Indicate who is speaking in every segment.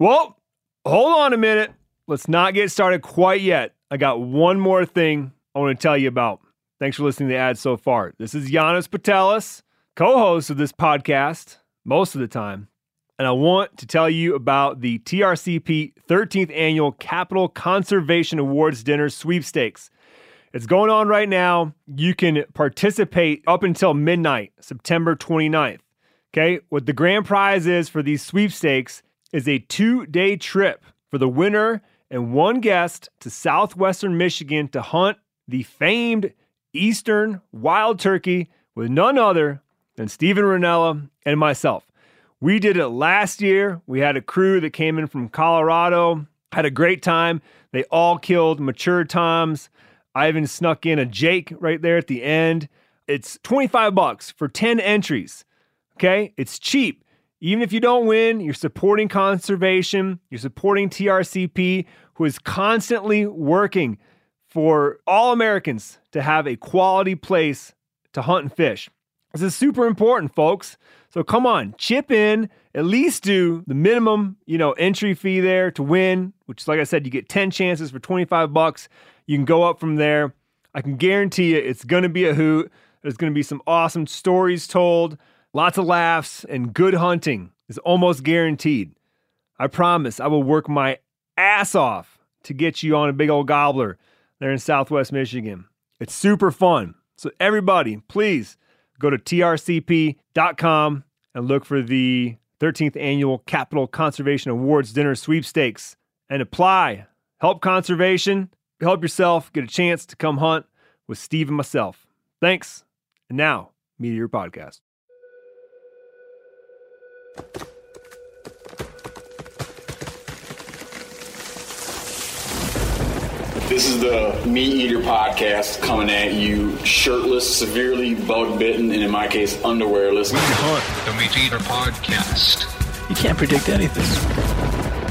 Speaker 1: Well, hold on a minute. Let's not get started quite yet. I got one more thing I want to tell you about. Thanks for listening to the ad so far. This is Giannis Patelis, co host of this podcast most of the time. And I want to tell you about the TRCP 13th Annual Capital Conservation Awards Dinner Sweepstakes. It's going on right now. You can participate up until midnight, September 29th. Okay. What the grand prize is for these sweepstakes is a two day trip for the winner and one guest to southwestern Michigan to hunt the famed Eastern wild turkey with none other than Stephen Ranella and myself. We did it last year. We had a crew that came in from Colorado, had a great time. They all killed mature toms. I even snuck in a Jake right there at the end. It's 25 bucks for 10 entries. Okay? It's cheap. Even if you don't win, you're supporting conservation, you're supporting TRCP, who is constantly working for all Americans to have a quality place to hunt and fish. This is super important, folks. So come on, chip in, at least do the minimum, you know, entry fee there to win, which like I said, you get 10 chances for 25 bucks. You can go up from there. I can guarantee you it's going to be a hoot. There's going to be some awesome stories told, lots of laughs, and good hunting is almost guaranteed. I promise I will work my ass off to get you on a big old gobbler there in Southwest Michigan. It's super fun. So, everybody, please go to trcp.com and look for the 13th Annual Capital Conservation Awards Dinner Sweepstakes and apply. Help conservation, help yourself get a chance to come hunt with Steve and myself. Thanks. And now, Meteor Podcast.
Speaker 2: This is the Meat Eater podcast coming at you shirtless, severely bug bitten, and in my case, underwearless.
Speaker 3: We hunt the Meat Eater podcast.
Speaker 4: You can't predict anything.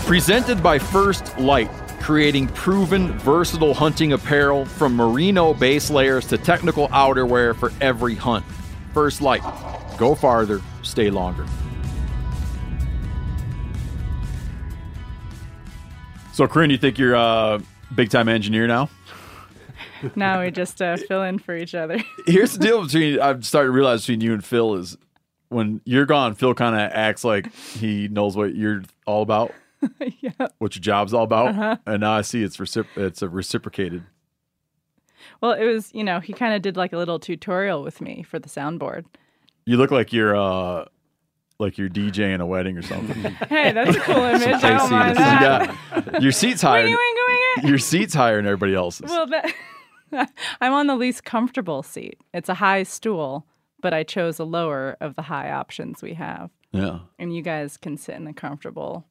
Speaker 5: Presented by First Light, creating proven, versatile hunting apparel from merino base layers to technical outerwear for every hunt. First Light, go farther, stay longer. So, Corinne, you think you're a big time engineer now?
Speaker 6: Now we just uh, fill in for each other.
Speaker 5: Here's the deal between I've started to realize between you and Phil is when you're gone, Phil kind of acts like he knows what you're all about,
Speaker 6: yeah.
Speaker 5: what your job's all about,
Speaker 6: Uh-huh.
Speaker 5: and now I see it's recipro- it's a reciprocated.
Speaker 6: Well, it was, you know, he kind of did like a little tutorial with me for the soundboard.
Speaker 5: You look like you're uh like you're DJing a wedding or something.
Speaker 6: Hey, that's a cool image. Oh I don't mind that.
Speaker 5: yeah. Your seat's higher.
Speaker 6: Wing,
Speaker 5: than-
Speaker 6: wing, wing, wing.
Speaker 5: your seat's higher than everybody else's.
Speaker 6: Well, that, I'm on the least comfortable seat. It's a high stool, but I chose a lower of the high options we have.
Speaker 5: yeah.
Speaker 6: And you guys can sit in the comfortable,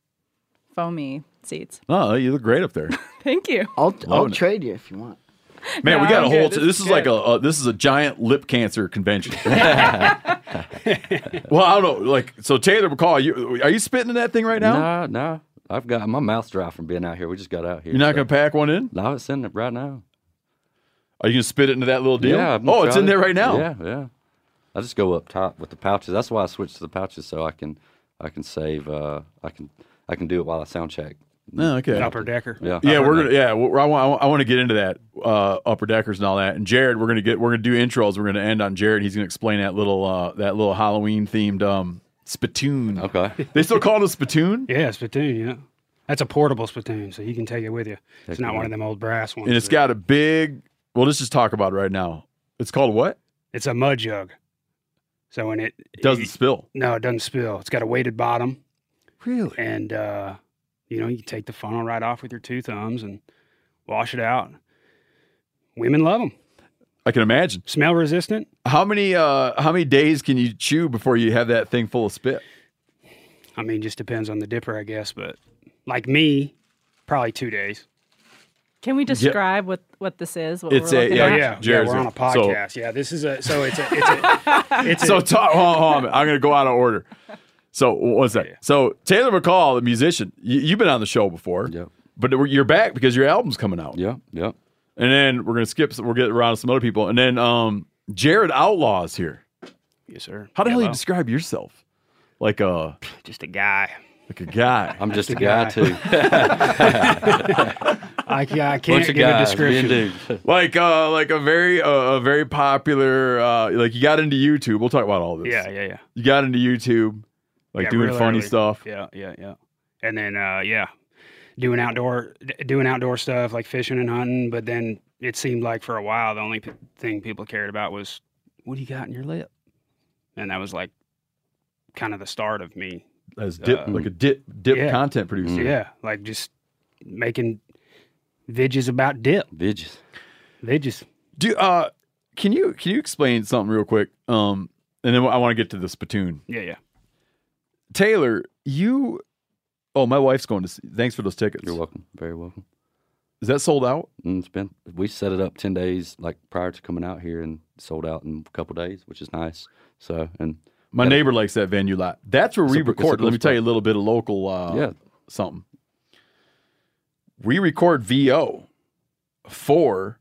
Speaker 6: foamy seats.
Speaker 5: No, you look great up there.
Speaker 6: Thank you.
Speaker 7: I'll, I'll
Speaker 5: it.
Speaker 7: trade you if you want.
Speaker 5: Man, we
Speaker 6: No,
Speaker 5: got a
Speaker 6: I'm
Speaker 5: whole.
Speaker 6: good.
Speaker 5: this is like a, a this is a giant lip cancer convention. well, I don't know. Like, so Taylor McCall, you are you spitting in that thing right
Speaker 8: No,
Speaker 5: now?
Speaker 8: no. I've got my mouth's dry from being out here. We just got out here.
Speaker 5: You're not
Speaker 8: so-
Speaker 5: gonna pack one in?
Speaker 8: No, it's in it right now.
Speaker 5: Are you gonna spit it into that little deal?
Speaker 8: Yeah. I'm
Speaker 5: oh, it's
Speaker 8: trying
Speaker 5: in
Speaker 8: it.
Speaker 5: there right now.
Speaker 8: Yeah, yeah. I just go up top with the pouches. That's why I switched to the pouches so I can, I can save. Uh, I can, I can do it while I sound check.
Speaker 5: No, Oh, okay.
Speaker 9: Upper decker.
Speaker 8: Yeah.
Speaker 5: Yeah, we're gonna. Yeah, we're, I want. I want to get into that uh, upper deckers and all that. And Jared, we're gonna get. We're gonna do intros. We're gonna end on Jared. He's gonna explain that little. Uh, that little Halloween themed um, spittoon.
Speaker 8: Okay.
Speaker 5: They still call it a spittoon,
Speaker 9: Yeah, spittoon, you know. That's a portable spittoon, so you can take it with you. It's not one of them old brass ones.
Speaker 5: and it's got a big. Well, let's just talk about it right now. It's called what?
Speaker 9: it's a mud jug. So when it,
Speaker 5: It doesn't spill.
Speaker 9: no, it doesn't spill. It's got a weighted bottom,
Speaker 5: Really?
Speaker 9: and uh, you know you can take the funnel right off with your two thumbs and wash it out. Women love them.
Speaker 5: I can imagine.
Speaker 9: Smell resistant.
Speaker 5: How many? Uh, how many days can you chew before you have that thing full of spit?
Speaker 9: I mean, just depends on the dipper, I guess. But like me, probably two days.
Speaker 6: Can we describe what, what this is? What
Speaker 5: It's
Speaker 6: we're
Speaker 5: a-
Speaker 6: looking
Speaker 5: yeah,
Speaker 6: at?
Speaker 9: Oh, yeah,
Speaker 5: Jared's
Speaker 9: we're on a
Speaker 5: right. So-
Speaker 9: podcast. yeah, this is a so it's a it's a it's a,
Speaker 5: So talk. Hold on, hold on. I'm gonna go out of order. So one second. So Taylor McCall, the musician, you, you've been on the show before.
Speaker 8: Yep.
Speaker 5: But we're- you're back because your album's coming out.
Speaker 8: Yeah. Yeah.
Speaker 5: And then we're gonna skip. We'll get around to some other people. And then um, Jared Outlaw's here.
Speaker 9: yes, sir.
Speaker 5: How the hell do you
Speaker 9: Hello.
Speaker 5: describe yourself? like a
Speaker 9: Just a guy.
Speaker 5: like a guy.
Speaker 8: I'm just a
Speaker 9: the
Speaker 8: guy,
Speaker 9: guy.
Speaker 8: too.
Speaker 9: I, I can't
Speaker 8: Bunch of
Speaker 9: give a
Speaker 8: guys, me and
Speaker 9: description.
Speaker 8: dude.
Speaker 5: like uh like a very uh, a very popular uh like you got into YouTube. We'll talk about all this.
Speaker 9: Yeah, yeah, yeah.
Speaker 5: You got into YouTube, like
Speaker 9: Yeah,
Speaker 5: doing
Speaker 9: real
Speaker 5: funny
Speaker 9: early.
Speaker 5: stuff.
Speaker 9: Yeah, yeah, yeah. And then uh yeah, doing outdoor d- doing outdoor stuff like fishing and hunting, but then it seemed like for a while the only p- thing people cared about was what do you got in your lip? And that was like kind of the start of me.
Speaker 5: As dip
Speaker 9: Uh,
Speaker 5: like a dip dip
Speaker 9: yeah.
Speaker 5: content producer.
Speaker 9: Yeah, like just making vidges about dip.
Speaker 8: Vidges.
Speaker 9: Vidges.
Speaker 5: Do uh can you can you explain something real quick? Um and then I want to get to the spittoon.
Speaker 9: Yeah, yeah.
Speaker 5: Taylor, you Oh, my wife's going to see. Thanks for those tickets.
Speaker 8: You're welcome. Very welcome.
Speaker 5: Is that sold out?
Speaker 8: And it's been we set it up ten days like prior to coming out here and sold out in a couple days, which is nice. So and
Speaker 5: My
Speaker 8: Yeah.
Speaker 5: neighbor likes that venue lot. That's where
Speaker 8: It's
Speaker 5: we
Speaker 8: a- it's a
Speaker 5: record.
Speaker 8: cool
Speaker 5: Let me tell
Speaker 8: spot.
Speaker 5: you a little bit of local uh
Speaker 8: yeah,
Speaker 5: something. We record VO for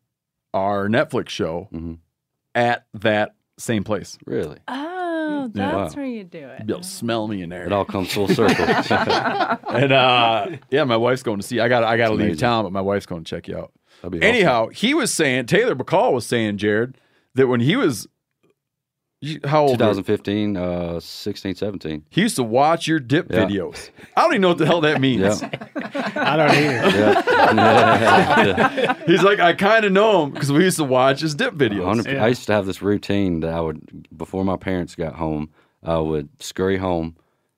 Speaker 5: our Netflix show
Speaker 8: Mhm.
Speaker 5: at that same place.
Speaker 8: really,
Speaker 6: Oh,
Speaker 5: Yeah.
Speaker 6: that's
Speaker 8: Wow.
Speaker 6: where you do it.
Speaker 5: You'll be able to smell me in there.
Speaker 8: it all comes full circle. That'd
Speaker 5: And uh, yeah, my wife's going to see. I got I got to
Speaker 8: It's
Speaker 5: leave
Speaker 8: amazing.
Speaker 5: town, but my wife's going to check you out.
Speaker 8: be awesome.
Speaker 5: Anyhow, he was saying Taylor McCall was saying Jared that when he was you- how old were-
Speaker 8: 2015, uh, 16, 17.
Speaker 5: he used to watch your dip
Speaker 8: Yeah.
Speaker 5: videos. I don't even know what the hell that means.
Speaker 8: Yeah,
Speaker 9: I don't either.
Speaker 8: yeah.
Speaker 5: He's like, I kind of know him because we used to watch his dip videos.
Speaker 8: 100 I used to have this routine that I would before my parents got home. I would scurry home,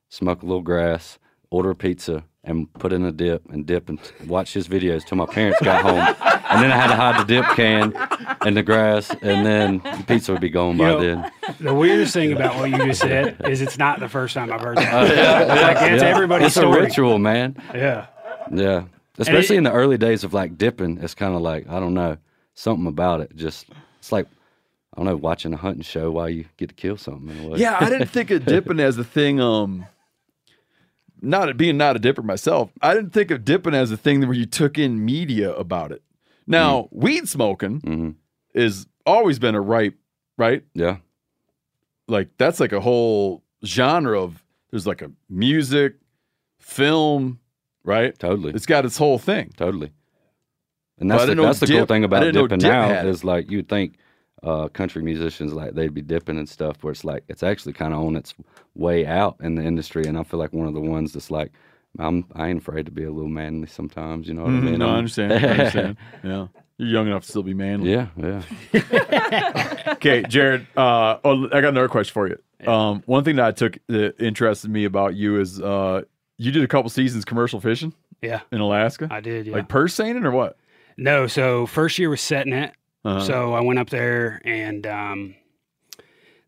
Speaker 8: smoke a little grass, order a pizza, and put in a dip and dip and watch his videos till my parents got home. And then I had to hide the dip can and the grass, and then the pizza would be gone by
Speaker 9: Yo.
Speaker 8: then.
Speaker 9: The weirdest thing about what you just said is it's not the first time I've heard that. like, that's
Speaker 8: Oh, Yeah.
Speaker 9: everybody's
Speaker 8: it's
Speaker 9: story.
Speaker 8: a ritual, man.
Speaker 9: Yeah.
Speaker 8: Yeah, especially in the early days of like dipping, it's kind of like I don't know something about it. Just it's like I don't know watching a hunting show while you get to kill something. In a way.
Speaker 5: Yeah, I didn't think of dipping as a thing. Um, not being not a dipper myself, I didn't think of dipping as a thing where you took in media about it. Now,
Speaker 8: Mm.
Speaker 5: weed smoking
Speaker 8: Mhm.
Speaker 5: is always been a ripe, right?
Speaker 8: yeah.
Speaker 5: Like that's like a whole genre of there's like a music, film, right?
Speaker 8: Totally,
Speaker 5: It's got its whole thing.
Speaker 8: totally. And
Speaker 5: But I
Speaker 8: that's the,
Speaker 5: didn't know
Speaker 8: that's the cool
Speaker 5: dip-
Speaker 8: thing
Speaker 5: I
Speaker 8: about
Speaker 5: didn't know
Speaker 8: dipping
Speaker 5: dip
Speaker 8: now
Speaker 5: had it.
Speaker 8: is like you'd think uh, country musicians like they'd be dipping and stuff, where it's like it's actually kind of on its way out in the industry. And I feel like one of the ones that's like I'm I ain't afraid to be a little manly sometimes. You know what I mean?
Speaker 5: Mm-hmm. no, I
Speaker 8: I'm-
Speaker 5: understand. I understand. yeah. You're young enough to still be manly.
Speaker 8: Yeah, yeah.
Speaker 5: Okay, Jared. Uh, oh, I got another question for you. Um, one thing that I took that interested me about you is uh, you did a couple seasons commercial fishing
Speaker 9: Yeah.
Speaker 5: in Alaska,
Speaker 9: I did. Yeah.
Speaker 5: Uh, like purse seining or what?
Speaker 9: no, so first year was setting it.
Speaker 5: Uh-huh.
Speaker 9: So I went up there, and um,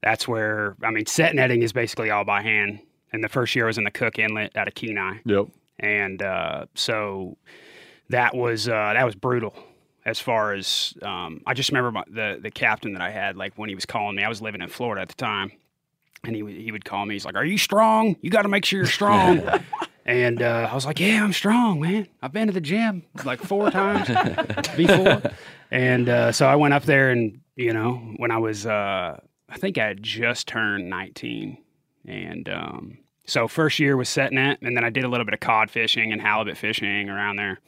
Speaker 9: that's where I mean, set netting is basically all by hand. And the first year I was in the Cook Inlet out of Kenai,
Speaker 5: yep.
Speaker 9: and uh, so that was uh, that was brutal. As far as um, I just remember my, the the captain that I had, like when he was calling me, I was living in Florida at the time, and he would- he would call me. He's like, "Are you strong? You got to make sure you're strong." and uh, I was like, "Yeah, I'm strong, man. I've been to the gym like four times before." And uh, so I went up there, and you know, when I was, uh, I think I had just turned 19, and um, so first year was setting it, and then I did a little bit of cod fishing and halibut fishing around there,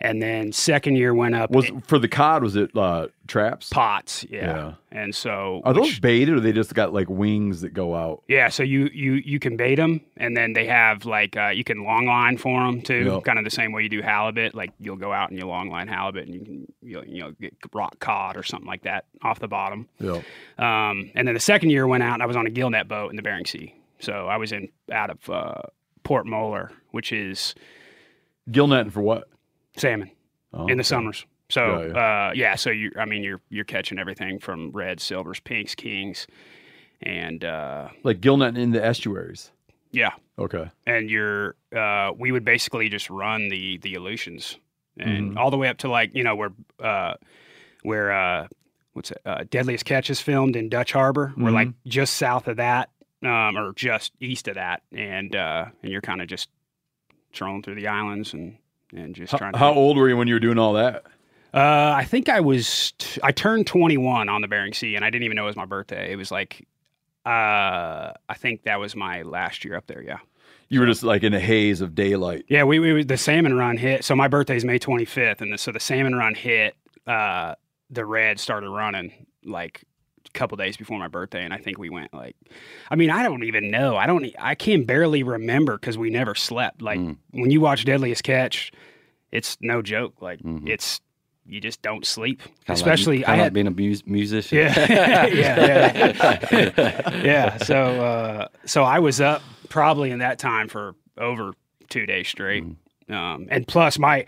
Speaker 9: and then second year went up
Speaker 5: Was for the cod? Was it uh, traps?
Speaker 9: pots, yeah.
Speaker 5: Yeah.
Speaker 9: And so
Speaker 5: Are
Speaker 9: which-
Speaker 5: those baited or they just got like wings that go out?
Speaker 9: Yeah, so you you you can bait them, and then they have like uh, you can long line for them too,
Speaker 5: Yep.
Speaker 9: kind of the same way you do halibut. Like you'll go out and you long line halibut, and you can you'll, you'll get rock cod or something like that off the bottom.
Speaker 5: Yep.
Speaker 9: Um, and then the second year went out, and I was on a gill net boat in the Bering Sea. So I was in out of uh, Port Moeller, which is
Speaker 5: Gill netting for what?
Speaker 9: salmon
Speaker 5: Oh,
Speaker 9: in the summers. So
Speaker 5: Yeah,
Speaker 9: yeah, Uh, yeah, so you I mean you're you're catching everything from reds, silvers, pinks, kings, and uh,
Speaker 5: like gill netting in the estuaries.
Speaker 9: yeah,
Speaker 5: Okay.
Speaker 9: and you're uh, we would basically just run the the illusions and
Speaker 5: Mm-hmm.
Speaker 9: all the way up to like you know where uh, where uh, what's it, uh, deadliest catch is filmed in Dutch Harbor. We're like
Speaker 5: Mm-hmm.
Speaker 9: just south of that um, or just east of that, and uh, and you're kind of just trolling through the islands and and just
Speaker 5: How,
Speaker 9: trying. to
Speaker 5: how old were you when you were doing all that?
Speaker 9: uh, I think I was t- I turned 21 on the Bering Sea, and I didn't even know it was my birthday. It was like Uh, I think that was my last year up there. Yeah.
Speaker 5: You were just like in a haze of daylight.
Speaker 9: Yeah, we, we the salmon run hit. So my birthday's May 25th, and the, so the salmon run hit. Uh, the red started running like a couple days before my birthday, and I think we went like, I mean, I don't even know. I don't. e- I can barely remember because we never slept. Like
Speaker 10: Mm.
Speaker 9: when you watch Deadliest Catch, it's no joke. Like it's you just don't sleep. Especially
Speaker 10: like, Mm-hmm.
Speaker 9: I
Speaker 10: kinda
Speaker 9: had
Speaker 10: like being a mus- musician.
Speaker 9: yeah, yeah, yeah. yeah. So, uh, so I was up probably in that time for over two days straight.
Speaker 10: Mm.
Speaker 9: Um, and plus, my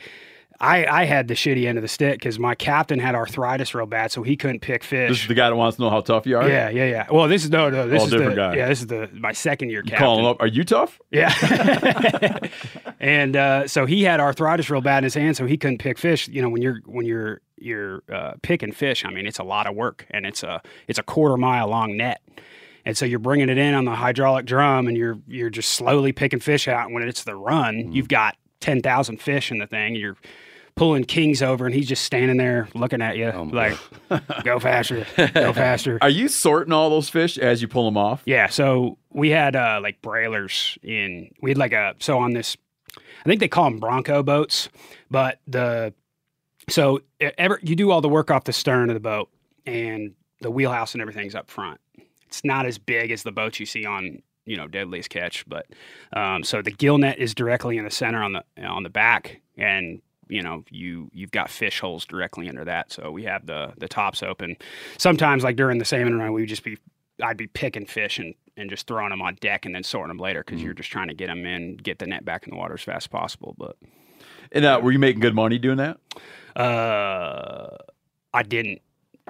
Speaker 9: I I had the shitty end of the stick because my captain had arthritis real bad, so he couldn't pick
Speaker 5: This
Speaker 9: fish.
Speaker 5: is the guy that wants to know how tough you are.
Speaker 9: yeah, yeah, yeah. Well, this is no, no. This
Speaker 5: All
Speaker 9: is
Speaker 5: different
Speaker 9: the,
Speaker 5: guy.
Speaker 9: Yeah, this is the my second year captain.
Speaker 5: Call him up. Are you tough?
Speaker 9: Yeah. and uh, so he had arthritis real bad in his hand, so he couldn't pick fish. You know, when you're when you're you're uh, picking fish, I mean, it's a lot of work, and it's a it's a quarter mile long net. And so you're bringing it in on the hydraulic drum, and you're you're just slowly picking fish out. And when it's the run,
Speaker 5: Mm-hmm.
Speaker 9: you've got ten thousand fish in the thing. And you're pulling kings over, and he's just standing there looking at you, like, "Go faster, go faster."
Speaker 5: Oh Are you sorting all those fish as you pull them off?
Speaker 9: Yeah, so we had uh, like brailers in. We had like a so on this. I think they call them bronco boats, but the so e- ever you do all the work off the stern of the boat and the wheelhouse and everything's up front. It's not as big as the boats you see on you know Deadliest Catch, but um, so the gill net is directly in the center on the on the back and. You know, you you've got fish holes directly under that, so we have the the tops open. Sometimes, like during the salmon run, we would just be I'd be picking fish and, and just throwing them on deck and then sorting them later because you're
Speaker 5: Mm-hmm.
Speaker 9: just trying to get them in, get the net back in the water as fast as possible. But
Speaker 5: And uh, were you making good money doing that?
Speaker 9: uh, I didn't.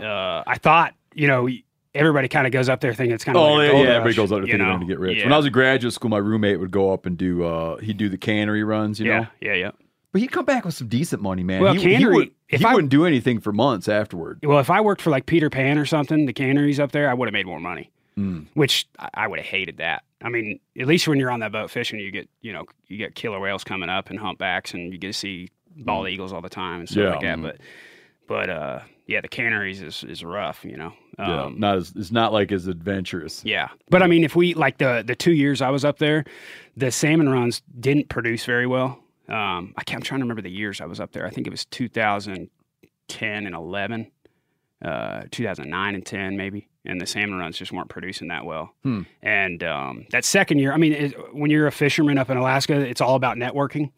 Speaker 9: Uh, I thought, you know, everybody kind of goes up there thinking it's kind of
Speaker 5: Oh
Speaker 9: like a
Speaker 5: yeah,
Speaker 9: gold
Speaker 5: yeah,
Speaker 9: rush,
Speaker 5: everybody goes out to
Speaker 9: you
Speaker 5: figure
Speaker 9: know?
Speaker 5: to get rich.
Speaker 9: Yeah.
Speaker 5: When I was in graduate school, my roommate would go up and do uh, he'd do the cannery runs, you
Speaker 9: yeah,
Speaker 5: know.
Speaker 9: yeah, yeah.
Speaker 5: But he'd come back with some decent money, man.
Speaker 9: Well,
Speaker 5: he,
Speaker 9: cannery-
Speaker 5: he, would,
Speaker 9: if
Speaker 5: he
Speaker 9: I-
Speaker 5: wouldn't do anything for months afterward.
Speaker 9: Well, if I worked for like Peter Pan or something, the canneries up there, I would have made more money, which I, I would have hated that. I mean, at least when you're on that boat fishing, you get you know you get killer whales coming up and humpbacks, and you get to see bald eagles all the time and stuff
Speaker 5: Mm-hmm. Yeah. mm-hmm.
Speaker 9: like that. But but uh, yeah, the canneries is is rough, you know.
Speaker 5: yeah, not as it's not like as adventurous.
Speaker 9: Um, Yeah, but I mean, if we like the the two years I was up there, the salmon runs didn't produce very well. Um, I can't, I'm trying to remember the years I was up there. I think it was 2010 and 11, uh, 2009 and 10 maybe, and the salmon runs just weren't producing that well.
Speaker 5: Hmm.
Speaker 9: And um, that second year, I mean, it, when you're a fisherman up in Alaska, it's all about networking.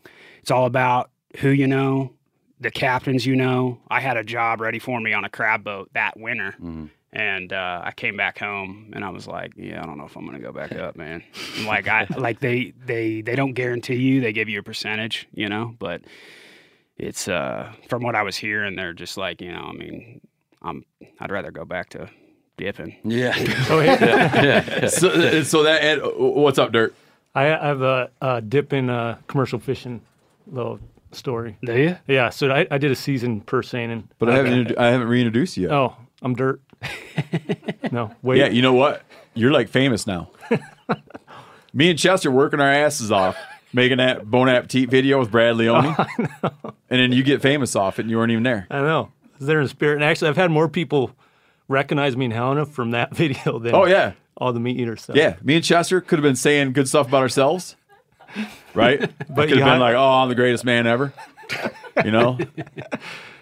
Speaker 9: It's all about who you know, the captains you know. I had a job ready for me on a crab boat that winter.
Speaker 5: Mm. Mm-hmm.
Speaker 9: And uh, I came back home, and I was like, "Yeah, I don't know if I'm gonna go back up, man." And, like I, like they, they, they don't guarantee you; they give you a percentage, you know. But it's uh, from what I was hearing, they're just like, you know, I mean, I'm, I'd rather go back to dipping.
Speaker 10: Yeah.
Speaker 5: so, so that Ed, what's up, Dirt?
Speaker 4: I I have a, a dip in uh, commercial fishing little story.
Speaker 9: Do you?
Speaker 4: Yeah, so I, I did a season per seinen.
Speaker 5: But I haven't introdu- I haven't reintroduced you. Yet.
Speaker 4: Oh, I'm dirt. no, wait.
Speaker 5: Yeah, you know what? You're like famous now. Me and Chester working our asses off making that Bon Appetit video with Brad Leone, and then you get famous off it, and you weren't even there.
Speaker 4: I know. I was there in spirit. And actually, I've had more people recognize me in Helena from that video than
Speaker 5: Oh yeah,
Speaker 4: all the meat eaters. So.
Speaker 5: yeah. Me and Chester could have been saying good stuff about ourselves, right?
Speaker 4: But
Speaker 5: could have
Speaker 4: you
Speaker 5: been
Speaker 4: had-
Speaker 5: like, "Oh, I'm the greatest man ever," you know.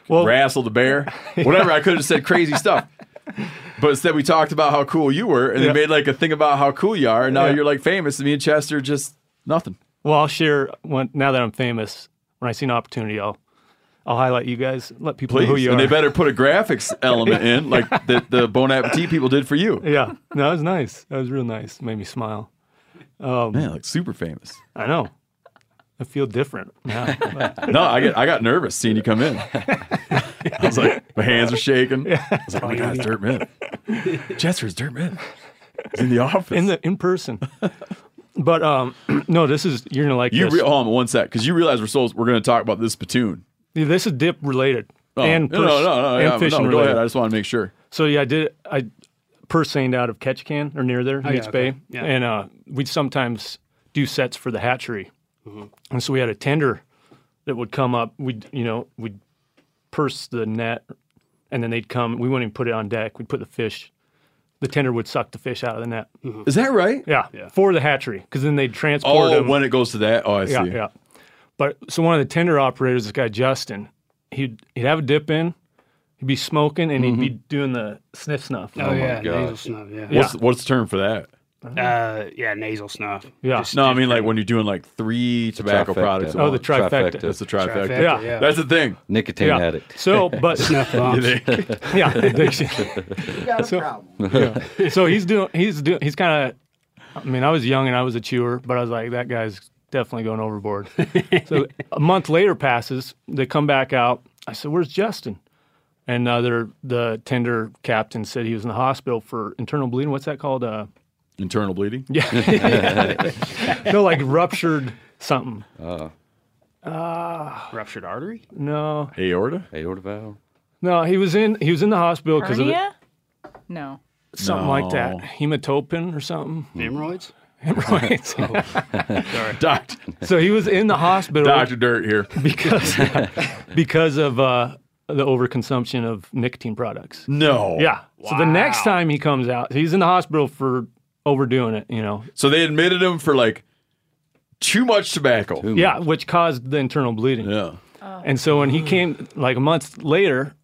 Speaker 4: Well,
Speaker 5: Rassle the bear, whatever. I could have said crazy stuff. But instead, we talked about how cool you were, and
Speaker 4: Yeah.
Speaker 5: they made like a thing about how cool you are, and now
Speaker 4: Yeah.
Speaker 5: you're like famous. And me and Chester just nothing.
Speaker 4: well, I'll share one now that I'm famous. When I see an opportunity, I'll I'll highlight you guys. Let people
Speaker 5: Please.
Speaker 4: know who you
Speaker 5: and
Speaker 4: are.
Speaker 5: they better put a graphics element in, like the, the Bon Appetit people did for you.
Speaker 4: yeah, no, that was nice. That was real nice. Made me smile. Um,
Speaker 5: Man, like super famous.
Speaker 4: I know. I feel different now. but-
Speaker 5: No, I get I got nervous seeing you come in. I was like, my hands are shaking. I was like, oh my God, it's Dirt Man. Chester's Dirt Man. He's in the office.
Speaker 4: in the in person. but um, no, this is you're gonna like
Speaker 5: you
Speaker 4: this.
Speaker 5: re- hold on one sec, because you realize we're so, we're going to talk about this platoon.
Speaker 4: Yeah, this is dip related
Speaker 5: Oh,
Speaker 4: and
Speaker 5: no, no, no, no,
Speaker 4: and
Speaker 5: yeah, no,
Speaker 4: fishing
Speaker 5: go
Speaker 4: related.
Speaker 5: ahead. I just want to make sure.
Speaker 4: So yeah, I did I pursaned out of Ketchikan or near there, Yates
Speaker 9: Oh, yeah,
Speaker 4: Bay,
Speaker 9: okay. Yeah.
Speaker 4: and uh, we'd sometimes do sets for the hatchery,
Speaker 9: Mm-hmm.
Speaker 4: and so we had a tender that would come up. We'd you know we'd purse the net, and then they'd come. We wouldn't even put it on deck. We'd put the fish the tender would suck the fish out of the net.
Speaker 9: Mm-hmm.
Speaker 5: Is that right?
Speaker 4: Yeah, for the hatchery, because then they'd transport
Speaker 5: Oh,
Speaker 4: them.
Speaker 5: when it goes to that. Oh, I see.
Speaker 4: yeah, yeah. But so one of the tender operators, this guy Justin, he'd he'd have a dip in, he'd be smoking, and he'd be doing the sniff snuff.
Speaker 9: Oh, yeah,
Speaker 5: Mm-hmm. God.
Speaker 9: nasal snuff. Yeah,
Speaker 5: What's what's the term for that?
Speaker 9: Uh, yeah, nasal snuff.
Speaker 4: Yeah.
Speaker 5: No, I mean like when you're doing like three tobacco
Speaker 8: Trifecta.
Speaker 5: products. at
Speaker 4: Oh, the
Speaker 5: once.
Speaker 4: trifecta.
Speaker 5: that's the trifecta.
Speaker 9: Trifecta,
Speaker 4: Yeah.
Speaker 9: yeah.
Speaker 5: That's the thing.
Speaker 8: Nicotine
Speaker 4: yeah.
Speaker 8: addict.
Speaker 4: So, but
Speaker 5: You think?
Speaker 4: yeah, addiction. so, yeah. so he's doing. He's doing. He's kind of. I mean, I was young and I was a chewer, but I was like, that guy's definitely going overboard. so a month later passes. They come back out. I said, "Where's Justin?" And uh, their- the tender captain said he was in the hospital for internal bleeding. What's that called? Uh,
Speaker 5: Internal bleeding.
Speaker 4: no, like ruptured something.
Speaker 5: Uh.
Speaker 9: Ruptured artery.
Speaker 4: No,
Speaker 5: Aorta.
Speaker 8: Aorta valve.
Speaker 4: no, he was in he was in the
Speaker 5: Oh,
Speaker 4: hospital because of it,
Speaker 6: Hernia? No.
Speaker 4: something like that, hematopin or something.
Speaker 9: Hemorrhoids.
Speaker 4: Right.
Speaker 5: Doctor,
Speaker 4: so he was in the hospital.
Speaker 5: Doctor Dirt here.
Speaker 4: because because of uh, the overconsumption of nicotine products.
Speaker 5: No.
Speaker 4: Yeah. So the next time he comes out, he's in the hospital for overdoing it. You know.
Speaker 5: So they admitted him for like too much tobacco.
Speaker 4: Yeah, which caused the internal bleeding.
Speaker 5: Yeah.
Speaker 4: And so when he came, like a month later,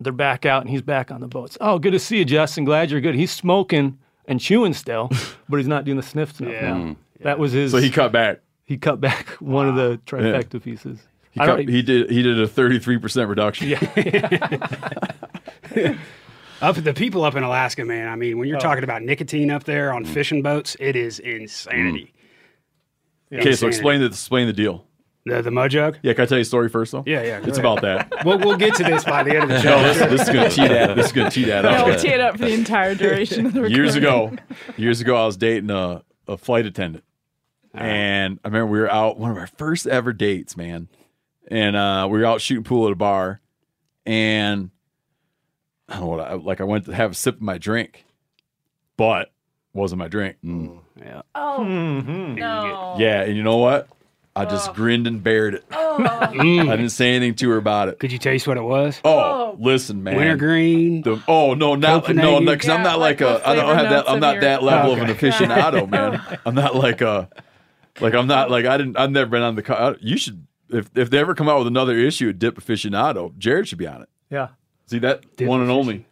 Speaker 4: they're back out and he's back on the boats. Oh, good to see you, Justin. Glad you're good. He's smoking and chewing still, but he's not doing the sniff stuff now. That was his.
Speaker 5: Mm. So he cut back.
Speaker 4: he cut back one of the trifecta pieces.
Speaker 5: He,
Speaker 4: I
Speaker 5: cut,
Speaker 4: don't- e
Speaker 5: he did. He did a 33 percent reduction. Yeah.
Speaker 9: Up the people up in Alaska, man. I mean, when
Speaker 5: Oh.
Speaker 9: you're talking about nicotine up there on fishing boats, it is insanity.
Speaker 5: Mm. Okay. So explain the explain the deal.
Speaker 9: the the mojug.
Speaker 5: Yeah. Can I tell you a story first though?
Speaker 9: Yeah, yeah, go
Speaker 5: It's
Speaker 9: ahead.
Speaker 5: about that.
Speaker 9: We'll we'll get to this by the end of the show.
Speaker 5: No, this, this is gonna tee that. This is gonna tee that
Speaker 6: No,
Speaker 5: up.
Speaker 6: we'll tee it up for the entire duration of the recording.
Speaker 5: years ago, years ago, I was dating a, a flight attendant, and I remember we were out one of our first ever dates, man, and uh, we were out shooting pool at a bar, and I don't know what I like. I went to have a sip of my drink, but wasn't my drink.
Speaker 6: Oh, no.
Speaker 5: Yeah, and you know what? I just grinned and bared it.
Speaker 4: Mm.
Speaker 5: I didn't say anything to her about it.
Speaker 9: Could you taste what it was?
Speaker 5: Oh, listen, man.
Speaker 9: Wintergreen.
Speaker 5: The, oh no, not no,
Speaker 9: Copenhagen.
Speaker 5: because I'm
Speaker 6: Yeah,
Speaker 5: not like,
Speaker 6: like
Speaker 5: a.
Speaker 6: those
Speaker 5: I don't
Speaker 6: flavor
Speaker 5: have that.
Speaker 6: notes
Speaker 5: I'm
Speaker 6: of
Speaker 5: not
Speaker 6: your-
Speaker 5: that level of an
Speaker 9: Okay.
Speaker 5: aficionado, man. I'm not like a. Like I'm not like I didn't. I've never been on the. co- I- You should if if they ever come out with another issue of dip aficionado, Jared should be on it.
Speaker 4: Yeah.
Speaker 5: See that one and only.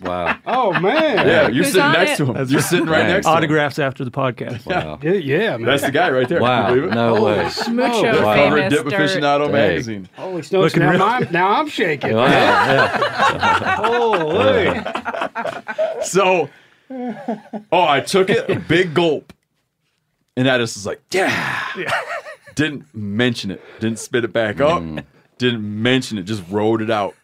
Speaker 8: Wow.
Speaker 9: Oh man.
Speaker 5: Yeah, you're
Speaker 6: Who's
Speaker 5: sitting
Speaker 6: on
Speaker 5: next
Speaker 6: it?
Speaker 5: to him. You're sitting right
Speaker 8: Nice.
Speaker 5: next to him.
Speaker 4: Autographs after the podcast.
Speaker 8: Wow.
Speaker 9: Yeah, yeah man.
Speaker 5: That's the guy right there. Can
Speaker 8: Wow.
Speaker 5: you believe it?
Speaker 8: No way.
Speaker 6: Mucho
Speaker 8: Wow.
Speaker 5: Cover
Speaker 6: famous
Speaker 5: dip
Speaker 6: dirt.
Speaker 5: aficionado
Speaker 8: Dang.
Speaker 5: magazine.
Speaker 9: Holy smokes! Now, I'm, now I'm shaking.
Speaker 8: Wow. Yeah.
Speaker 9: Holy.
Speaker 5: So, oh, I took it a big gulp, and I just was like, yeah. Didn't mention it. Didn't spit it back up.
Speaker 8: Mm.
Speaker 5: Didn't mention it. Just rode it out.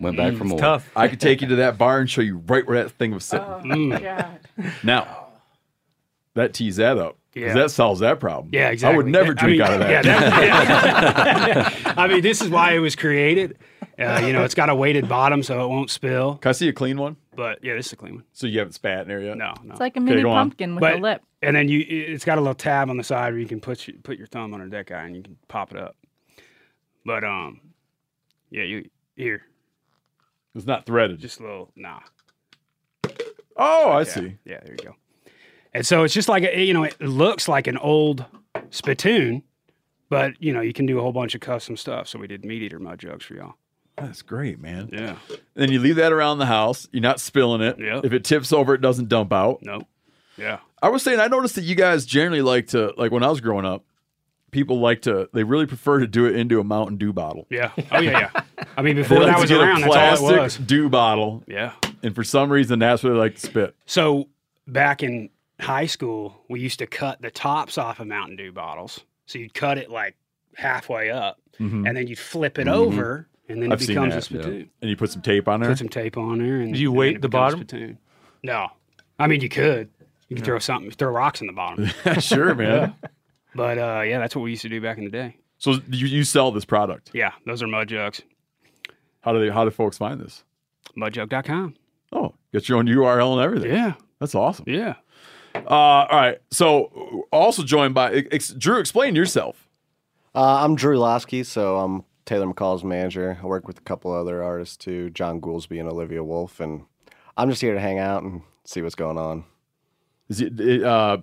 Speaker 8: Went back
Speaker 9: Mm,
Speaker 8: for more.
Speaker 4: Tough.
Speaker 5: I could take you to that bar and show you right where that thing was sitting.
Speaker 9: Oh.
Speaker 6: God.
Speaker 5: Now, that tees that up. 'cause
Speaker 9: Yeah.
Speaker 5: That solves that problem.
Speaker 9: Yeah, exactly.
Speaker 5: I would never
Speaker 9: That-
Speaker 5: drink
Speaker 9: I
Speaker 5: out
Speaker 9: mean,
Speaker 5: of that.
Speaker 9: Yeah, that- I mean, this is why it was created. Uh, you know, it's got a weighted bottom so it won't spill.
Speaker 5: Can I see a clean one?
Speaker 9: But yeah, this is a clean one.
Speaker 5: So you haven't spat in there yet?
Speaker 9: No, no.
Speaker 6: It's like a mini
Speaker 5: go on.
Speaker 6: pumpkin with a lip.
Speaker 9: And then you, it's got a little tab on the side where you can put your, put your thumb under that guy and you can pop it up. But um, yeah, you here
Speaker 5: It's not threaded. Just
Speaker 9: just a little nah.
Speaker 5: oh, I
Speaker 9: Yeah,
Speaker 5: see.
Speaker 9: yeah, there you go. And so it's just like a, you know, it looks like an old spittoon, but you know, you can do a whole bunch of custom stuff. So we did meat eater mud jugs for y'all.
Speaker 5: That's great, man.
Speaker 9: Yeah.
Speaker 5: Then you leave that around the house. You're not spilling it.
Speaker 9: Yeah.
Speaker 5: If it tips over, it doesn't dump out.
Speaker 9: Nope. Yeah.
Speaker 5: I was saying I noticed that you guys generally like to like when I was growing up, people like to they really prefer to do it into a Mountain Dew bottle.
Speaker 9: Yeah. Oh yeah, yeah. I mean,
Speaker 5: They
Speaker 9: before
Speaker 5: like
Speaker 9: that
Speaker 5: to
Speaker 9: was
Speaker 5: get
Speaker 9: around,
Speaker 5: a
Speaker 9: that's all it was.
Speaker 5: plastic dew bottle,
Speaker 9: Yeah.
Speaker 5: and for some reason that's what they like to spit.
Speaker 9: So back in high school, we used to cut the tops off of Mountain Dew bottles. So you'd cut it like halfway up, and then you'd flip it over, and then it
Speaker 5: Mm-hmm. I've seen
Speaker 9: becomes a
Speaker 5: that,
Speaker 9: spittoon.
Speaker 5: And you put some tape on there.
Speaker 9: Put some tape on there, and
Speaker 4: Do you
Speaker 9: and then
Speaker 4: weight
Speaker 9: it
Speaker 4: the
Speaker 9: becomes a
Speaker 4: bottom?
Speaker 9: Spittoon. No, I mean you could. You could throw something, throw rocks in the bottom.
Speaker 5: sure, man.
Speaker 9: but uh, yeah, that's what we used to do back in the day.
Speaker 5: So you, you sell this product.
Speaker 9: Yeah, those are mud jugs.
Speaker 5: How do they how do folks find this?
Speaker 9: Mudjug.com.
Speaker 5: Oh, get your own URL and everything.
Speaker 9: Yeah,
Speaker 5: That's awesome.
Speaker 9: yeah.
Speaker 5: Uh, all right. So also joined by ex, Drew, explain yourself.
Speaker 11: Uh, I'm Drew Lasky, so I'm Taylor McCall's manager. I work with a couple other artists too, John Goolsby and Olivia Wolf, and I'm just here to hang out and see what's going on.
Speaker 5: Is it, uh,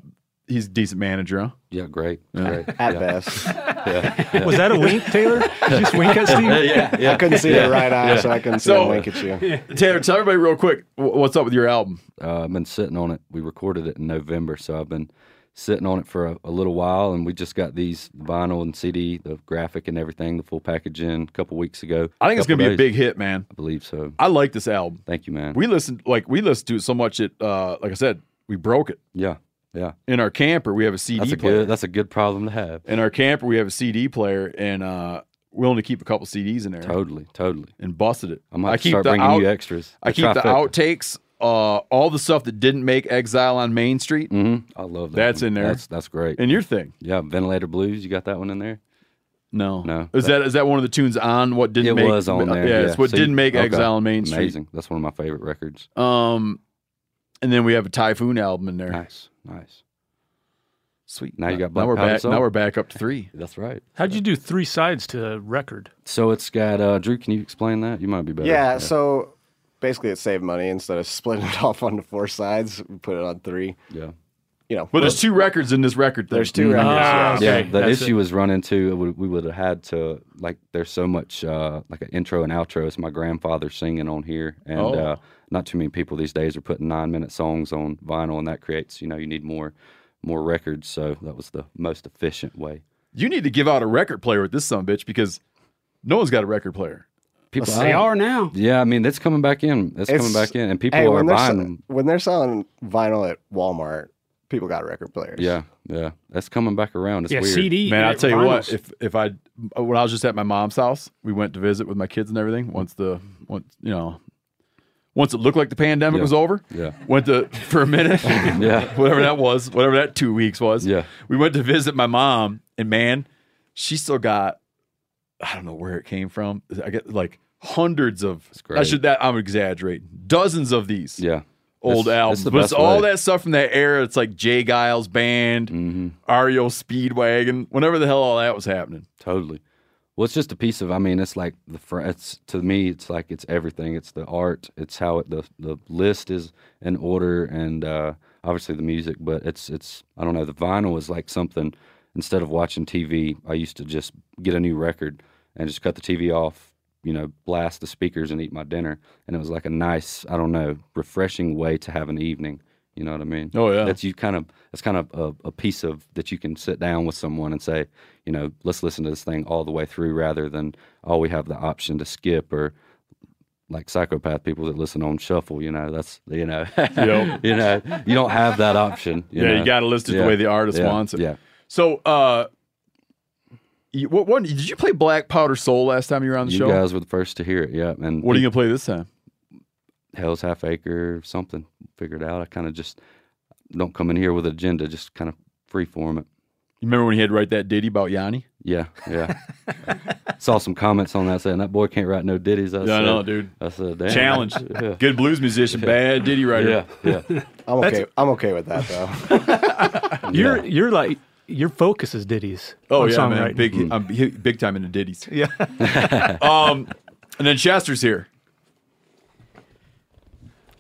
Speaker 5: he's a decent manager, huh?
Speaker 8: Yeah, great.
Speaker 11: At
Speaker 8: great. yeah.
Speaker 11: best.
Speaker 4: Was that a wink, Taylor? Did you just wink at Steve?
Speaker 8: yeah, yeah.
Speaker 11: I couldn't see
Speaker 8: yeah,
Speaker 11: the right eye,
Speaker 8: yeah.
Speaker 11: so I couldn't see
Speaker 5: So-
Speaker 11: him wink at you.
Speaker 5: Taylor, tell everybody real quick wh- what's up with your album.
Speaker 8: Uh, I've been sitting on it. We recorded it in November, so I've been sitting on it for a, a little while, and we just got these vinyl and CD, the graphic and everything, the full package in a couple weeks ago.
Speaker 5: I think it's gonna
Speaker 8: Couple
Speaker 5: be
Speaker 8: days.
Speaker 5: a big hit, man.
Speaker 8: I believe so.
Speaker 5: I like this album.
Speaker 8: Thank you, man.
Speaker 5: We listened like we listened to it so much that uh, like I said, we broke it
Speaker 8: yeah, yeah.
Speaker 5: in our camper. We have a CD
Speaker 8: That's a
Speaker 5: player.
Speaker 8: good. That's a good problem to have.
Speaker 5: in our camper, we have a CD player, and uh, we only keep a couple CDs in there
Speaker 8: Totally, totally.
Speaker 5: and busted it.
Speaker 8: I might
Speaker 5: I
Speaker 8: have to
Speaker 5: keep
Speaker 8: start
Speaker 5: the
Speaker 8: bringing
Speaker 5: out-
Speaker 8: you extras.
Speaker 5: I keep the
Speaker 8: trifecta.
Speaker 5: outtakes, uh, all the stuff that didn't make Exile on Main Street,
Speaker 8: Mhm. I love that.
Speaker 5: That's
Speaker 8: one.
Speaker 5: in there.
Speaker 8: That's that's great.
Speaker 5: and your thing.
Speaker 8: yeah, ventilator blues. You got that one in there.
Speaker 5: No,
Speaker 8: No.
Speaker 5: Is that is that one of the tunes on what didn't
Speaker 8: It
Speaker 5: make?
Speaker 8: was on there.
Speaker 5: Yeah, it's what
Speaker 8: So you-
Speaker 5: didn't make
Speaker 8: okay.
Speaker 5: Exile on Main Street.
Speaker 8: Amazing. That's one of my favorite records.
Speaker 5: Um, and then we have a Typhoon album in there.
Speaker 8: Nice, nice.
Speaker 5: Sweet.
Speaker 8: Now you got Black
Speaker 5: now we're
Speaker 8: Powder
Speaker 5: back.
Speaker 8: Soul.
Speaker 5: Now we're back up to three.
Speaker 8: That's right.
Speaker 4: How'd you do three sides to a record?
Speaker 8: So it's got uh, Drew. Can you explain that? You might be better.
Speaker 11: Yeah, so basically it saved money instead of splitting it off onto four sides, we put it on three.
Speaker 8: yeah.
Speaker 11: You know,
Speaker 5: Well, there's two records in this record. Thing.
Speaker 11: there's two records.
Speaker 4: Ah,
Speaker 8: Mm-hmm. yeah,
Speaker 4: okay,
Speaker 8: the
Speaker 4: that's
Speaker 8: issue was run into. it would- We would have had to like. There's so much uh, like an intro and outro. It's my grandfather singing on here, and
Speaker 5: Oh.
Speaker 8: uh, not too many people these days are putting nine minute songs on vinyl, and that creates you know you need more more records. So that was the most efficient way.
Speaker 5: You need to give out a record player with this son of a bitch because no one's got a record player.
Speaker 8: People,
Speaker 9: They
Speaker 8: I-
Speaker 9: are now.
Speaker 8: Yeah, I mean that's coming back in. That's coming
Speaker 11: It's-
Speaker 8: back in, and people
Speaker 11: hey,
Speaker 8: are
Speaker 11: when, they're
Speaker 8: buying
Speaker 11: sell-
Speaker 8: them.
Speaker 11: when they're selling vinyl at Walmart, people got record players.
Speaker 8: Yeah, yeah, that's coming back around. It's
Speaker 9: Yeah,
Speaker 8: weird.
Speaker 9: CD.
Speaker 5: Man,
Speaker 9: uh,
Speaker 5: I'll tell you what.
Speaker 9: vinyls.
Speaker 5: If if I when I was just at my mom's house, we went to visit with my kids and everything. Once the once you know, once it looked like the pandemic
Speaker 8: Yeah.
Speaker 5: was over,
Speaker 8: Yeah.
Speaker 5: went to for a minute,
Speaker 8: Yeah.
Speaker 5: whatever that was, whatever that two weeks was.
Speaker 8: Yeah.
Speaker 5: we went to visit my mom, and man, she still got I don't know where it came from. I get like hundreds of I
Speaker 8: great.
Speaker 5: should that I'm exaggerating, dozens of these
Speaker 8: Yeah,
Speaker 5: old
Speaker 8: That's-
Speaker 5: albums.
Speaker 8: that's the
Speaker 5: but it's
Speaker 8: best
Speaker 5: all
Speaker 8: way. Mm-hmm.
Speaker 5: that stuff from that era. It's like Jay Giles Band, REO Speedwagon, whenever the hell all that was happening.
Speaker 8: Totally. Well, it's just a piece of. I mean, it's like the. fr- It's to me, it's like it's everything. It's the art. It's how it, the the list is in order, and uh, obviously the music. But it's it's. I don't know. The vinyl is like something. Instead of watching TV, I used to just get a new record and just cut the TV off. You know, blast the speakers and eat my dinner, and it was like a nice, I don't know, refreshing way to have an evening. You know what I mean?
Speaker 5: Oh, yeah.
Speaker 8: That's you kind of that's kind of a, a piece of that you can sit down with someone and say, you know, let's listen to this thing all the way through rather than oh we have the option to skip or like psychopath people that listen on shuffle, you know, that's you know
Speaker 5: Yep.
Speaker 8: you know, you don't have that option. You
Speaker 5: yeah,
Speaker 8: know?
Speaker 5: you got to list it
Speaker 8: Yeah.
Speaker 5: the way the artist
Speaker 8: Yeah.
Speaker 5: wants it.
Speaker 8: Yeah.
Speaker 5: So, uh, you, what one did you play Black Powder Soul last time you were on the
Speaker 8: You
Speaker 5: show?
Speaker 8: guys were the first to hear it, yeah. And
Speaker 5: what are you gonna play this time?
Speaker 8: Hell's Half Acre something figured out. I kinda just don't come in here with agenda, just kind of freeform it.
Speaker 5: You remember when he had to write that ditty about Yanni?
Speaker 8: Yeah, yeah. Saw some comments on that saying that boy can't write no ditties. I
Speaker 5: Yeah, I
Speaker 8: said,
Speaker 5: know, dude.
Speaker 8: I said, damn.
Speaker 5: Challenge.
Speaker 8: Yeah.
Speaker 5: Good blues musician, bad ditty writer.
Speaker 8: Yeah, yeah.
Speaker 11: I'm okay. I'm okay with that though.
Speaker 4: You're you're like your focus is ditties.
Speaker 5: Oh
Speaker 4: on
Speaker 5: yeah, man.
Speaker 4: songwriting.
Speaker 5: Big,
Speaker 8: Hmm.
Speaker 5: I'm hi- big time into ditties. Yeah. um, and then Chester's here.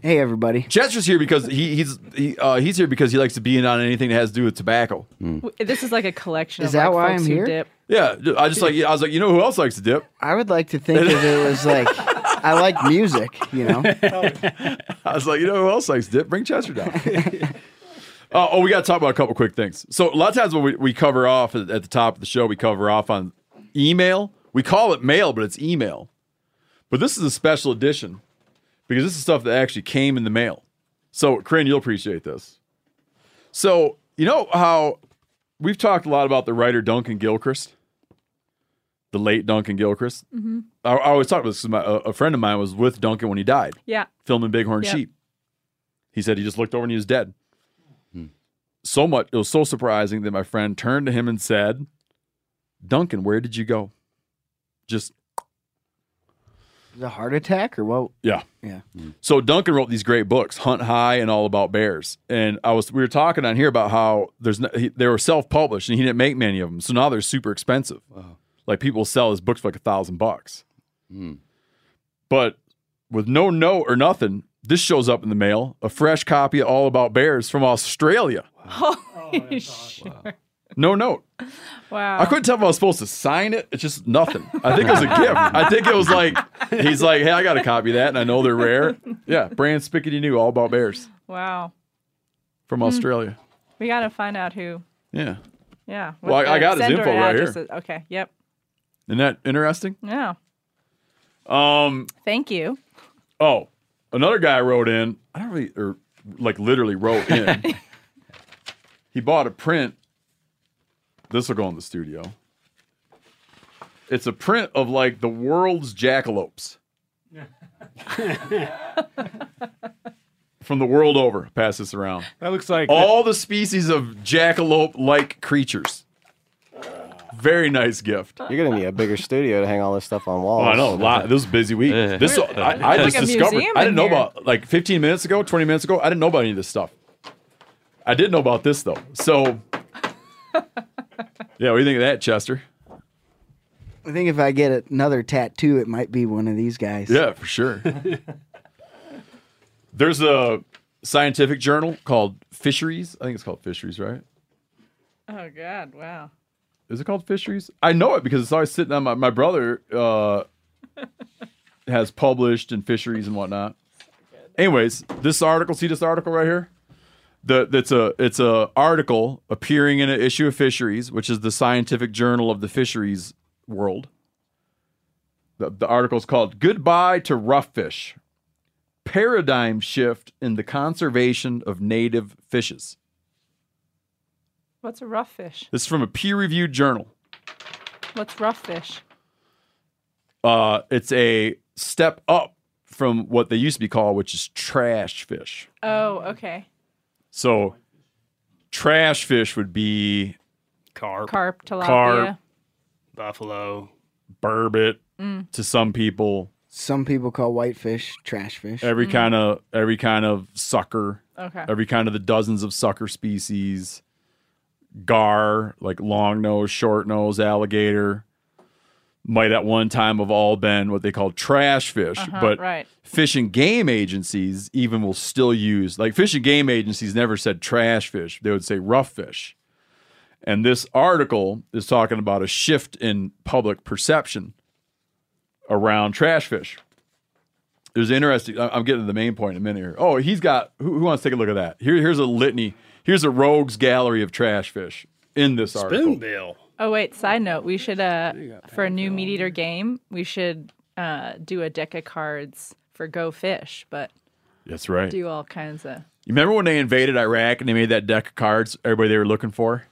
Speaker 7: Hey, everybody.
Speaker 5: Chester's here because he, he's he, uh, he's here because he likes to be in on anything that has to do with tobacco.
Speaker 8: Hmm.
Speaker 6: W- This is like a collection
Speaker 7: Is
Speaker 6: of
Speaker 7: that
Speaker 6: like,
Speaker 7: why
Speaker 6: folks
Speaker 7: I'm
Speaker 6: who
Speaker 7: here?
Speaker 6: dip.
Speaker 5: Yeah, I just like I was like, you know who else likes to dip?
Speaker 7: I would like to think of it as like, I like music, you know?
Speaker 5: I was like, you know who else likes dip? Bring Chester down. Uh, oh, we got to talk about a couple quick things. So a lot of times when we, we cover off at, at the top of the show, we cover off on email. We call it mail, but it's email. But this is a special edition because this is stuff that actually came in the mail. So, Corinne, you'll appreciate this. So, you know how we've talked a lot about the writer Duncan Gilchrist, the late Duncan Gilchrist. I, I always talk about this 'cause my, a, a friend of mine was with Duncan when he died
Speaker 6: Yeah.
Speaker 5: filming Bighorn
Speaker 6: Yep.
Speaker 5: Sheep. He said he just looked over and he was dead. So much, it was so surprising that my friend turned to him and said, Duncan, where did you go? Just,
Speaker 7: The heart attack or what?
Speaker 5: yeah.
Speaker 7: Yeah.
Speaker 5: So Duncan wrote these great books, Hunt High and All About Bears. And I was, we were talking on here about how there's, no, he, they were self published and he didn't make many of them. So now they're super expensive. Like people sell his books for like a thousand bucks. But with no note or nothing, This shows up in the mail a fresh copy of All About Bears from Australia.
Speaker 6: Holy shit.
Speaker 5: No note.
Speaker 6: Wow.
Speaker 5: I couldn't tell if I was supposed to sign it. It's just nothing. I think it was a gift. I think it was like, he's like, hey, I got to copy of that. And I know they're rare. Yeah. Brand Spickety New, All About Bears
Speaker 6: Wow.
Speaker 5: from
Speaker 6: Hmm.
Speaker 5: Australia.
Speaker 6: We got to find out who.
Speaker 5: Yeah.
Speaker 6: Yeah.
Speaker 5: Well,
Speaker 6: what
Speaker 5: I- I
Speaker 6: the
Speaker 5: got his
Speaker 6: sender
Speaker 5: info right
Speaker 6: address
Speaker 5: here.
Speaker 6: is. Okay. Yep.
Speaker 5: Isn't that interesting?
Speaker 6: Yeah.
Speaker 5: Um,
Speaker 6: Thank you.
Speaker 5: Oh, another guy wrote in. I don't really, or like literally wrote in. he bought a print. This will go in the studio. It's a print of like the world's jackalopes from the world over. Pass this around.
Speaker 4: That looks like
Speaker 5: All the species of jackalope like creatures. Very nice gift.
Speaker 11: You're gonna need a bigger studio to hang all this stuff on walls.
Speaker 5: Oh, I know. a lot- This was a busy week. This I, I
Speaker 11: It's
Speaker 5: just
Speaker 11: like a
Speaker 5: discovered.
Speaker 11: museum
Speaker 5: I
Speaker 11: in
Speaker 5: didn't know
Speaker 11: here.
Speaker 5: about like 15 minutes ago, 20 minutes ago. I didn't know about any of this stuff. I did know about this though. So, yeah, what do you think of that, Chester?
Speaker 7: I think if I get another tattoo, it might be one of these guys.
Speaker 5: Yeah, for sure. There's a scientific journal called Fisheries. I think it's called Fisheries, right?
Speaker 6: Oh, God. Wow.
Speaker 5: Is it called Fisheries? I know it because it's always sitting on my my brother uh, has published in fisheries and whatnot. Anyways, this article, see this article right here. The that's a it's a article appearing in an issue of Fisheries, which is the scientific journal of the fisheries world. The, the article's called "Goodbye to Rough Fish: Paradigm Shift in the Conservation of Native Fishes."
Speaker 6: What's a rough fish?
Speaker 5: This is from a peer-reviewed journal.
Speaker 6: What's rough fish?
Speaker 5: Uh, it's a step up from what they used to be called, which is trash fish.
Speaker 6: Oh, okay.
Speaker 5: So, trash fish would be
Speaker 9: Carp.
Speaker 6: Carp, tilapia.
Speaker 5: Carp.
Speaker 9: Buffalo.
Speaker 5: burbot
Speaker 7: Mm.
Speaker 5: to some people.
Speaker 7: Some people call whitefish trash fish.
Speaker 5: Every
Speaker 6: Mm. Mm-hmm.
Speaker 5: kind of every kind of sucker.
Speaker 7: Okay.
Speaker 5: Every kind of the dozens of sucker species. Gar, like long nose, short nose, alligator, might at one time have all been what they call trash fish,
Speaker 6: Uh-huh,
Speaker 5: but
Speaker 6: right.
Speaker 5: fish and game agencies even will still use like fish and game agencies never said trash fish they would say rough fish and this article is talking about a shift in public perception around trash fish there's interesting I- i'm getting to the main point in a minute here oh he's got who, who wants to take a look at that here, here's a litany here's a rogues gallery of trash fish in this article
Speaker 9: Spoonbill.
Speaker 6: Oh, wait. Side note. We should, uh, for a new meat eater game, we should uh, do a deck of cards for go fish, but
Speaker 5: that's right
Speaker 6: do all kinds of.
Speaker 5: You remember when they invaded Iraq and they made that deck of cards everybody they were looking for?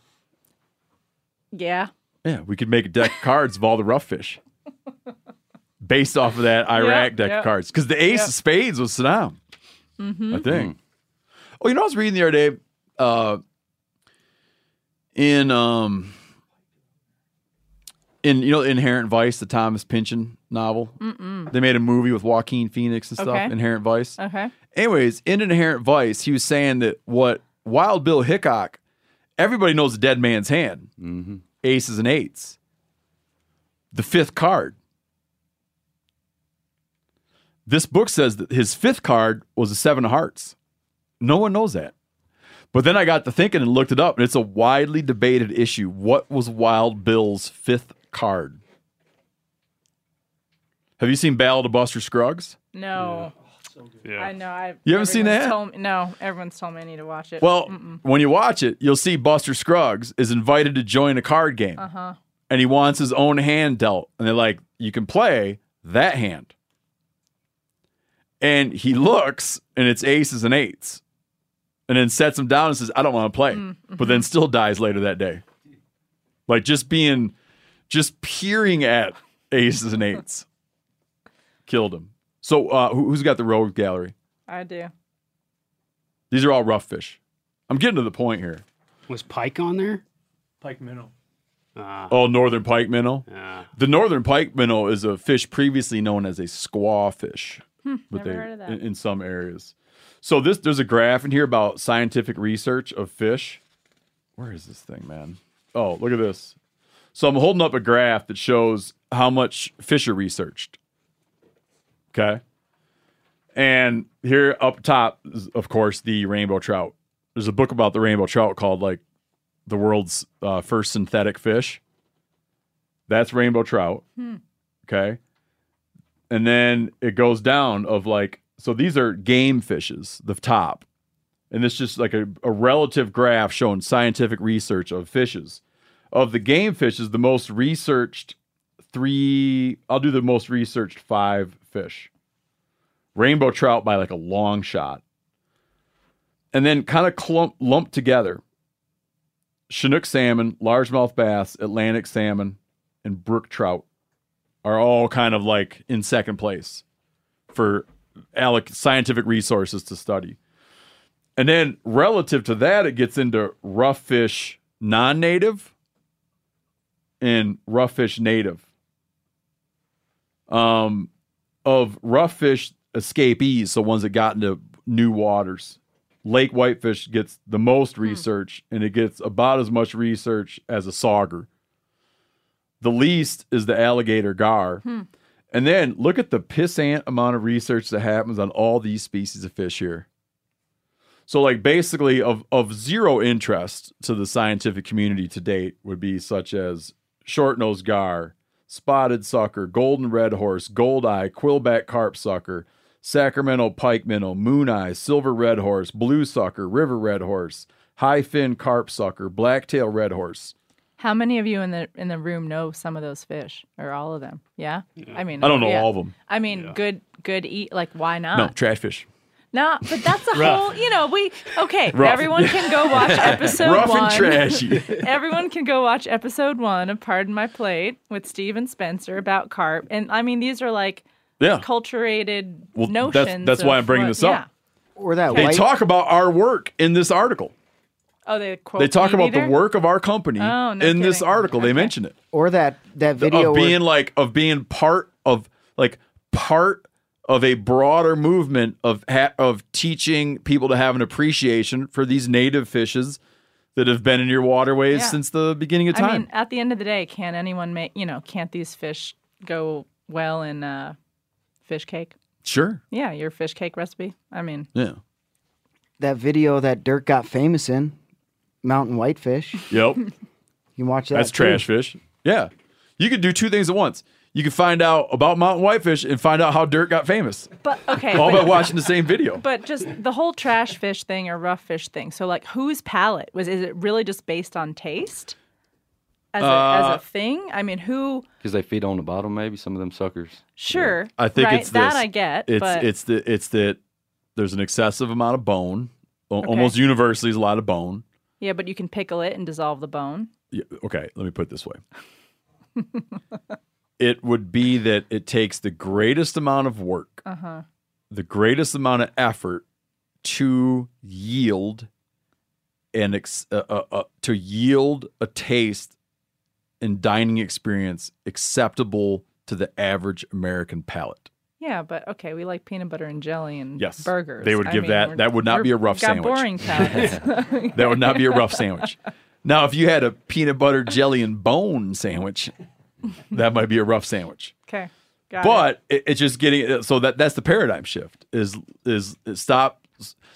Speaker 6: Yeah.
Speaker 5: Yeah, we could make a deck of cards of all the rough fish based off of that Iraq deck
Speaker 6: yeah.
Speaker 5: of cards. Because the ace
Speaker 6: Yeah.
Speaker 5: of spades was Saddam,
Speaker 6: Mm-hmm.
Speaker 5: I think. Oh, you know, I was reading the other day uh, in, um, in you know, Inherent Vice, the Thomas Pynchon novel.
Speaker 6: Mm-mm.
Speaker 5: They made a movie with Joaquin Phoenix and stuff,
Speaker 6: Okay. Uh-huh.
Speaker 5: Inherent Vice.
Speaker 6: Okay.
Speaker 5: Anyways, in Inherent Vice, he was saying that what Wild Bill Hickok, everybody knows the dead man's hand, aces and eights, the fifth card. This book says that his fifth card was a seven of hearts. No one knows that. But then I got to thinking and looked it up, and it's a widely debated issue. What was Wild Bill's fifth card? Have you seen Battle to Buster Scruggs?
Speaker 6: No. I know. I
Speaker 5: You haven't seen
Speaker 6: everyone's
Speaker 5: that?
Speaker 6: told me- no, everyone's told me I need to watch it.
Speaker 5: Well, when you watch it, you'll see Buster Scruggs is invited to join a card game
Speaker 6: uh huh.
Speaker 5: and he wants his own hand dealt. And they're like, you can play that hand. And he looks and it's aces and eights and then sets him down and says, I don't want to play.
Speaker 6: Mm,
Speaker 5: But
Speaker 6: mm-hmm.
Speaker 5: then still dies later that day. Like just being, just peering at aces and eights killed him. So uh, who- who's got the rogue gallery?
Speaker 6: I do.
Speaker 5: These are all rough fish. I'm getting to the point here.
Speaker 9: Was Pike on there?
Speaker 4: Pike minnow.
Speaker 9: Uh,
Speaker 5: Oh, northern pike minnow.
Speaker 9: Yeah.
Speaker 5: The northern pike minnow is a fish previously known as a squaw fish,
Speaker 9: Hmm, never
Speaker 5: they
Speaker 9: heard of that.
Speaker 5: In, in some areas. So this there's a graph in here about scientific research of fish. Where is this thing, man? Oh, look at this. So I'm holding up a graph that shows how much fish are researched. Okay. And here up top, is, of course, the rainbow trout. There's a book about the rainbow trout called like the world's uh, first synthetic fish. That's rainbow trout.
Speaker 12: Hmm.
Speaker 5: Okay. And then it goes down of like, so these are game fishes, the top. And it's just like a, a relative graph showing scientific research of fishes. Of the game fishes, the most researched three, I'll do the most researched five fish. Rainbow trout by like a long shot. And then kind of clump lumped together Chinook salmon, largemouth bass, Atlantic salmon, and brook trout are all kind of like in second place for alloc- scientific resources to study. And then relative to that, it gets into rough fish non native and rough fish native. Um, of rough fish escapees, so ones that got into new waters. Lake whitefish gets the most research, and it gets about as much research as a sauger. The least is the alligator gar.
Speaker 12: Hmm.
Speaker 5: And then look at the pissant amount of research that happens on all these species of fish here. So, like, basically, of, of zero interest to the scientific community to date would be such as short nosed gar, spotted sucker, golden red horse, gold eye, quillback carp sucker, Sacramento pike minnow, moon eye, silver red horse, blue sucker, river red horse, high fin carp sucker, blacktail red horse.
Speaker 6: How many of you in the in the room know some of those fish or all of them? Yeah, I mean,
Speaker 5: I don't know
Speaker 6: yeah.
Speaker 5: all of 'em.
Speaker 6: I mean, good good eat. Like, why not?
Speaker 5: No, trash fish.
Speaker 6: No, but that's a
Speaker 5: Rough.
Speaker 6: whole, you know, we, okay,
Speaker 5: Rough.
Speaker 6: everyone can go watch episode
Speaker 5: Rough
Speaker 6: one.
Speaker 5: and trashy.
Speaker 6: everyone can go watch episode one of Pardon My Plate with Steve and Spencer about carp. And I mean, these are like
Speaker 5: Yeah.
Speaker 6: culturated
Speaker 5: Well, that's-
Speaker 6: notions.
Speaker 5: that's why
Speaker 6: of
Speaker 5: I'm bringing
Speaker 6: what-
Speaker 5: this up.
Speaker 7: Or that
Speaker 5: They
Speaker 7: white-
Speaker 5: talk about our work in this article.
Speaker 6: Yeah. Oh, they quote
Speaker 5: they talk
Speaker 6: Meat
Speaker 5: about the
Speaker 6: Eater?
Speaker 5: work of our company
Speaker 6: Oh,
Speaker 5: in
Speaker 6: no
Speaker 5: this article. They mention it
Speaker 7: Or that that video
Speaker 5: of
Speaker 7: where-
Speaker 5: being like of being part of like part of a broader movement of ha- of teaching people to have an appreciation for these native fishes that have been in your waterways
Speaker 6: Yeah.
Speaker 5: since the beginning of time.
Speaker 6: I mean, at the end of the day, can anyone make, you know, can't these fish go well in uh, fish cake?
Speaker 5: sure.
Speaker 6: Yeah, your fish cake recipe. I mean,
Speaker 5: Yeah.
Speaker 7: That video that Dirk got famous in, Mountain Whitefish.
Speaker 5: Yep.
Speaker 7: You can watch that.
Speaker 5: That's
Speaker 7: too.
Speaker 5: trash fish. Yeah. You could do two things at once. You could find out about mountain whitefish and find out how dirt got famous.
Speaker 6: but okay.
Speaker 5: All
Speaker 6: but,
Speaker 5: by watching the same video.
Speaker 6: But just the whole trash fish thing or rough fish thing. So like, whose palate was? Is it really just based on taste? As a,
Speaker 8: Uh,
Speaker 6: as a thing, I mean, who?
Speaker 8: Because they feed on the bottom, maybe some of them suckers.
Speaker 6: Sure,
Speaker 5: I think
Speaker 6: right,
Speaker 5: it's
Speaker 6: that
Speaker 5: this.
Speaker 6: I get,
Speaker 5: It's
Speaker 6: but
Speaker 5: it's the it's that there's an excessive amount of bone. Al- Almost
Speaker 6: Okay.
Speaker 5: universally, is a lot of bone.
Speaker 6: yeah, but you can pickle it and dissolve the bone.
Speaker 5: Yeah, okay, let me put it this way. it would be that it takes the greatest amount of work,
Speaker 6: Uh huh.
Speaker 5: the greatest amount of effort to yield an ex- uh, uh, uh, to yield a taste and dining experience acceptable to the average American palate.
Speaker 6: Yeah, but okay, we like peanut butter and jelly and
Speaker 5: Yes,
Speaker 6: burgers.
Speaker 5: they would
Speaker 6: I
Speaker 5: give
Speaker 6: mean,
Speaker 5: that-
Speaker 6: we're-
Speaker 5: that would not
Speaker 6: we're-
Speaker 5: be a rough
Speaker 6: got
Speaker 5: sandwich.
Speaker 6: Boring palates.
Speaker 5: That would not be a rough sandwich. Now, if you had a peanut butter jelly and bone sandwich, that might be a rough sandwich.
Speaker 6: okay, got it.
Speaker 5: but it. it's just getting so that that's the paradigm shift is is, is stop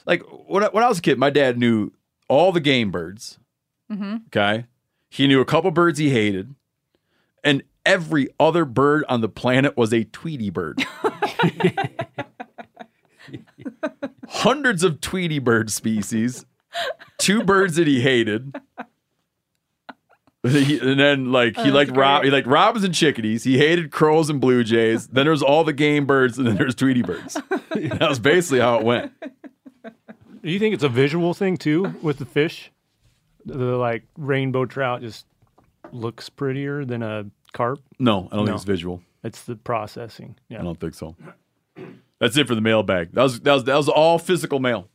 Speaker 5: like when I, when I was a kid, my dad knew all the game birds.
Speaker 12: Mm-hmm.
Speaker 5: Okay, he knew a couple birds he hated, and every other bird on the planet was a Tweety bird. Hundreds of Tweety bird species, two birds that he hated. He- and then like
Speaker 12: Oh,
Speaker 5: he
Speaker 12: that's
Speaker 5: liked rob he liked robins and chickadees. He hated crows and blue jays. then there's all the game birds, and then there's Tweety birds. that was basically how it went.
Speaker 4: Do you think it's a visual thing too with the fish? The like rainbow trout just looks prettier than a carp.
Speaker 5: No, I don't think it's visual.
Speaker 4: It's the processing. Yeah.
Speaker 5: I don't think so. That's it for the mailbag. That was that was that was all physical mail.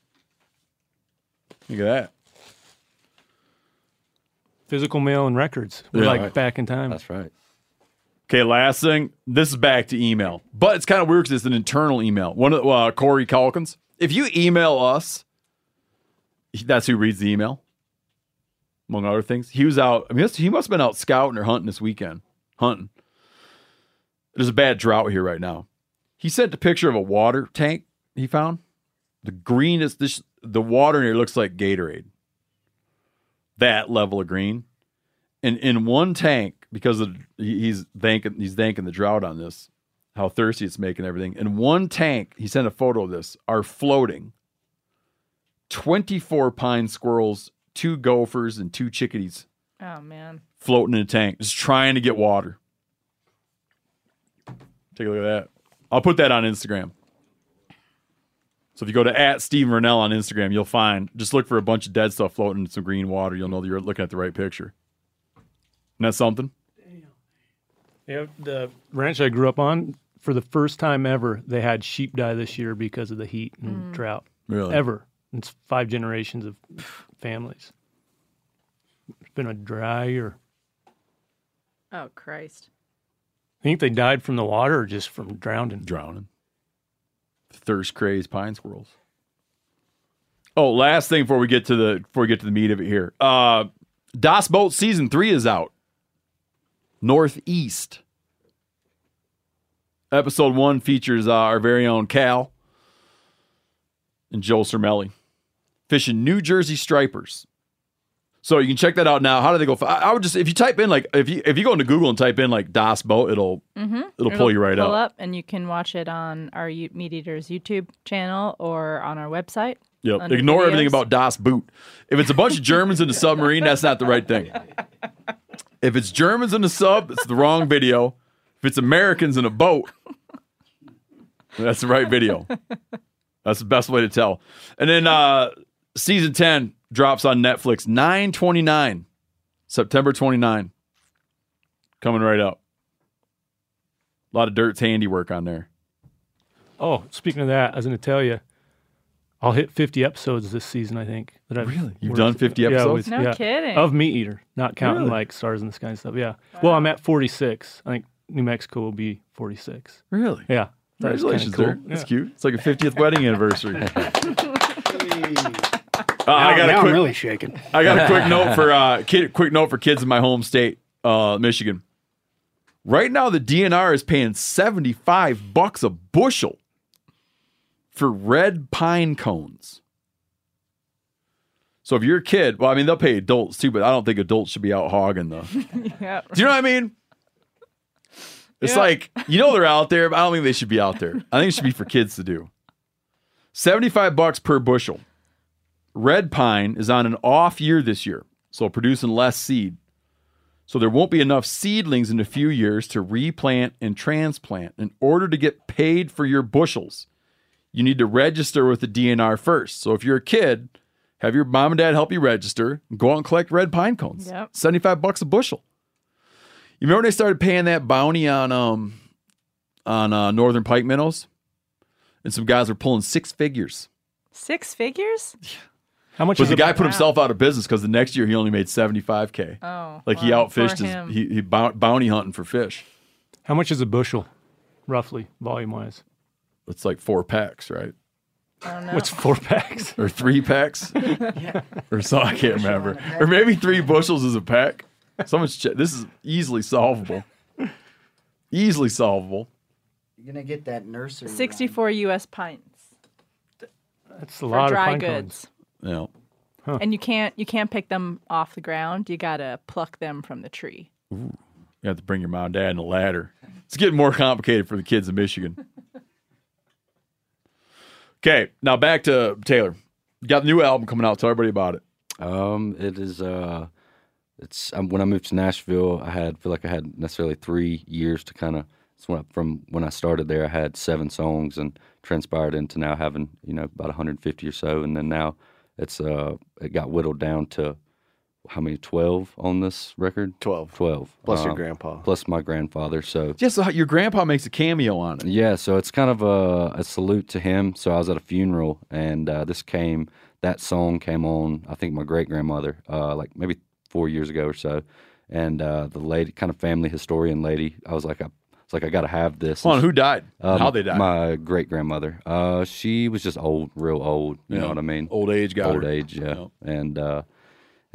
Speaker 5: Look at that.
Speaker 4: Physical mail and records. We're
Speaker 5: Yeah.
Speaker 4: like
Speaker 5: Right.
Speaker 4: back in time.
Speaker 8: That's right.
Speaker 5: Okay, last thing. This is back to email, but it's kind of weird because it's an internal email. One of uh, Corey Calkins. If you email us, that's who reads the email, among other things. He was out. I mean, he must have been out scouting or hunting this weekend. Hunting. There's a bad drought here right now. He sent a picture of a water tank he found? The green is this the water in here looks like Gatorade. That level of green. And in one tank, because of, he- he's thanking he's thanking the drought on this, how thirsty it's making everything. In one tank, he sent a photo of this, are floating 24 pine squirrels, two gophers, and two chickadees
Speaker 6: Oh man.
Speaker 5: floating in a tank, just trying to get water. Take a look at that. I'll put that on Instagram. So if you go to at Steve Rennell on Instagram, you'll find just look for a bunch of dead stuff floating in some green water. You'll know that you're looking at the right picture. Isn't that something?
Speaker 4: Yeah, the ranch I grew up on, for the first time ever, they had sheep die this year because of the heat and
Speaker 6: Mm.
Speaker 4: drought.
Speaker 5: Really?
Speaker 4: Ever. It's five generations of families. It's been a dry year.
Speaker 6: Oh Christ.
Speaker 4: I think they died from the water or just from drowning.
Speaker 5: Drowning. Thirst crazed pine squirrels. Oh, last thing before we get to the before we get to the meat of it here. Uh Das Boat season three is out. Northeast. Episode one features uh, our very own Cal and Joel Cermelli fishing New Jersey stripers. So you can check that out now. How do they go? fi- I, I would just if you type in like if you if you go into Google and type in like Das Boat, it'll
Speaker 6: Mm-hmm.
Speaker 5: It'll pull you right
Speaker 6: pull
Speaker 5: up.
Speaker 6: up, and you can watch it on our U- Meat Eaters YouTube channel or on our website.
Speaker 5: Yep.
Speaker 6: under
Speaker 5: Ignore everything
Speaker 6: videos.
Speaker 5: about Das Boot. If it's a bunch of Germans in a submarine, that's not the right thing. If it's Germans in a sub, it's the wrong video. If it's Americans in a boat, that's the right video. That's the best way to tell. And then uh season 10 drops on Netflix 929 September 29 coming right up. A lot of Dirt's handiwork on there.
Speaker 4: Oh, speaking of that, I was going to tell you, I'll hit 50 episodes this season, I think. That I've really?
Speaker 5: You've done 50 episodes?
Speaker 6: No kidding.
Speaker 4: Of Meat Eater, not counting
Speaker 5: Really?
Speaker 4: like Stars in the Sky and stuff. Yeah. Well, I'm at 46. I think New Mexico will be 46.
Speaker 5: Really?
Speaker 4: Yeah. That was kinda
Speaker 5: Congratulations,
Speaker 4: cool.
Speaker 5: Dirk. That's
Speaker 4: Yeah.
Speaker 5: cute. It's like a 50th wedding anniversary. Uh,
Speaker 4: Now-
Speaker 5: I got
Speaker 4: now
Speaker 5: a
Speaker 4: I'm
Speaker 5: quick,
Speaker 4: really shaking.
Speaker 5: I got a quick note for uh, kid, quick note for kids in my home state, uh, Michigan. Right now, the DNR is paying seventy five bucks a bushel for red pine cones. So if you're a kid, well, I mean they'll pay adults too, but I don't think adults should be out hogging the.
Speaker 6: yeah.
Speaker 5: Do you know what I mean? It's
Speaker 6: Yeah.
Speaker 5: like you know they're out there, but I don't think they should be out there. I think it should be for kids to do. Seventy-five bucks per bushel. Red pine is on an off year this year, so producing less seed. So there won't be enough seedlings in a few years to replant and transplant. In order to get paid for your bushels, you need to register with the DNR first. So if you're a kid, have your mom and dad help you register. and Go out and collect red pine cones.
Speaker 6: Yep.
Speaker 5: Seventy-five bucks a bushel. You remember when they started paying that bounty on um on uh, northern pike minnows, and some guys were pulling six figures.
Speaker 6: Six figures?
Speaker 4: How much?
Speaker 5: But
Speaker 4: is
Speaker 5: the
Speaker 4: it-
Speaker 5: guy put himself out of business because the next year he only made seventy five k.
Speaker 6: Oh,
Speaker 5: like he
Speaker 6: wow.
Speaker 5: outfished
Speaker 6: Poor him.
Speaker 5: his he, he bou- bounty hunting for fish.
Speaker 4: How much is a bushel, roughly, volume wise?
Speaker 5: It's like four packs, right?
Speaker 6: Oh, no.
Speaker 4: What's four packs?
Speaker 5: Or three packs, or so I can't remember. Or maybe three bushels is a pack. Someone's che- this is easily solvable, easily solvable.
Speaker 7: You're gonna get that nursery. rhyme.
Speaker 6: 64 U.S. pints
Speaker 4: That's
Speaker 6: for dry goods.
Speaker 5: Yeah. Huh.
Speaker 6: And you can't you can't pick them off the ground. You gotta pluck them from the tree.
Speaker 5: Ooh. You have to bring your mom and dad and a ladder. It's getting more complicated for the kids in Michigan. Okay, now back to Taylor. You got the new album coming out. Tell everybody about it.
Speaker 8: Um, it is. Uh, it's um, when I moved to Nashville. I had feel like I had necessarily three years to kind of. It's when I, from when I started there. I had seven songs and transpired into now having you know about 150 or so, and then now it's uh it got whittled down to how many 12 on this record 12 12
Speaker 11: Plus your grandpa.
Speaker 8: plus my grandfather so
Speaker 5: Yeah, so uh, your grandpa makes a cameo on it.
Speaker 8: yeah, so it's kind of a, a salute to him. So I was at a funeral, and uh, this came, that song came on, I think my great grandmother, uh, like maybe four years ago or so. And uh, the lady, kind of family historian lady, I was like, I, was like, I got to have this.
Speaker 5: Hold on, who died?
Speaker 8: Uh,
Speaker 5: How they died?
Speaker 8: My great grandmother. Uh, she was just old, real old. You
Speaker 5: Yeah.
Speaker 8: know what I mean?
Speaker 5: Old age got
Speaker 8: Old
Speaker 5: her.
Speaker 8: age, yeah. And uh,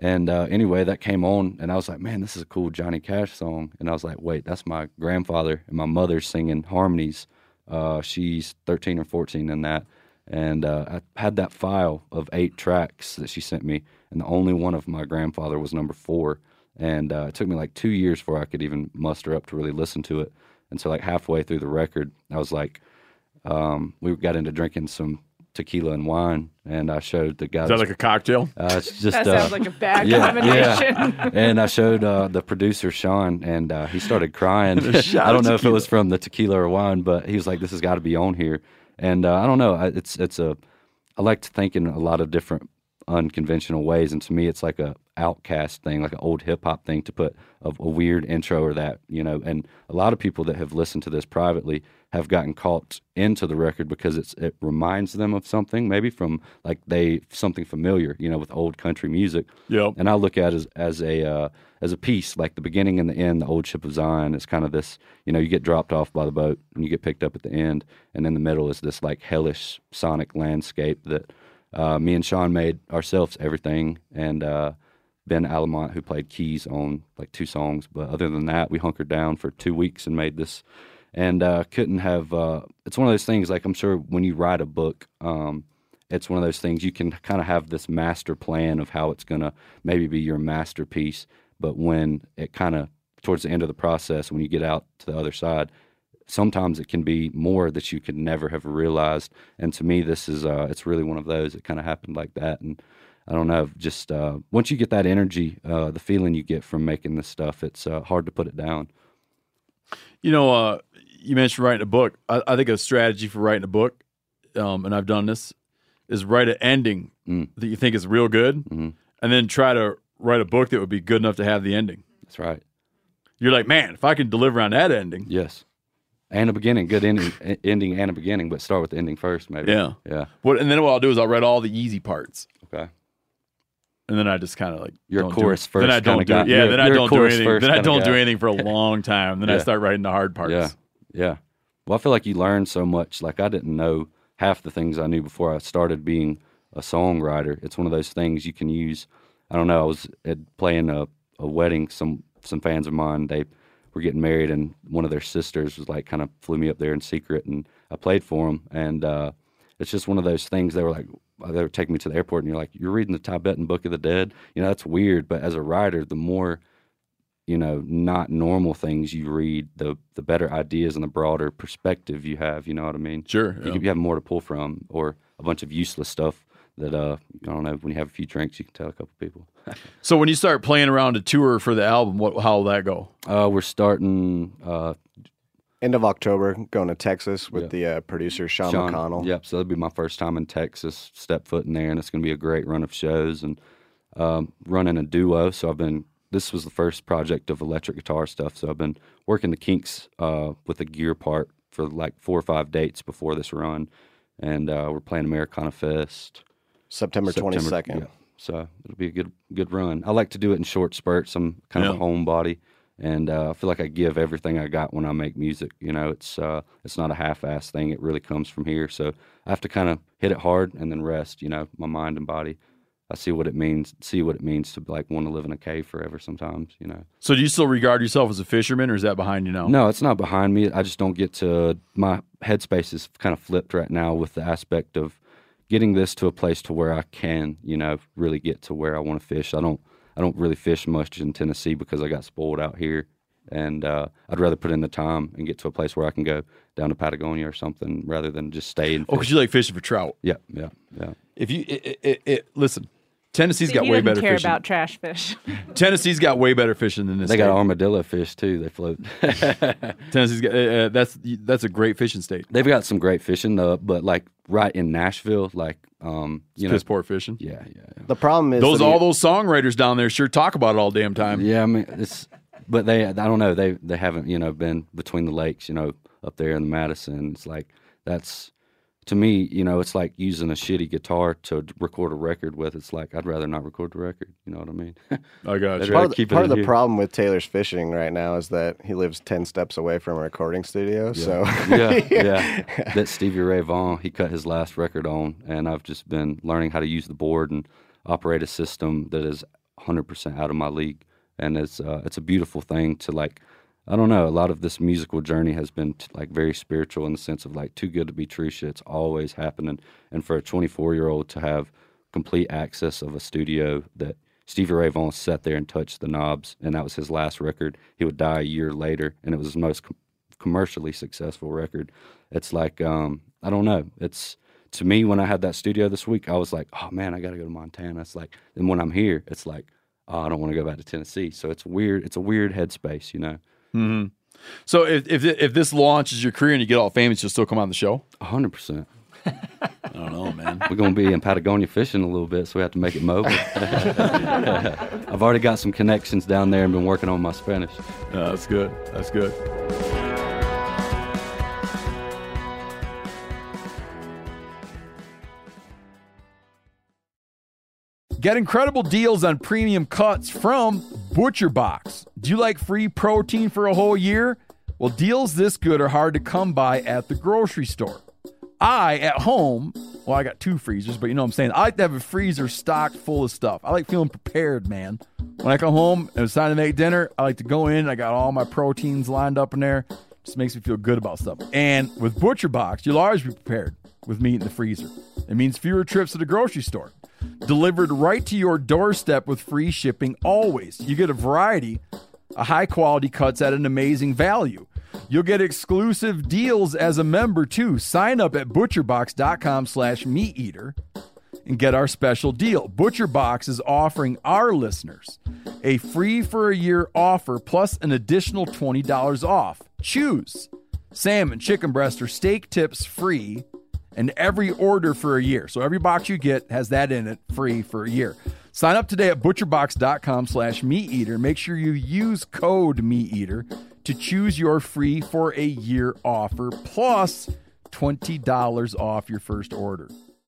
Speaker 8: and uh, anyway, that came on, and I was like, man, this is a cool Johnny Cash song. And I was like, wait, that's my grandfather and my mother singing harmonies. Uh, she's 13 or 14 in that. And uh, I had that file of eight tracks that she sent me, and the only one of my grandfather was number four. And uh, it took me like two years before I could even muster up to really listen to it. And so, like halfway through the record, I was like, um, we got into drinking some tequila and wine, and I showed the guy.
Speaker 5: Is that like a cocktail?
Speaker 8: Uh, it's just
Speaker 6: That
Speaker 8: uh,
Speaker 6: sounds like a bad
Speaker 8: Yeah.
Speaker 6: combination.
Speaker 8: and I showed uh, the producer Sean, and uh, he started crying.
Speaker 5: And a shot
Speaker 8: I don't
Speaker 5: of
Speaker 8: know if it
Speaker 5: tequila.
Speaker 8: was from the tequila or wine, but he was like, "This has got to be on here." And uh, I don't know. I- It's it's a. I like to think in a lot of different unconventional ways, and to me, it's like a outcast thing, like an old hip hop thing to put a, a weird intro or that, you know. And a lot of people that have listened to this privately have gotten caught into the record because it's it reminds them of something, maybe from like they something familiar, you know, with old country music.
Speaker 5: Yep.
Speaker 8: And I look at it as as a uh, as a piece, like the beginning and the end. The old ship of Zion is kind of this, you know, you get dropped off by the boat and you get picked up at the end, and in the middle is this like hellish sonic landscape that uh, me and Sean made ourselves everything, and uh, Ben Alamont who played keys on like two songs. But other than that, we hunkered down for two weeks and made this, and uh, couldn't have. Uh, it's one of those things. Like I'm sure when you write a book. Um, it's one of those things you can kind of have this master plan of how it's going to maybe be your masterpiece but when it kind of towards the end of the process when you get out to the other side sometimes it can be more that you could never have realized and to me this is uh, it's really one of those that kind of happened like that and i don't know just uh, once you get that energy uh, the feeling you get from making this stuff it's uh, hard to put it down
Speaker 5: You know, uh, you mentioned writing a book. I, I think a strategy for writing a book, um, and I've done this, is write an ending
Speaker 8: Mm.
Speaker 5: that you think is real good,
Speaker 8: Mm-hmm.
Speaker 5: and then try to write a book that would be good enough to have the ending.
Speaker 8: That's right.
Speaker 5: You're like, man, if I can deliver on that ending,
Speaker 8: yes and a beginning good ending e- ending and a beginning but start with the ending first maybe
Speaker 5: Yeah.
Speaker 8: yeah
Speaker 5: What? And then what I'll do is I'll write all the easy parts.
Speaker 8: Okay.
Speaker 5: And then I just kind of like
Speaker 8: You're a
Speaker 5: don't do
Speaker 8: chorus
Speaker 5: it.
Speaker 8: first
Speaker 5: Then I
Speaker 8: kinda
Speaker 5: don't do
Speaker 8: guy.
Speaker 5: it. Yeah.
Speaker 8: You're-
Speaker 5: Then I
Speaker 8: you're a
Speaker 5: don't do
Speaker 8: chorus
Speaker 5: anything.
Speaker 8: first
Speaker 5: Then I
Speaker 8: kinda
Speaker 5: don't do
Speaker 8: guy.
Speaker 5: anything for a long time. Then I
Speaker 8: Yeah.
Speaker 5: start writing the hard parts.
Speaker 8: Yeah. Yeah. Well, I feel like you learn so much. Like I didn't know half the things I knew before I started being a songwriter. It's one of those things you can use. I don't know. I was at playing a, a wedding. Some some fans of mine they were getting married, and one of their sisters was like kind of flew me up there in secret, and I played for them. And uh, it's just one of those things. They were like they were taking me to the airport, and you're like, you're reading the Tibetan Book of the Dead. You know that's weird, but as a writer, the more you know not normal things you read the the better ideas and the broader perspective you have you know what i mean
Speaker 5: sure
Speaker 8: you,
Speaker 5: yeah.
Speaker 8: can- you have more to pull from or a bunch of useless stuff that uh i don't know when you have a few drinks you can tell a couple people
Speaker 5: So when you start playing around a tour for the album, what how will that go?
Speaker 8: uh we're starting uh
Speaker 11: End of October, going to Texas with the uh, producer Sean, McConnell.
Speaker 8: Yep. So that'll be my first time in Texas, step foot in there, and it's going to be a great run of shows and um, running a duo. So I've been, this was the first project of electric guitar stuff. So I've been working the kinks uh, with a gear part for like four or five dates before this run. And uh, we're playing Americana Fest
Speaker 11: September 22nd.
Speaker 8: yeah. So it'll be a good good run. I like to do it in short spurts. I'm kind of
Speaker 11: Yeah.
Speaker 8: a homebody, and uh, I feel like I give everything I got when I make music. You know, it's uh, it's not a half-ass thing. It really comes from here. So I have to kind of hit it hard and then rest. You know, my mind and body. I see what it means. See what it means to like want to live in a cave forever. Sometimes, you know.
Speaker 5: So do you still regard yourself as a fisherman, or is that behind you now?
Speaker 8: No, it's not behind me. I just don't get to my headspace is kind of flipped right now with the aspect of getting this to a place to where I can, you know, really get to where I want to fish. I don't I don't really fish much in Tennessee because I got spoiled out here. And uh, I'd rather put in the time and get to a place where I can go down to Patagonia or something rather than just stay and
Speaker 5: Oh, because
Speaker 8: fish.
Speaker 5: you like fishing for trout.
Speaker 8: Yeah, yeah, yeah.
Speaker 5: If you it, it, it, listen, Tennessee's
Speaker 6: See,
Speaker 5: got
Speaker 6: he
Speaker 5: way
Speaker 6: doesn't
Speaker 5: better
Speaker 6: care
Speaker 5: fishing.
Speaker 6: about trash fish.
Speaker 5: Tennessee's got way better fishing than this.
Speaker 8: They got
Speaker 5: state.
Speaker 8: armadillo fish too. They float.
Speaker 5: Tennessee's got uh, uh, that's that's a great fishing state.
Speaker 8: They've got some great fishing, uh, but like right in Nashville, like um, you know,
Speaker 5: piss poor fishing.
Speaker 8: Yeah, yeah.
Speaker 11: The problem is
Speaker 5: Those
Speaker 11: that
Speaker 5: all
Speaker 11: you-
Speaker 5: those songwriters down there sure talk about it all damn time.
Speaker 8: Yeah, I mean it's, but they I don't know they they haven't you know been between the lakes you know up there in the Madison. It's like that's to me you know it's like using a shitty guitar to d- record a record with. It's like I'd rather not record the record. You know what I mean?
Speaker 5: I got
Speaker 11: part of, the, part of the problem with Taylor's fishing right now is that he lives 10 steps away from a recording studio. So,
Speaker 8: yeah, yeah. That Stevie Ray Vaughan, he cut his last record on, and I've just been learning how to use the board and operate a system that is 100% out of my league. And it's uh, it's a beautiful thing to like I don't know. A lot of this musical journey has been t- like very spiritual in the sense of like too good to be true shit's always happening. And for a 24 year old to have complete access of a studio that Stevie Ray Vaughan sat there and touched the knobs, and that was his last record. He would die a year later, and it was his most com- commercially successful record. It's like um, I don't know. It's to me when I had that studio this week, I was like, oh man, I got to go to Montana. It's like, and when I'm here, it's like, oh, I don't want to go back to Tennessee. So it's weird. It's a weird headspace, you know.
Speaker 5: hmm So if, if thi- if this launches your career and you get all famous, you'll still come on the show.
Speaker 8: hundred percent.
Speaker 5: I don't know, man.
Speaker 8: We're gonna be in Patagonia fishing a little bit, so we have to make it mobile. I've already got some connections down there and been working on my Spanish.
Speaker 5: Uh, that's good. That's good. Get incredible deals on premium cuts from Butcher Box. Do you like free protein for a whole year? Well, deals this good are hard to come by at the grocery store. I, at home, well, I got two freezers, but you know what I'm saying. I like to have a freezer stocked full of stuff. I like feeling prepared, man. When I come home and it's time to make dinner, I like to go in. I got all my proteins lined up in there. Just makes me feel good about stuff. And with Butcher Box, you'll always be prepared with meat in the freezer. It means fewer trips to the grocery store delivered right to your doorstep with free shipping always. You get a variety of high quality cuts at an amazing value. You'll get exclusive deals as a member too. Sign up at butcherbox.com slash meat eater and get our special deal. ButcherBox is offering our listeners a free for a year offer plus an additional $20 off. Choose salmon, chicken breast, or steak tips free and every order for a year. So every box you get has that in it free for a year. Sign up today at butcherbox.com slash meat eater. Make sure you use code meat eater to choose your free for a year offer plus $20 off your first order.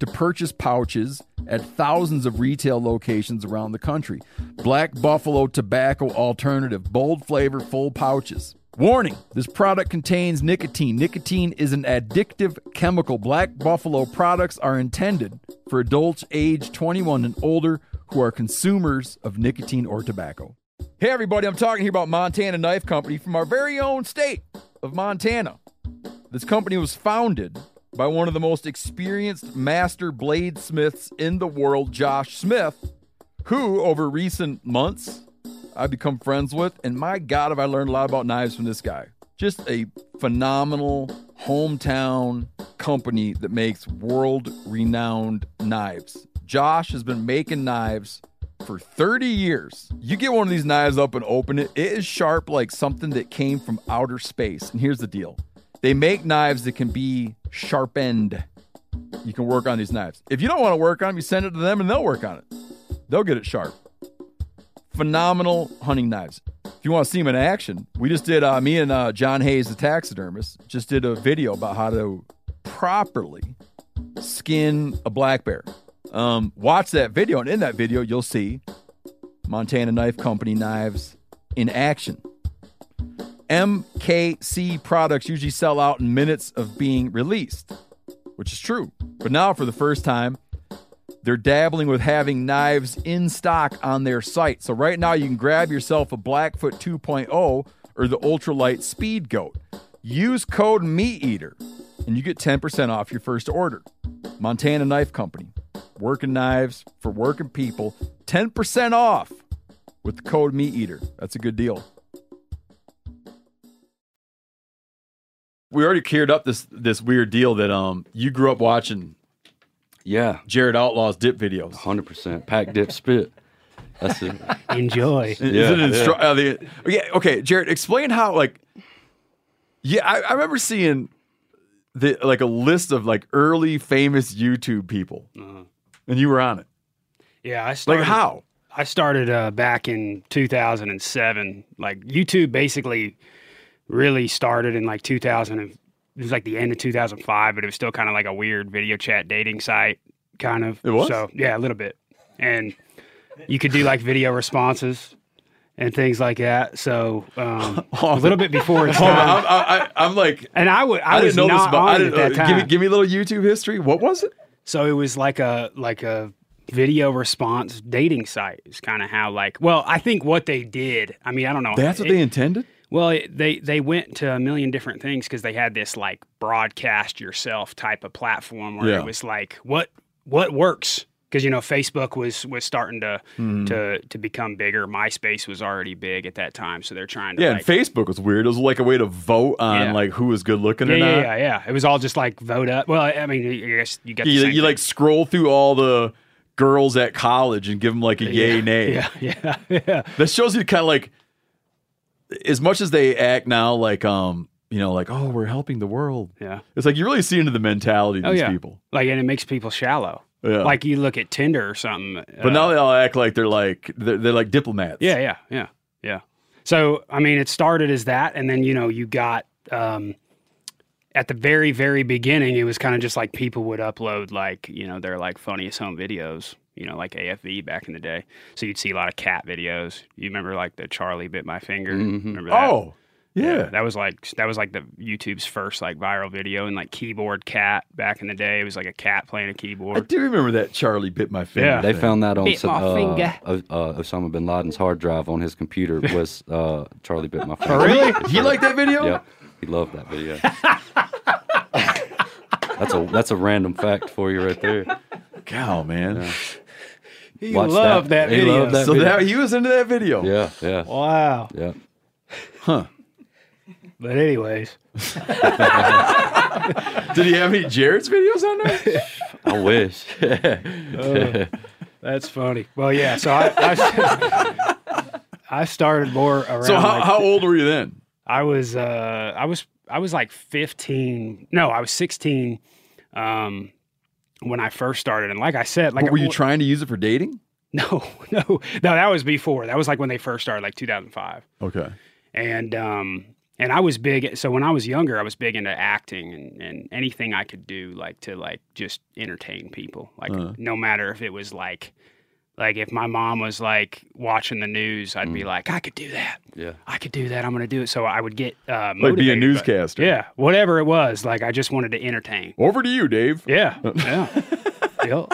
Speaker 5: to purchase pouches at thousands of retail locations around the country. Black Buffalo Tobacco Alternative, bold flavor, full pouches. Warning this product contains nicotine. Nicotine is an addictive chemical. Black Buffalo products are intended for adults age 21 and older who are consumers of nicotine or tobacco. Hey, everybody, I'm talking here about Montana Knife Company from our very own state of Montana. This company was founded by one of the most experienced master bladesmiths in the world, Josh Smith, who over recent months I've become friends with. And my God, have I learned a lot about knives from this guy. Just a phenomenal hometown company that makes world renowned knives. Josh has been making knives for 30 years. You get one of these knives up and open it, it is sharp like something that came from outer space. And here's the deal they make knives that can be sharpened. You can work on these knives. If you don't want to work on them, you send it to them and they'll work on it. They'll get it sharp. Phenomenal hunting knives. If you want to see them in action, we just did, uh, me and uh, John Hayes, the taxidermist, just did a video about how to properly skin a black bear. Um, watch that video, and in that video, you'll see Montana Knife Company knives in action. MKC products usually sell out in minutes of being released, which is true. But now, for the first time, they're dabbling with having knives in stock on their site. So, right now, you can grab yourself a Blackfoot 2.0 or the Ultralight Speed Goat. Use code MeatEater and you get 10% off your first order. Montana Knife Company, working knives for working people, 10% off with the code MeatEater. That's a good deal. we already cleared up this this weird deal that um you grew up watching.
Speaker 8: Yeah,
Speaker 5: Jared Outlaw's dip videos.
Speaker 8: Hundred percent pack dip spit. That's it.
Speaker 9: Enjoy.
Speaker 5: Is it an instru- are they- yeah, okay, Jared, explain how like Yeah, I, I remember seeing the like a list of like early famous YouTube people. And you were on it.
Speaker 9: Yeah, I
Speaker 5: Like
Speaker 9: started.
Speaker 5: how?
Speaker 9: I started uh, back in 2007. Like YouTube basically really started in like 2000. and- It was like the end of 2005, but it was still kind of like a weird video chat dating site, kind of.
Speaker 5: It was?
Speaker 9: So yeah, a little bit, and you could do like video responses and things like that. So um, a little bit before it's
Speaker 5: Hold on,
Speaker 9: time.
Speaker 5: I'm, I, I, I'm like
Speaker 9: And I would, I,
Speaker 5: I didn't
Speaker 9: was
Speaker 5: know this
Speaker 9: not
Speaker 5: about-
Speaker 9: on
Speaker 5: I
Speaker 9: it
Speaker 5: didn't
Speaker 9: at
Speaker 5: know-
Speaker 9: that time.
Speaker 5: give me- give me a little YouTube history. What was it?
Speaker 9: So it was like a like a video response dating site. Is kind of how like. Well, I think what they did. I mean, I don't know.
Speaker 5: that's what
Speaker 9: It-
Speaker 5: they intended?
Speaker 9: Well, it, they they went to a million different things because they had this like broadcast yourself type of platform where
Speaker 5: Yeah.
Speaker 9: it was like what what works because you know Facebook was was starting to
Speaker 5: Mhm.
Speaker 9: to to become bigger. MySpace was already big at that time, so they're trying to
Speaker 5: Yeah, and
Speaker 9: like,
Speaker 5: Facebook was weird. It was like a way to vote on
Speaker 9: Yeah.
Speaker 5: like who was good looking
Speaker 9: yeah,
Speaker 5: or
Speaker 9: yeah,
Speaker 5: not.
Speaker 9: yeah, yeah. It was all just like vote up. Well, I mean, I guess you got the
Speaker 5: you,
Speaker 9: same
Speaker 5: you, like scroll through all the girls at college and give them like a yay nay.
Speaker 9: Yeah, yeah, yeah.
Speaker 5: That shows you kind of like as much as they act now, like um, you know, like oh, we're helping the world.
Speaker 9: Yeah,
Speaker 5: it's like you really see into the mentality of
Speaker 9: Oh,
Speaker 5: these
Speaker 9: yeah.
Speaker 5: people.
Speaker 9: Like, and it makes people shallow.
Speaker 5: Yeah.
Speaker 9: Like you look at Tinder or something. uh,
Speaker 5: But now they all act like they're like they're, they're like diplomats.
Speaker 9: Yeah, yeah, yeah, yeah. So I mean, it started as that, and then you know, you got um, at the very, very beginning, it was kind of just like people would upload like you know their like funniest home videos, you know, like AFV back in the day. So you'd see a lot of cat videos. You remember like the Charlie bit my finger. Remember that?
Speaker 5: Oh, yeah.
Speaker 9: that was like that was like the YouTube's first like viral video and like keyboard cat back in the day. It was like a cat playing a
Speaker 5: I
Speaker 9: keyboard.
Speaker 5: do remember that Charlie bit my finger.
Speaker 9: Yeah.
Speaker 8: They
Speaker 5: thing.
Speaker 8: found that on
Speaker 9: Bit
Speaker 8: some-
Speaker 9: my
Speaker 8: uh,
Speaker 9: finger.
Speaker 8: O- uh, Osama bin Laden's hard drive on his computer was uh, Charlie bit my finger.
Speaker 5: Oh, really? He liked that video?
Speaker 8: Yep, he loved that video. that's a that's a random fact for you right there.
Speaker 5: Cow man,
Speaker 9: He
Speaker 8: Watch
Speaker 9: loved that
Speaker 8: He
Speaker 9: video.
Speaker 8: loved that
Speaker 5: so
Speaker 8: video.
Speaker 5: that he was into that video.
Speaker 8: yeah, yeah,
Speaker 9: Wow.
Speaker 8: yeah.
Speaker 5: Huh?
Speaker 9: But anyways,
Speaker 5: Did he have any Jared's videos on there?
Speaker 8: I wish.
Speaker 9: Oh. that's funny. Well, yeah. So I I, I started more around.
Speaker 5: so how,
Speaker 9: like,
Speaker 5: how old were you then?
Speaker 9: I was uh I was I was like 15. No, I was 16 um when I first started and like I said like
Speaker 5: But were you
Speaker 9: well,
Speaker 5: trying to use it for dating?
Speaker 9: No, no. No, that was before. That was like when they first started like 2005.
Speaker 5: Okay.
Speaker 9: And um and I was big so when I was younger I was big into acting and and anything I could do like to like just entertain people. Like
Speaker 5: Uh-huh.
Speaker 9: no matter if it was like like if my mom was like watching the news, I'd be
Speaker 5: Mm.
Speaker 9: like, I could do that.
Speaker 8: Yeah.
Speaker 9: I could do that. I'm gonna do it. So I would get uh,
Speaker 5: Like be a
Speaker 9: motivated by-
Speaker 5: newscaster.
Speaker 9: yeah, whatever it was, like I just wanted to entertain.
Speaker 5: Over to you, Dave.
Speaker 9: Yeah, yeah, yeah.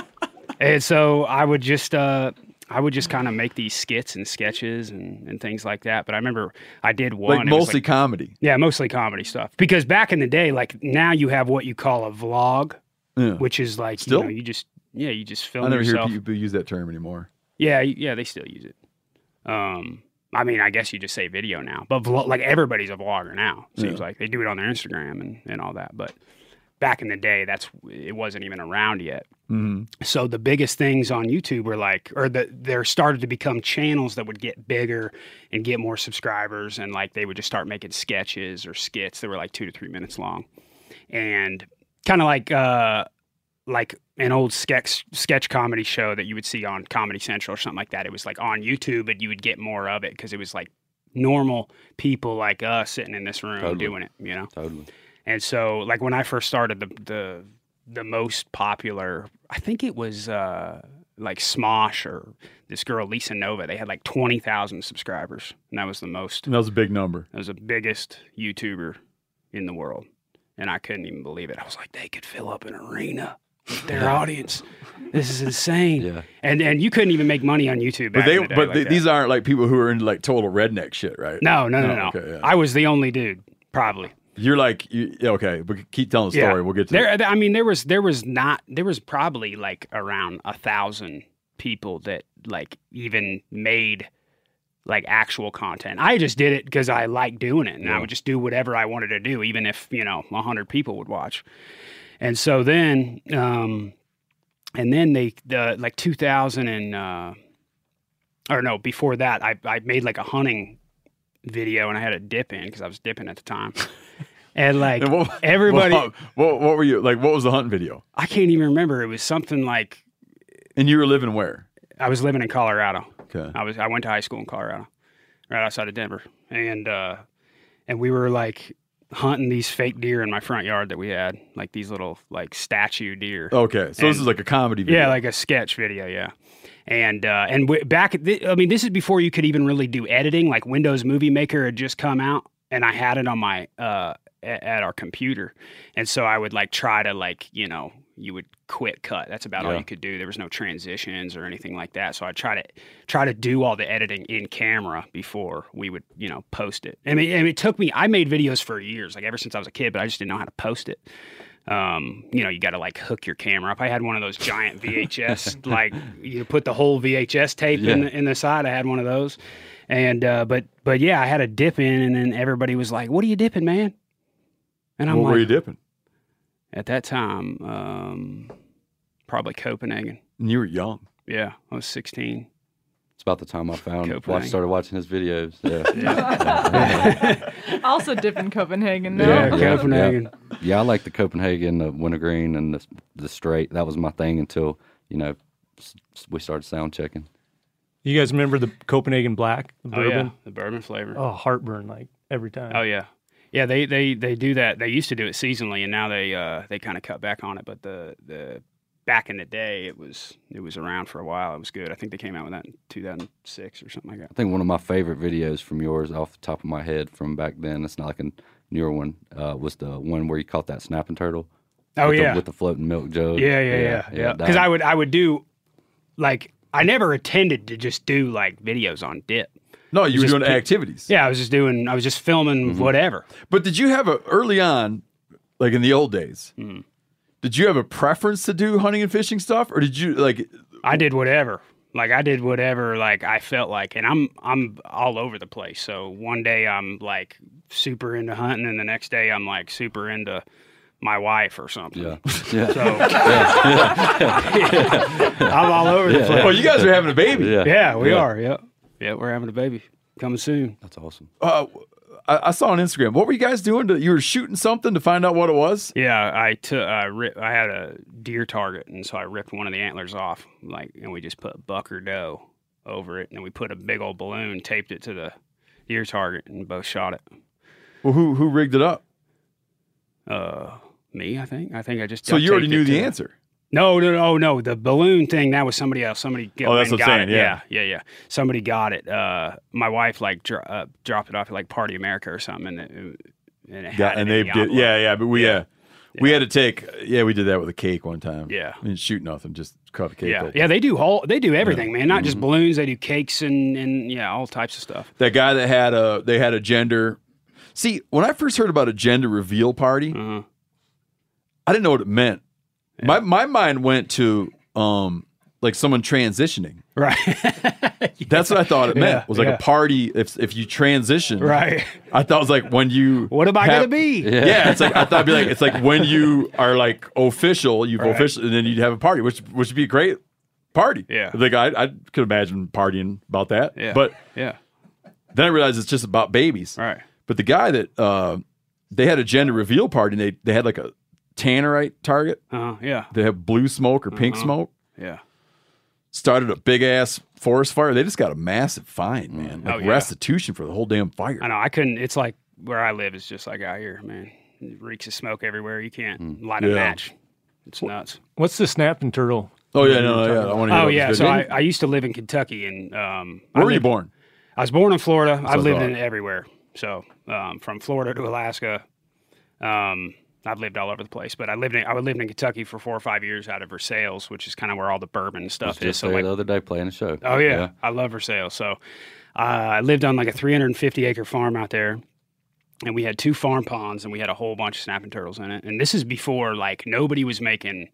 Speaker 9: And so I would just, uh, I would just kind of make these skits and sketches and, and things like that. But I remember I did one
Speaker 5: like
Speaker 9: it was,
Speaker 5: mostly comedy.
Speaker 9: yeah, mostly comedy stuff. Because back in the day, like now you have what you call a vlog,
Speaker 5: Yeah.
Speaker 9: which is like
Speaker 5: Still?
Speaker 9: you know you just yeah you just film
Speaker 5: I never
Speaker 9: yourself.
Speaker 5: hear people use that term anymore.
Speaker 9: Yeah, y- yeah, they still use it. Um, I mean, I guess you just say video now, but vlog, like everybody's a vlogger now. Seems
Speaker 5: Yeah.
Speaker 9: like they do it on their Instagram and, and all that. But back in the day, that's it wasn't even around yet.
Speaker 5: Mm-hmm.
Speaker 9: So the biggest things on YouTube were like, or the, there started to become channels that would get bigger and get more subscribers, and like they would just start making sketches or skits that were like two to three minutes long, and kind of like uh, like an old sketch sketch comedy show that you would see on Comedy Central or something like that. It was like on YouTube, but you would get more of it because it was like normal people like us sitting in this room
Speaker 8: Totally.
Speaker 9: doing it, you know.
Speaker 8: Totally.
Speaker 9: And so, like when I first started, the the the most popular, I think it was uh, like Smosh or this girl Lisa Nova. They had like twenty thousand subscribers, and that was the most.
Speaker 5: And that was a big number.
Speaker 9: That was the biggest YouTuber in the world, and I couldn't even believe it. I was like, they could fill up an arena. with Their audience, this is insane,
Speaker 8: Yeah.
Speaker 9: and and you couldn't even make money on YouTube.
Speaker 5: But
Speaker 9: back
Speaker 5: they,
Speaker 9: in the day
Speaker 5: but
Speaker 9: like
Speaker 5: they,
Speaker 9: that.
Speaker 5: these aren't like people who are into like total redneck shit, right?
Speaker 9: no, no, no, no.
Speaker 5: Oh, okay, yeah.
Speaker 9: I was the only dude, probably.
Speaker 5: You're like, you, yeah, okay, but keep telling the
Speaker 9: Yeah.
Speaker 5: story. We'll get to
Speaker 9: there.
Speaker 5: it.
Speaker 9: I mean, there was there was not there was probably like around a thousand people that like even made like actual content. I just did it because I like doing it, and I
Speaker 13: Yeah.
Speaker 9: would just do whatever I wanted to do, even if you know a hundred people would watch. And so then, um, and then they the like 2000 and uh, or no, before that, I I made like a hunting video, and I had a dip in because I was dipping at the time. And like
Speaker 5: And what-
Speaker 9: everybody,
Speaker 5: What, what, what were you like? What was the hunting video?
Speaker 9: I can't even remember. It was something like.
Speaker 5: And you were living where?
Speaker 9: I was living in Colorado.
Speaker 5: Okay.
Speaker 9: I was I went to high school in Colorado, right outside of Denver, and uh, and we were like hunting these fake deer in my front yard that we had, like these little like statue deer.
Speaker 5: Okay, so this
Speaker 9: And-
Speaker 5: is like a comedy video.
Speaker 9: Yeah, like a sketch video. Yeah, and uh, and w- back, at thi- I mean, this is before you could even really do editing. Like Windows Movie Maker had just come out, and I had it on my uh, a- at our computer, and so I would like try to like you know you would quit cut. That's about all
Speaker 13: Yeah.
Speaker 9: you could do. There was no transitions or anything like that. So I try to try to do all the editing in camera before we would you know post it. I mean, and it took me. I made videos for years, like ever since I was a kid, but I just didn't know how to post it. Um, you know, you got to like hook your camera up. I had one of those giant VHS, like you put the whole VHS tape in,
Speaker 13: Yeah.
Speaker 9: the, in the side. I had one of those, and uh, but but yeah, I had a dip in, and then everybody was like, "What are you dipping, man?" And I'm
Speaker 5: what
Speaker 9: like,
Speaker 5: were you dipping?
Speaker 9: at that time, um, probably Copenhagen.
Speaker 5: And you were young.
Speaker 9: Yeah, I was 16.
Speaker 8: It's about the time I found watch,
Speaker 9: Copenhagen.
Speaker 8: started watching his videos. Yeah.
Speaker 6: also dip in Copenhagen. No,
Speaker 8: Yeah, I like the Copenhagen, the wintergreen, and the the straight. That was my thing until you know s- s- we started sound checking.
Speaker 4: You guys remember the Copenhagen Black, the
Speaker 9: Oh, yeah,
Speaker 4: bourbon?
Speaker 9: the bourbon flavor.
Speaker 4: Oh, heartburn like every time.
Speaker 9: Oh yeah, yeah. They they they do that. They used to do it seasonally, and now they uh, they kind of cut back on it. But the the back in the day, it was it was around for a while. It was good. I think they came out with that in 2006 or something like that.
Speaker 8: I think one of my favorite videos from yours, off the top of my head, from back then. It's not like a newer one. Uh, was the one where you caught that snapping turtle?
Speaker 9: Oh,
Speaker 8: with the-
Speaker 9: yeah.
Speaker 8: with the floating milk jug.
Speaker 9: Yeah, yeah, yeah, yeah. Because I would I would do like I never intended to just do like videos on dip.
Speaker 5: No, oh, you were
Speaker 9: Just
Speaker 5: doing
Speaker 9: pick-
Speaker 5: activities. Mm-hmm.
Speaker 9: Yeah, I was just doing. I was just filming whatever.
Speaker 5: But did you have a early on, like in the old days?
Speaker 9: Mm.
Speaker 5: Did you have a preference to do hunting and fishing stuff, or did you like?
Speaker 9: I did whatever. Like I did whatever like I felt like and I'm I'm all over the place. So one day I'm like super into hunting and the next day I'm like super into my wife or something. Yeah.
Speaker 8: Yeah.
Speaker 9: So I'm all over the
Speaker 5: Yeah.
Speaker 9: place.
Speaker 5: Oh, you guys are having a baby.
Speaker 9: Yeah,
Speaker 5: Yeah.
Speaker 9: we
Speaker 5: Yeah.
Speaker 9: are. Yep. Yeah, we're having a baby coming soon.
Speaker 8: That's awesome.
Speaker 5: Uh, I, I saw on Instagram. What were you guys doing? To, you were shooting something to find out what it was.
Speaker 9: Yeah, I took I rip, I had a deer target, and so I ripped one of the antlers off, like, and we just put bucker doe over it, and then we put a big old balloon, taped it to the deer target, and both shot it.
Speaker 5: Well, who who rigged it up?
Speaker 9: Uh, me, I think. I think I just.
Speaker 5: So you already
Speaker 9: duct-taped
Speaker 5: knew
Speaker 9: it to
Speaker 5: the answer.
Speaker 9: No, no, no, no. The balloon thing that was somebody else. Somebody.
Speaker 5: Oh, that's
Speaker 9: went and
Speaker 5: what I'm
Speaker 9: got
Speaker 5: saying,
Speaker 9: It.
Speaker 5: yeah.
Speaker 9: yeah, yeah. Somebody got it. Uh, my wife like dro- uh, dropped it off at like Party America or something, and it, and it
Speaker 5: Yeah,
Speaker 9: had
Speaker 5: and
Speaker 9: it
Speaker 5: they
Speaker 9: in the
Speaker 5: did.
Speaker 9: envelope.
Speaker 5: Yeah, yeah. But we yeah. we had to take. Yeah, we did that with a cake one time.
Speaker 9: Yeah.
Speaker 5: we didn't shoot nothing, just cut a cake.
Speaker 9: Yeah,
Speaker 5: open.
Speaker 9: yeah, they do whole, they do everything, man. Not
Speaker 5: Mm-hmm.
Speaker 9: just balloons, they do cakes and and yeah, all types of stuff.
Speaker 5: That guy that had a they had a gender. See, when I first heard about a gender reveal party,
Speaker 9: Mm-hmm.
Speaker 5: I didn't know what it meant. My my mind went to um like someone transitioning.
Speaker 9: Right.
Speaker 5: That's what I thought it meant.
Speaker 9: Yeah,
Speaker 5: was like
Speaker 9: yeah.
Speaker 5: a party if if you transition.
Speaker 9: Right.
Speaker 5: I thought it was like when you What
Speaker 9: am I gonna be?
Speaker 5: Yeah. it's like I thought it'd be like it's like when you are like official, you've
Speaker 9: Right.
Speaker 5: official and then you'd have a party, which which would be a great party.
Speaker 9: Yeah.
Speaker 5: Like I I could imagine partying about that.
Speaker 9: Yeah,
Speaker 5: But
Speaker 9: yeah,
Speaker 5: then I realized it's just about babies.
Speaker 9: Right.
Speaker 5: But the guy that uh, they had a gender reveal party and they, they had like a tannerite target.
Speaker 9: Uh, yeah,
Speaker 5: They have blue smoke or pink
Speaker 9: Uh-huh.
Speaker 5: smoke.
Speaker 9: yeah.
Speaker 5: Started a big ass forest fire. They just got a massive fine, man. Like
Speaker 9: Oh, yeah.
Speaker 5: restitution for the whole damn fire.
Speaker 9: I know. I couldn't. It's like where I live is just like out here, man. It reeks of smoke everywhere. You can't light a
Speaker 5: Mm. Yeah.
Speaker 9: match. It's nuts.
Speaker 4: What's the snapping turtle?
Speaker 5: Oh, yeah, no, no, yeah, I wanna hear
Speaker 9: Oh
Speaker 5: about this
Speaker 9: yeah.
Speaker 5: video.
Speaker 9: So I, I used to live in Kentucky, and um, I
Speaker 5: Where were you
Speaker 9: lived-
Speaker 5: born?
Speaker 9: I was born in Florida.
Speaker 5: That's
Speaker 9: I've
Speaker 5: what I
Speaker 9: lived in
Speaker 5: thought.
Speaker 9: everywhere. So um, from Florida to Alaska, um, I've lived all over the place. But I lived in I lived in Kentucky for four or five years out of Versailles, which is kind of where all the bourbon and
Speaker 8: I was
Speaker 9: stuff is.
Speaker 8: just
Speaker 9: So
Speaker 8: there
Speaker 9: like,
Speaker 8: the other day playing a show.
Speaker 9: oh yeah, I love Versailles. So uh, I lived on like a 350 acre farm out there, and we had two farm ponds, and we had a whole bunch of snapping turtles in it. And this is before like nobody was making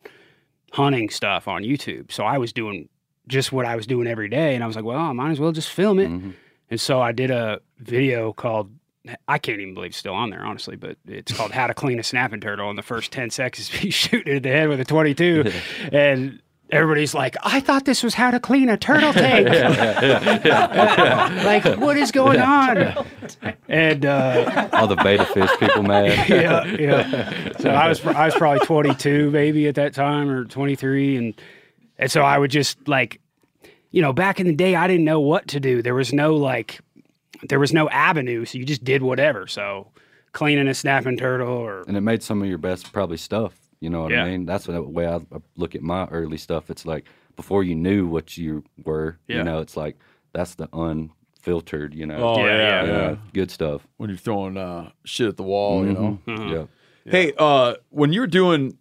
Speaker 9: hunting stuff on YouTube. So I was doing just what I was doing every day, and I was like, well, I might as well just film it. And so I did a video called I can't even believe it's still on there, honestly, but it's called How to Clean a Snapping Turtle. And the first 10 seconds, he shoot it in the head with a 22. and everybody's like, I thought this was how to clean a turtle tank. like, what is going on? And uh,
Speaker 8: All the beta fish people mad.
Speaker 9: yeah, yeah. So I was I was probably 22 maybe at that time or 23, and and so I would just like, you know, back in the day I didn't know what to do. There was no like, there was no avenue, so you just did whatever. So cleaning a snapping turtle or
Speaker 8: and it made some of your best probably stuff. You know what
Speaker 9: Yeah.
Speaker 8: I mean? That's the way I I look at my early stuff. It's like before you knew what you were.
Speaker 5: Yeah.
Speaker 8: You know, it's like that's the unfiltered. You know.
Speaker 5: Oh, Yeah, yeah,
Speaker 8: You know,
Speaker 5: yeah.
Speaker 8: Good stuff.
Speaker 5: When you're throwing uh, shit at the wall, you know.
Speaker 9: Mm-hmm.
Speaker 8: Mhm.
Speaker 9: Uh-huh.
Speaker 8: Mhm. Yeah.
Speaker 5: Hey, uh, when you were doing,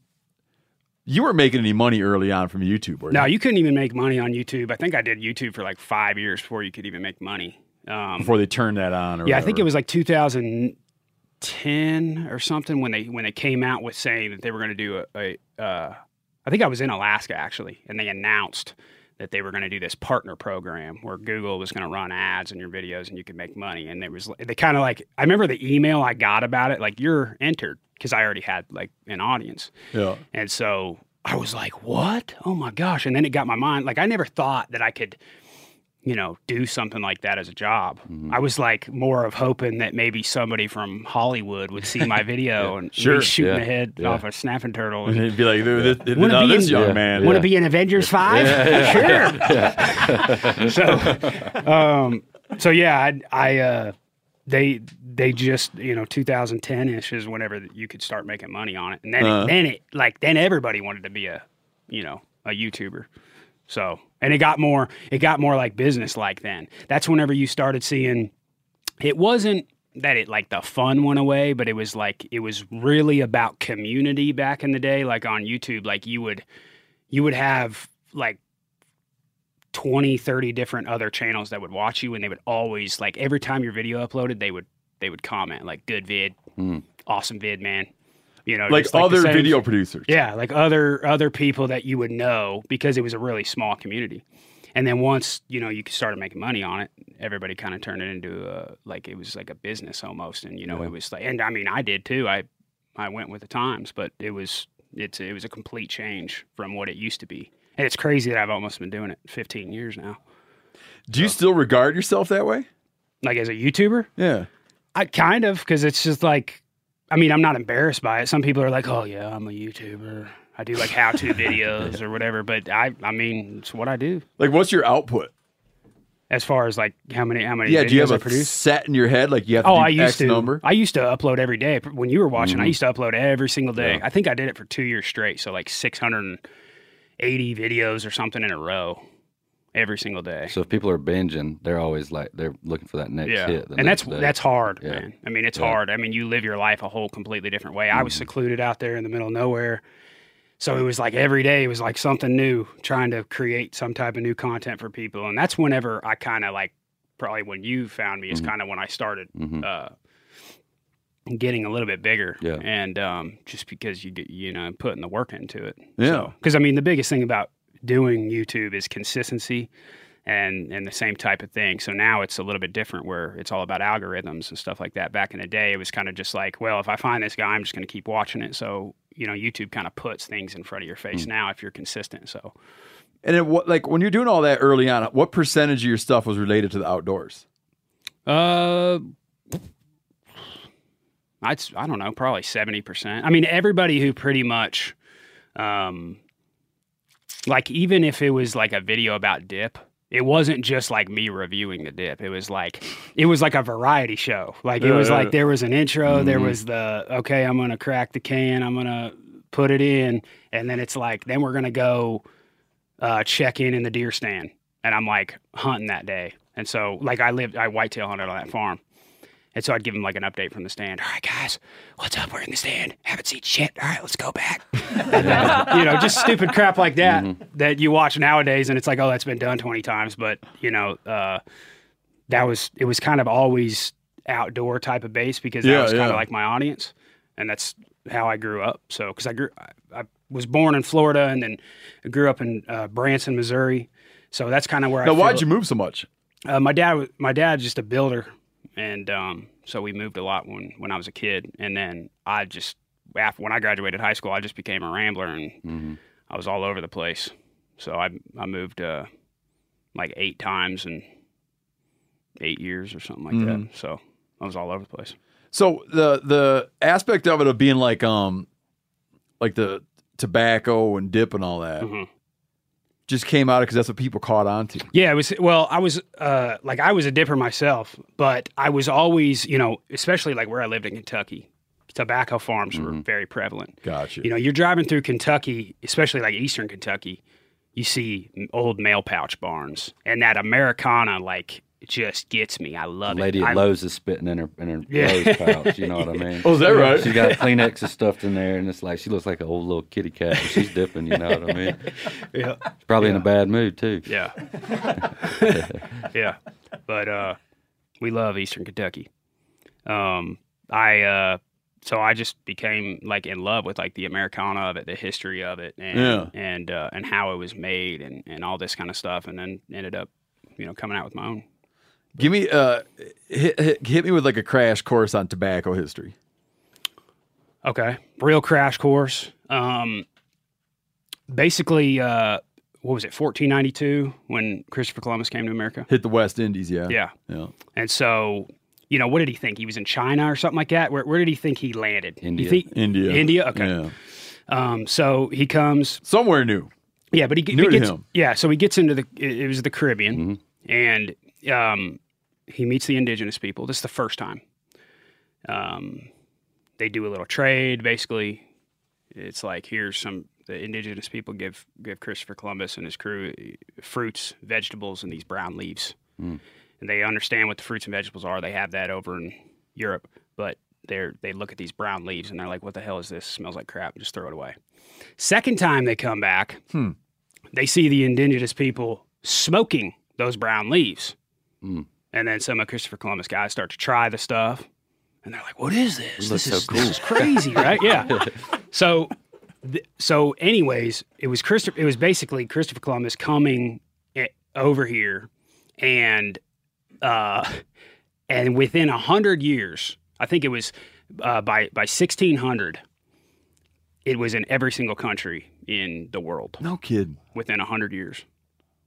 Speaker 5: you weren't making any money early on from YouTube, were you?
Speaker 9: no, you couldn't even make money on YouTube. I think I did YouTube for like five years before you could even make money. Um,
Speaker 5: before they turned that on, or
Speaker 9: yeah, I think
Speaker 5: whatever.
Speaker 9: it was like 2010 or something when they when they came out with saying that they were going to do a. a uh, I think I was in Alaska actually, and they announced that they were going to do this partner program where Google was going to run ads in your videos and you could make money. And it was they kind of like I remember the email I got about it, like you're entered because I already had like an audience.
Speaker 5: Yeah.
Speaker 9: And so I was like, what? Oh my gosh. And then it got my mind. Like, I never thought that I could, you know, do something like that as a job.
Speaker 5: Mm-hmm.
Speaker 9: I was like more of hoping that maybe somebody from Hollywood would see my video
Speaker 5: Yeah.
Speaker 9: and me
Speaker 5: Sure.
Speaker 9: shooting
Speaker 5: Yeah.
Speaker 9: the head
Speaker 5: Yeah.
Speaker 9: off a snapping turtle.
Speaker 5: And they'd be like, "This, this,
Speaker 9: Oh, Wanna
Speaker 5: now
Speaker 9: be
Speaker 5: this
Speaker 9: in-
Speaker 5: young
Speaker 9: Yeah.
Speaker 5: man."
Speaker 9: Want to be in Avengers 5? sure. so, um, so yeah, I, I uh, they they just you know 2010 ish is whenever you could start making money on it, and then
Speaker 5: Uh-huh.
Speaker 9: it, then it like then everybody wanted to be a you know a YouTuber. So and it got more it got more like business like then. That's whenever you started seeing it wasn't that it like the fun went away, but it was like it was really about community back in the day. Like on YouTube, like you would you would have like 20 30 different other channels that would watch you and they would always like every time your video uploaded they would they would comment like good vid awesome vid man you know
Speaker 5: like
Speaker 9: just the
Speaker 5: other
Speaker 9: same-
Speaker 5: video producers.
Speaker 9: yeah, like other other people that you would know because it was a really small community. And then once you know you started making money on it, everybody kind of turned it into a like it was like a business almost. And you know
Speaker 5: Yeah.
Speaker 9: it was like, and I mean I did too. I I went with the times, but it was it's it was a complete change from what it used to be. And it's crazy that I've almost been doing it 15 years now.
Speaker 5: Do you still regard yourself that way?
Speaker 9: Like as a YouTuber,
Speaker 5: Yeah.
Speaker 9: I kind of because it's just like, I mean, I'm not embarrassed by it. Some people are like, "Oh yeah, I'm a YouTuber. I do like how-to videos or whatever." But I, I mean, it's what I do.
Speaker 5: Like, what's your output?
Speaker 9: As far as like how many how many
Speaker 5: Yeah.
Speaker 9: videos
Speaker 5: Do you have
Speaker 9: I
Speaker 5: a
Speaker 9: produce?
Speaker 5: set in your head? Like you have to
Speaker 9: oh,
Speaker 5: do
Speaker 9: I used
Speaker 5: X
Speaker 9: to.
Speaker 5: number.
Speaker 9: I used to upload every day. When you were watching, I
Speaker 5: Mhm.
Speaker 9: used to upload every single day. I think I did it for two years straight, so like 680 videos or something in a row, every single day.
Speaker 8: So if people are binging, they're always like they're looking for that next
Speaker 9: yeah,
Speaker 8: hit. the
Speaker 9: and that's
Speaker 8: next day.
Speaker 9: that's hard,
Speaker 8: Yeah.
Speaker 9: man. I mean, it's
Speaker 8: Yeah. Mm-hmm.
Speaker 9: hard. I mean, you live your life a whole completely different way. I was secluded out there in the middle of nowhere, so it was like every day it was like something new, trying to create some type of new content for people. And that's whenever I kind of like, probably when you found me is
Speaker 8: Mm-hmm.
Speaker 9: kind of when I started uh, getting a little bit bigger.
Speaker 5: Yeah.
Speaker 9: and um, just because you get you know putting the work into it.
Speaker 5: Yeah.
Speaker 9: Because I mean, the biggest thing about doing YouTube is consistency and and the same type of thing. So now it's a little bit different where it's all about algorithms and stuff like that. Back in the day, it was kind of just like, well, if I find this guy, I'm just going to keep watching it. So you know, YouTube kind of puts things in front of your face now if you're consistent. So
Speaker 5: And it, what, like when you're doing all that early on, what percentage of your stuff was related to the outdoors?
Speaker 9: Uh, I'd, s- I don't know, probably 70%. I mean, everybody who pretty much, um, like, even if it was like a video about dip, it wasn't just like me reviewing the dip. It was like, it was like a variety show. Like, it
Speaker 13: Yeah,
Speaker 9: was
Speaker 13: yeah,
Speaker 9: like
Speaker 13: yeah.
Speaker 9: there was an intro, there
Speaker 13: Mhm.
Speaker 9: was the, okay, I'm going to crack the can, I'm going to put it in. And then it's like, then we're going to go, uh, check in in the deer stand, and I'm like hunting that day. And so, like, I lived, I whitetail hunted on that farm. And so I'd give him like an update from the stand. All right, guys, what's up? We're in the stand. Haven't seen shit. All right, let's go back. And then, you know, just stupid crap like that
Speaker 5: Mm-hmm.
Speaker 9: that you watch nowadays, and it's like, oh, that's been done twenty times. But you know, uh, that was it was kind of always outdoor type of base because that
Speaker 5: Yeah,
Speaker 9: was kind
Speaker 5: yeah.
Speaker 9: of like my audience, and that's how I grew up. So because I grew, I, I was born in Florida and then grew up in uh, Branson, Missouri. So that's kind of where I
Speaker 5: now, why'd
Speaker 9: feel-
Speaker 5: you move so much?
Speaker 9: Uh, my dad, wa- my dad's just a builder, and um, so we moved a lot when when I was a kid. And then I just after, when I graduated high school, I just became a rambler, and I was all over the place. So I I moved uh, like eight times in eight years or something like
Speaker 5: Mhm.
Speaker 9: that. So I was all over the place.
Speaker 5: So the the aspect of it of being like um like the tobacco and dip and all that
Speaker 9: Mm-hmm.
Speaker 5: just came out because that's what people caught on to.
Speaker 9: Yeah, it was. Well, I was uh, like I was a dipper myself, but I was always, you know, especially like where I lived in Kentucky, tobacco farms
Speaker 8: Mm-hmm.
Speaker 9: were very prevalent.
Speaker 5: Gotcha.
Speaker 9: You know, you're driving through Kentucky, especially like Eastern Kentucky, you see m- old mail pouch barns, and that Americana like just gets me. I love
Speaker 8: Lady
Speaker 9: it.
Speaker 8: at
Speaker 9: I-
Speaker 8: Lowe's is spitting in her in her
Speaker 9: Yeah.
Speaker 8: Lowe's pouch. You know what I mean?
Speaker 9: Oh, is that right?
Speaker 8: She got Kleenexes stuffed in there, and it's like she looks like an old little kitty cat. But she's dipping. You know what I mean?
Speaker 9: Yeah.
Speaker 8: She's probably in a bad mood too.
Speaker 9: Yeah. yeah. But uh we love Eastern Kentucky. Um I uh so I just became like in love with like the Americana of it, the history of it and
Speaker 5: Yeah.
Speaker 9: and uh and how it was made and and all this kind of stuff and then ended up, you know, coming out with my own.
Speaker 5: Give me uh hit, hit, hit me with like a crash course on tobacco history.
Speaker 9: Okay. Real crash course. Um, basically, uh, what was it, 1492 when Christopher Columbus came to America?
Speaker 5: Hit the West Indies, yeah.
Speaker 9: Yeah.
Speaker 5: Yeah.
Speaker 9: And so, you know, what did he think? He was in China or something like that? Where, where did he think he landed? You think-
Speaker 5: India.
Speaker 9: India? Okay.
Speaker 5: Yeah.
Speaker 9: Um, so he comes
Speaker 5: somewhere new.
Speaker 9: Yeah, but he,
Speaker 5: New to
Speaker 9: he gets
Speaker 5: him. Mm-hmm.
Speaker 9: yeah. So he gets into the it, it was the Caribbean, and um, he meets the indigenous people. This is the first time. Um, they do a little trade. Basically, it's like here's some the indigenous people give give Christopher Columbus and his crew eh, fruits, vegetables, and these brown leaves
Speaker 5: Mm.
Speaker 9: and they understand what the fruits and vegetables are. They have that over in Europe, but they're they look at these brown leaves and they're like, "What the hell is this? Smells like crap. Just throw it away." Second time they come back,
Speaker 5: Hmm.
Speaker 9: they see the indigenous people smoking those brown leaves,
Speaker 8: Mm.
Speaker 9: and then some of Christopher Columbus guys start to try the stuff, and they're like, "What is
Speaker 8: Looks
Speaker 9: this? This
Speaker 8: so
Speaker 9: is,
Speaker 8: cool."
Speaker 9: this is crazy, right? Yeah." So, th- so anyways, it was Christopher. It was basically Christopher Columbus coming eh, over here, and uh, and within a hundred years, I think it was uh, by by sixteen hundred, it was in every single country in the world
Speaker 5: No kid.
Speaker 9: within a hundred years.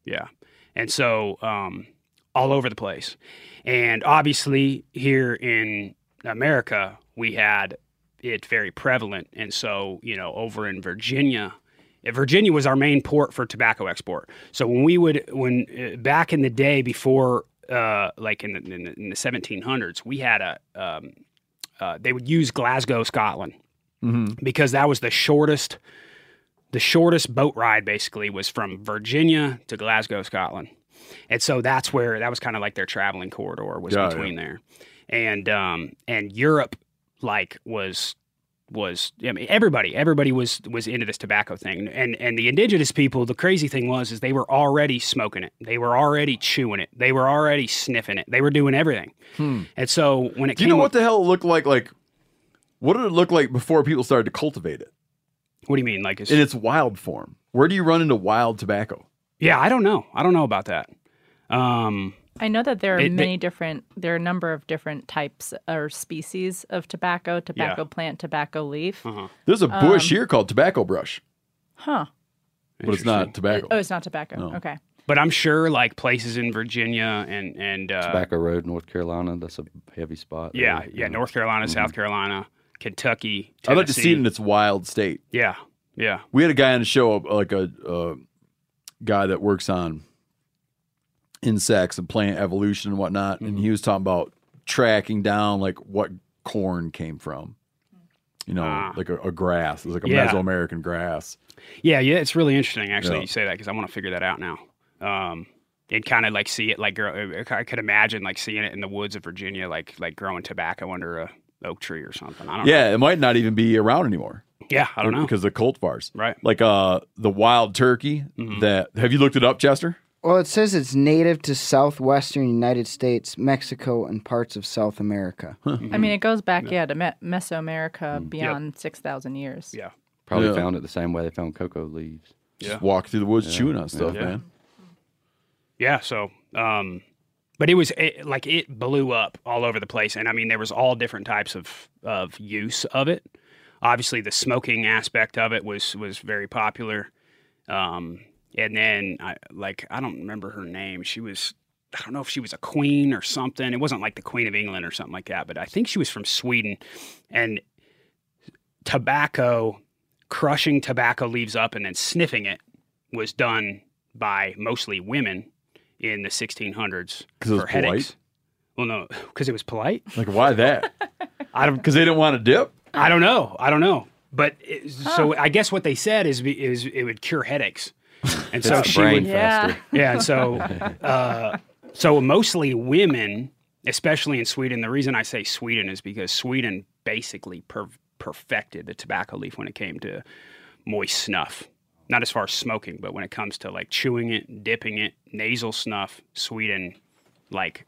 Speaker 9: Yeah, and so um, all over the place, and obviously here in America, we had it very prevalent, and so you know over in Virginia. Virginia was our main port for tobacco export. So when we would, when uh, back in the day before, uh, like in the, in, the, in the 1700s, we had a, um, uh, they would use Glasgow, Scotland,
Speaker 5: Mm-hmm.
Speaker 9: because that was the shortest the shortest boat ride basically was from Virginia to Glasgow, Scotland. And so that's where that was kind of like their traveling corridor was
Speaker 5: Yeah,
Speaker 9: between there. And um and Europe like was was I mean everybody everybody was was into this tobacco thing and and the indigenous people the crazy thing was is they were already smoking it they were already chewing it they were already sniffing it they were doing everything
Speaker 5: Hmm.
Speaker 9: and so when it
Speaker 5: Do
Speaker 9: came
Speaker 5: you know
Speaker 9: up-
Speaker 5: what the hell it looked like? Like, what did it look like before people started to cultivate it
Speaker 9: what do you mean like it's,
Speaker 5: in its wild form? Where do you run into wild tobacco?
Speaker 9: yeah I don't know I don't know about that um
Speaker 6: I know that there are
Speaker 9: They- they-
Speaker 6: many different, there are a number of different types or species of tobacco, tobacco plant, tobacco leaf.
Speaker 9: uh-huh.
Speaker 5: There's a bush
Speaker 6: Um,
Speaker 5: here called tobacco brush,
Speaker 6: Huh.
Speaker 5: but it's not tobacco.
Speaker 6: Oh, it's not tobacco.
Speaker 5: No.
Speaker 6: Okay.
Speaker 9: But I'm sure like places in Virginia and and uh,
Speaker 8: Tobacco Road, North Carolina. That's a heavy spot. there,
Speaker 9: yeah,
Speaker 8: you
Speaker 9: yeah,
Speaker 8: know.
Speaker 9: North Carolina, South Carolina, Kentucky.
Speaker 5: Mm-hmm. I'd like to see it in
Speaker 9: Tennessee.
Speaker 5: its wild state.
Speaker 9: Yeah, yeah.
Speaker 5: We had a guy on the show, like a uh, guy that works on insects and plant evolution and whatnot,
Speaker 9: Mm-hmm.
Speaker 5: and he was talking about tracking down like what corn came from. You know, like a, a grass. It's like a
Speaker 9: Ah. Yeah.
Speaker 5: Mesoamerican grass.
Speaker 9: Yeah, yeah, it's really interesting actually
Speaker 5: Yeah.
Speaker 9: you say that because I want to figure that out now. Um, and kind of like see it like grow. uh, I could imagine like seeing it in the woods of Virginia, like like growing tobacco under a oak tree or something. I don't
Speaker 5: Yeah, it might not even be around anymore.
Speaker 9: know. Yeah, I don't know.
Speaker 5: because of cultivars,
Speaker 9: right? Mm-hmm.
Speaker 5: Like uh, the wild turkey. That have you looked it up, Chester?
Speaker 7: Well, it says it's native to southwestern United States, Mexico, and parts of South America.
Speaker 6: I mean, it goes back,
Speaker 9: Mm.
Speaker 6: yeah, to Me- Mesoamerica beyond 6,000 years.
Speaker 9: Yeah.
Speaker 8: Probably
Speaker 5: Yeah.
Speaker 8: found it the same way they found cocoa leaves.
Speaker 5: Just walk through the woods
Speaker 8: Yeah.
Speaker 5: chewing on stuff,
Speaker 8: Yeah.
Speaker 5: man.
Speaker 9: Yeah, so um, But it was it, like it blew up all over the place, and I mean there was all different types of of use of it. Obviously, the smoking aspect of it was was very popular. Um, and then I like I don't remember her name. She was I don't know if she was a queen or something. It wasn't like the Queen of England or something like that, but I think she was from Sweden. And tobacco, crushing tobacco leaves up and then sniffing it was done by mostly women in the 1600s
Speaker 5: 'Cause it was
Speaker 9: for headaches. Well, no, because it was polite.
Speaker 5: Like, why that? I don't because they didn't want to dip.
Speaker 9: I don't know. I don't know. But it, so
Speaker 5: Huh.
Speaker 9: I guess what they said is is it would cure headaches, and so
Speaker 5: It's
Speaker 9: she
Speaker 5: brain
Speaker 9: would,
Speaker 5: faster.
Speaker 9: yeah. and so uh, so mostly women, especially in Sweden. The reason I say Sweden is because Sweden basically per- perfected the tobacco leaf when it came to moist snuff. Not as far as smoking, but when it comes to like chewing it, dipping it, nasal snuff, Sweden like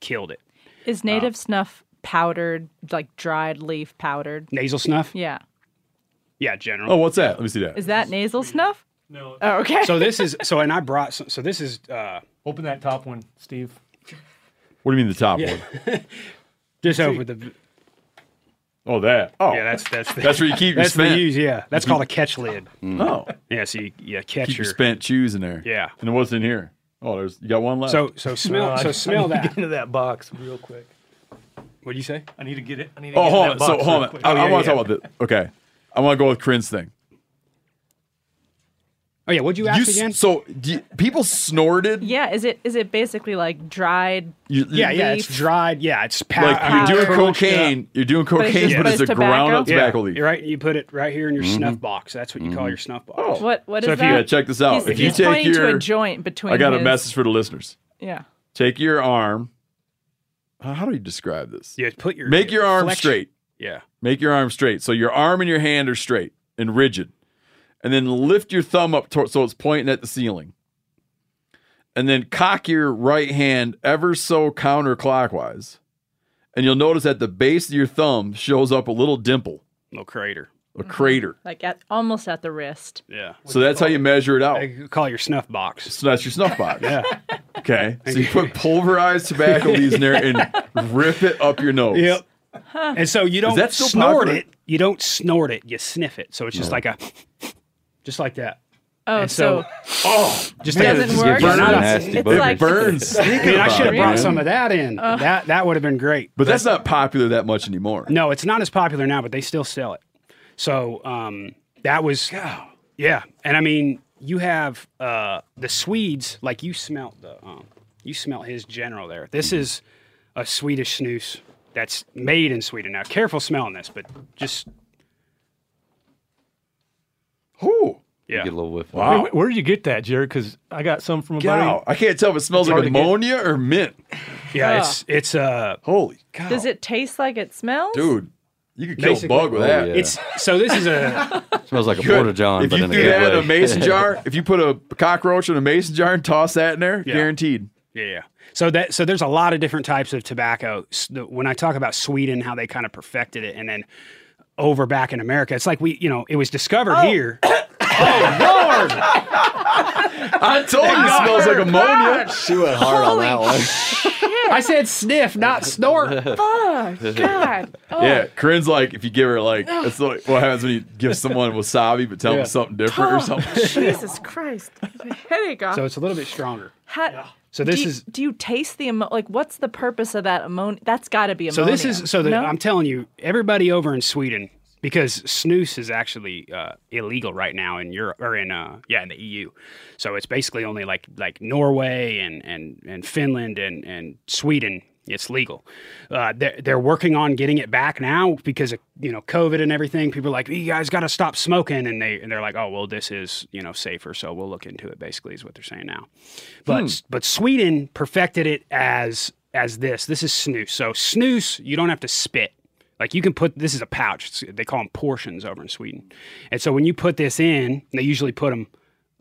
Speaker 9: killed it.
Speaker 6: Is
Speaker 9: Uh,
Speaker 6: native snuff powdered, like dried leaf powdered?
Speaker 9: Nasal snuff?
Speaker 6: Yeah.
Speaker 9: Yeah, general.
Speaker 5: Oh, what's that? Let me see that.
Speaker 6: Is that nasal snuff? No. Oh, okay.
Speaker 9: So this is so, and I brought so, so this is uh,
Speaker 4: Open that top one, Steve.
Speaker 5: What do you mean the top
Speaker 9: Yeah.
Speaker 5: one?
Speaker 9: just
Speaker 4: See.
Speaker 9: over the
Speaker 5: Oh, that. Oh,
Speaker 9: yeah. That's that's the,
Speaker 5: that's where you keep your
Speaker 9: that's
Speaker 5: spent.
Speaker 9: the use. Yeah, that's
Speaker 5: You
Speaker 9: called a
Speaker 5: keep-
Speaker 9: catch lid.
Speaker 5: Mm. Oh.
Speaker 9: yeah. So you yeah catch
Speaker 5: Keep your
Speaker 9: your
Speaker 5: spent chews in there.
Speaker 9: Yeah.
Speaker 5: and it wasn't in here. Oh, there's you got one left.
Speaker 9: So so smell
Speaker 4: No, Uh, I-
Speaker 9: so
Speaker 4: I
Speaker 9: smell
Speaker 4: need
Speaker 9: that.
Speaker 4: to Get into that box real quick.
Speaker 9: What do you say?
Speaker 4: I need to get it. I need to
Speaker 5: Oh,
Speaker 4: get
Speaker 5: hold
Speaker 4: in
Speaker 5: on.
Speaker 4: that box
Speaker 5: So
Speaker 4: real
Speaker 5: hold on.
Speaker 4: quick.
Speaker 5: I, want to talk about this. Okay, I want to go with Corinne's thing.
Speaker 9: Oh yeah, what'd you ask
Speaker 5: s-
Speaker 9: again?
Speaker 5: So do you- people snorted.
Speaker 6: Yeah. Is it is it basically like dried?
Speaker 5: You-
Speaker 9: Yeah, yeah, it's
Speaker 6: leaf?
Speaker 9: dried. Yeah, it's pow-
Speaker 5: Like
Speaker 9: uh,
Speaker 5: you're doing
Speaker 9: crushed
Speaker 5: cocaine,
Speaker 9: up.
Speaker 5: you're doing
Speaker 6: But it's
Speaker 5: cocaine,
Speaker 6: just-
Speaker 5: but
Speaker 6: but
Speaker 5: it's,
Speaker 6: it's
Speaker 5: a ground up
Speaker 6: tobacco?
Speaker 5: tobacco leaf.
Speaker 9: You're right. You put it right here in your
Speaker 5: Mhm.
Speaker 9: snuff box. That's what you
Speaker 5: Mm-hmm.
Speaker 9: call your snuff box.
Speaker 6: What what is
Speaker 5: So if you-
Speaker 6: that?
Speaker 5: yeah, check this out.
Speaker 6: He's,
Speaker 5: If you
Speaker 6: he's
Speaker 5: take
Speaker 6: pointing to
Speaker 5: your-
Speaker 6: a joint between.
Speaker 5: I got a
Speaker 6: his-
Speaker 5: message for the listeners.
Speaker 6: Yeah.
Speaker 5: Take your arm. How how do you describe this?
Speaker 9: Yeah, put your
Speaker 5: Make your arm
Speaker 9: flex-
Speaker 5: straight.
Speaker 9: Yeah.
Speaker 5: Make your arm straight. So your arm and your hand are straight and rigid. And then lift your thumb up to- so it's pointing at the ceiling. And then cock your right hand ever so counterclockwise. And you'll notice that the base of your thumb shows up a little dimple,
Speaker 9: Little crater.
Speaker 5: a crater.
Speaker 6: Mm-hmm. Like at almost at the wrist.
Speaker 9: Yeah.
Speaker 5: So that's how you measure it out.
Speaker 9: You call your snuff box.
Speaker 5: So that's your snuff box.
Speaker 9: Yeah.
Speaker 5: Okay. So you put pulverized tobacco leaves in there and rip it up your nose.
Speaker 9: Yep. And so you
Speaker 5: Is
Speaker 9: don't
Speaker 5: that still
Speaker 9: snort
Speaker 5: popular?
Speaker 9: it. You don't snort it. You sniff it. So it's just like a, just like that.
Speaker 6: Oh,
Speaker 9: And
Speaker 6: so,
Speaker 9: oh, just
Speaker 6: It
Speaker 9: like-
Speaker 6: doesn't
Speaker 9: just
Speaker 6: work?
Speaker 9: burn
Speaker 6: It's
Speaker 9: out.
Speaker 6: nasty It's boogers. like-
Speaker 5: burns.
Speaker 9: Man, I should have brought some of that in.
Speaker 6: Ugh.
Speaker 9: That that would have been great.
Speaker 5: But that's not popular that much anymore.
Speaker 9: No, it's not as popular now, but they still sell it. So um, that was, yeah. And I mean, you have uh, the Swedes, like you smelt the, um, you smelt his general there. This is a Swedish snus that's made in Sweden. Now, careful smelling this, but just
Speaker 5: Ooh.
Speaker 9: Yeah.
Speaker 8: Get a little whiff.
Speaker 4: Wait, where did you get that, Jared? Because I got some from a buddy.
Speaker 5: Wow. I can't tell if it smells
Speaker 4: It's
Speaker 5: like
Speaker 4: hard to get.
Speaker 5: ammonia or mint.
Speaker 9: yeah, it's it's uh
Speaker 5: holy
Speaker 6: does it taste like it smells?
Speaker 5: dude. You could kill a
Speaker 9: Basically-
Speaker 5: bug with
Speaker 8: Oh,
Speaker 5: that.
Speaker 8: yeah.
Speaker 9: It's so this is a
Speaker 8: Smells like a
Speaker 5: Good.
Speaker 8: porta john,
Speaker 5: If
Speaker 8: but
Speaker 5: you
Speaker 8: in a
Speaker 5: threw
Speaker 8: good
Speaker 5: that
Speaker 8: way.
Speaker 5: in a mason jar, if you put a cockroach in a mason jar and toss that in there,
Speaker 9: Yeah.
Speaker 5: guaranteed.
Speaker 9: Yeah, yeah. So that so there's a lot of different types of tobacco. S- the- When I talk about Sweden, how they kind of perfected it, and then over back in America, it's like we, you know, it was discovered
Speaker 6: Oh.
Speaker 9: here.
Speaker 5: I told you it smells like ammonia.
Speaker 11: She went hard on that one.
Speaker 9: I said sniff, not snort.
Speaker 6: Oh God. Oh.
Speaker 5: Yeah, Corinne's like, if you give her like, it's like what happens when you give someone wasabi but tell
Speaker 9: Yeah.
Speaker 5: them something different or
Speaker 6: Oh,
Speaker 5: something.
Speaker 6: Jesus Christ. The Headache off.
Speaker 9: So it's a little bit stronger.
Speaker 6: How,
Speaker 9: So this
Speaker 6: do you,
Speaker 9: is-
Speaker 6: Do you taste the ammonia? Like, what's the purpose of that ammonia? That's got to be
Speaker 9: So
Speaker 6: ammonia.
Speaker 9: this is so that
Speaker 6: No?
Speaker 9: I'm telling you, everybody over in Sweden, because snus is actually uh, illegal right now in Europe or in uh, yeah in the EU. So it's basically only like like Norway and and and Finland and and Sweden. It's legal. Uh, they're, they're working on getting it back now because of you know COVID and everything. People are like, you guys got to stop smoking, and they and they're like, oh well, this is you know safer, so we'll look into it. Basically, is what they're saying now. But but Sweden perfected it as as this. This is snus. So snus, you don't have to spit. Like you can put this is a pouch. It's- they call them portions over in Sweden. And so when you put this in, they usually put them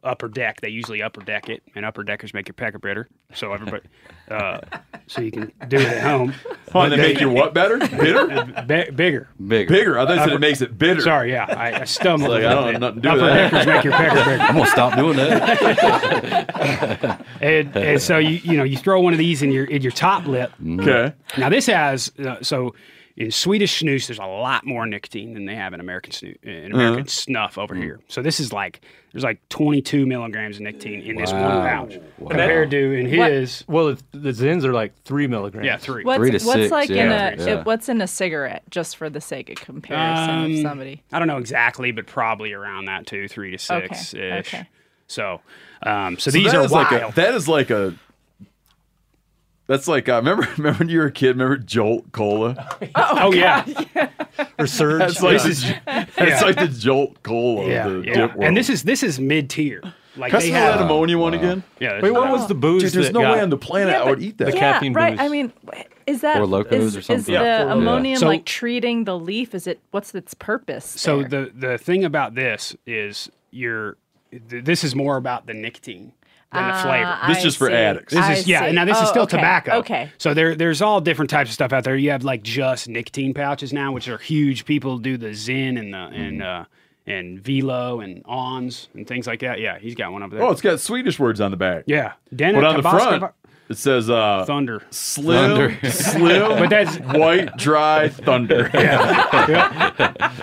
Speaker 9: upper deck. They usually upper deck it, and upper deckers make your pecker better. So everybody, uh, so you can do it at home.
Speaker 5: Oh, and they make your what better? Bitter?
Speaker 9: Bi- bigger.
Speaker 5: Bigger. Bigger. I thought you said it makes it bitter.
Speaker 9: Sorry, yeah, I, I stumbled.
Speaker 5: It's like, I don't
Speaker 9: a
Speaker 5: have
Speaker 9: bit.
Speaker 5: nothing to do
Speaker 9: upper
Speaker 5: with that.
Speaker 9: deckers make your pecker bigger.
Speaker 5: I'm gonna stop doing
Speaker 9: that. and, and so you you know you throw one of these in your in your top lip.
Speaker 5: 'Kay.
Speaker 9: Now this has uh, so. In Swedish snus, there's a lot more nicotine than they have in American snus, in American
Speaker 5: Uh-huh.
Speaker 9: snuff over here. So this is like there's like 22 milligrams of nicotine in this one
Speaker 5: Wow.
Speaker 9: pouch
Speaker 5: Wow.
Speaker 9: compared to in
Speaker 6: What-
Speaker 9: his.
Speaker 4: Well, it's, the Zins are like three milligrams.
Speaker 9: Yeah, three.
Speaker 6: What's, what's like in a
Speaker 9: Yeah.
Speaker 6: it- what's in a cigarette? Just for the sake of comparison, of
Speaker 9: Um,
Speaker 6: somebody.
Speaker 9: I don't know exactly, but probably around that two, three to
Speaker 6: Okay,
Speaker 9: six ish.
Speaker 6: okay.
Speaker 9: So, um, so, these
Speaker 5: that
Speaker 9: are
Speaker 5: is like a,
Speaker 9: wild.
Speaker 5: that is like a that's like uh, remember remember when you were a kid remember Jolt Cola
Speaker 9: oh, yeah.
Speaker 5: or Surge that's like, this, that's
Speaker 9: Yeah.
Speaker 5: like the Jolt Cola
Speaker 9: Yeah,
Speaker 5: of the
Speaker 9: yeah.
Speaker 5: dip world.
Speaker 9: and this is this is mid tier. Like
Speaker 5: Can I
Speaker 9: they
Speaker 5: smell
Speaker 9: have
Speaker 5: that ammonia one again?
Speaker 9: Yeah.
Speaker 5: Wait, what was the booze
Speaker 9: Dude,
Speaker 5: Dude, there's that no got- way on the planet I would eat that. The
Speaker 6: yeah,
Speaker 5: caffeine
Speaker 6: right.
Speaker 5: booze.
Speaker 6: I mean, is that
Speaker 5: Or Locos
Speaker 6: is,
Speaker 5: or
Speaker 6: Is
Speaker 5: something.
Speaker 6: the
Speaker 5: Yeah, Four Locos.
Speaker 6: ammonium
Speaker 9: So-
Speaker 6: like treating the leaf? Is it what's its purpose?
Speaker 9: So
Speaker 6: there?
Speaker 9: the the thing about this is you're th- this is more about the nicotine than the
Speaker 6: Ah,
Speaker 9: flavor.
Speaker 6: This is I for see. addicts.
Speaker 9: This
Speaker 6: I
Speaker 9: is yeah.
Speaker 6: see.
Speaker 9: Now this
Speaker 6: Oh,
Speaker 9: is still
Speaker 6: okay.
Speaker 9: tobacco.
Speaker 6: Okay.
Speaker 9: So there there's all different types of stuff out there. You have like just nicotine pouches now, which are huge. People do the Zen and the and
Speaker 5: Mm-hmm.
Speaker 9: uh, and Velo and Ons and things like that. Yeah, he's got one over there.
Speaker 5: oh it's got Swedish words on the back
Speaker 9: yeah.
Speaker 5: but on the
Speaker 9: Tabasco
Speaker 5: front
Speaker 9: Bar-
Speaker 5: it says uh,
Speaker 9: thunder
Speaker 5: slim
Speaker 9: Thunder.
Speaker 5: slim
Speaker 9: But that's-
Speaker 5: white dry thunder
Speaker 9: Yeah.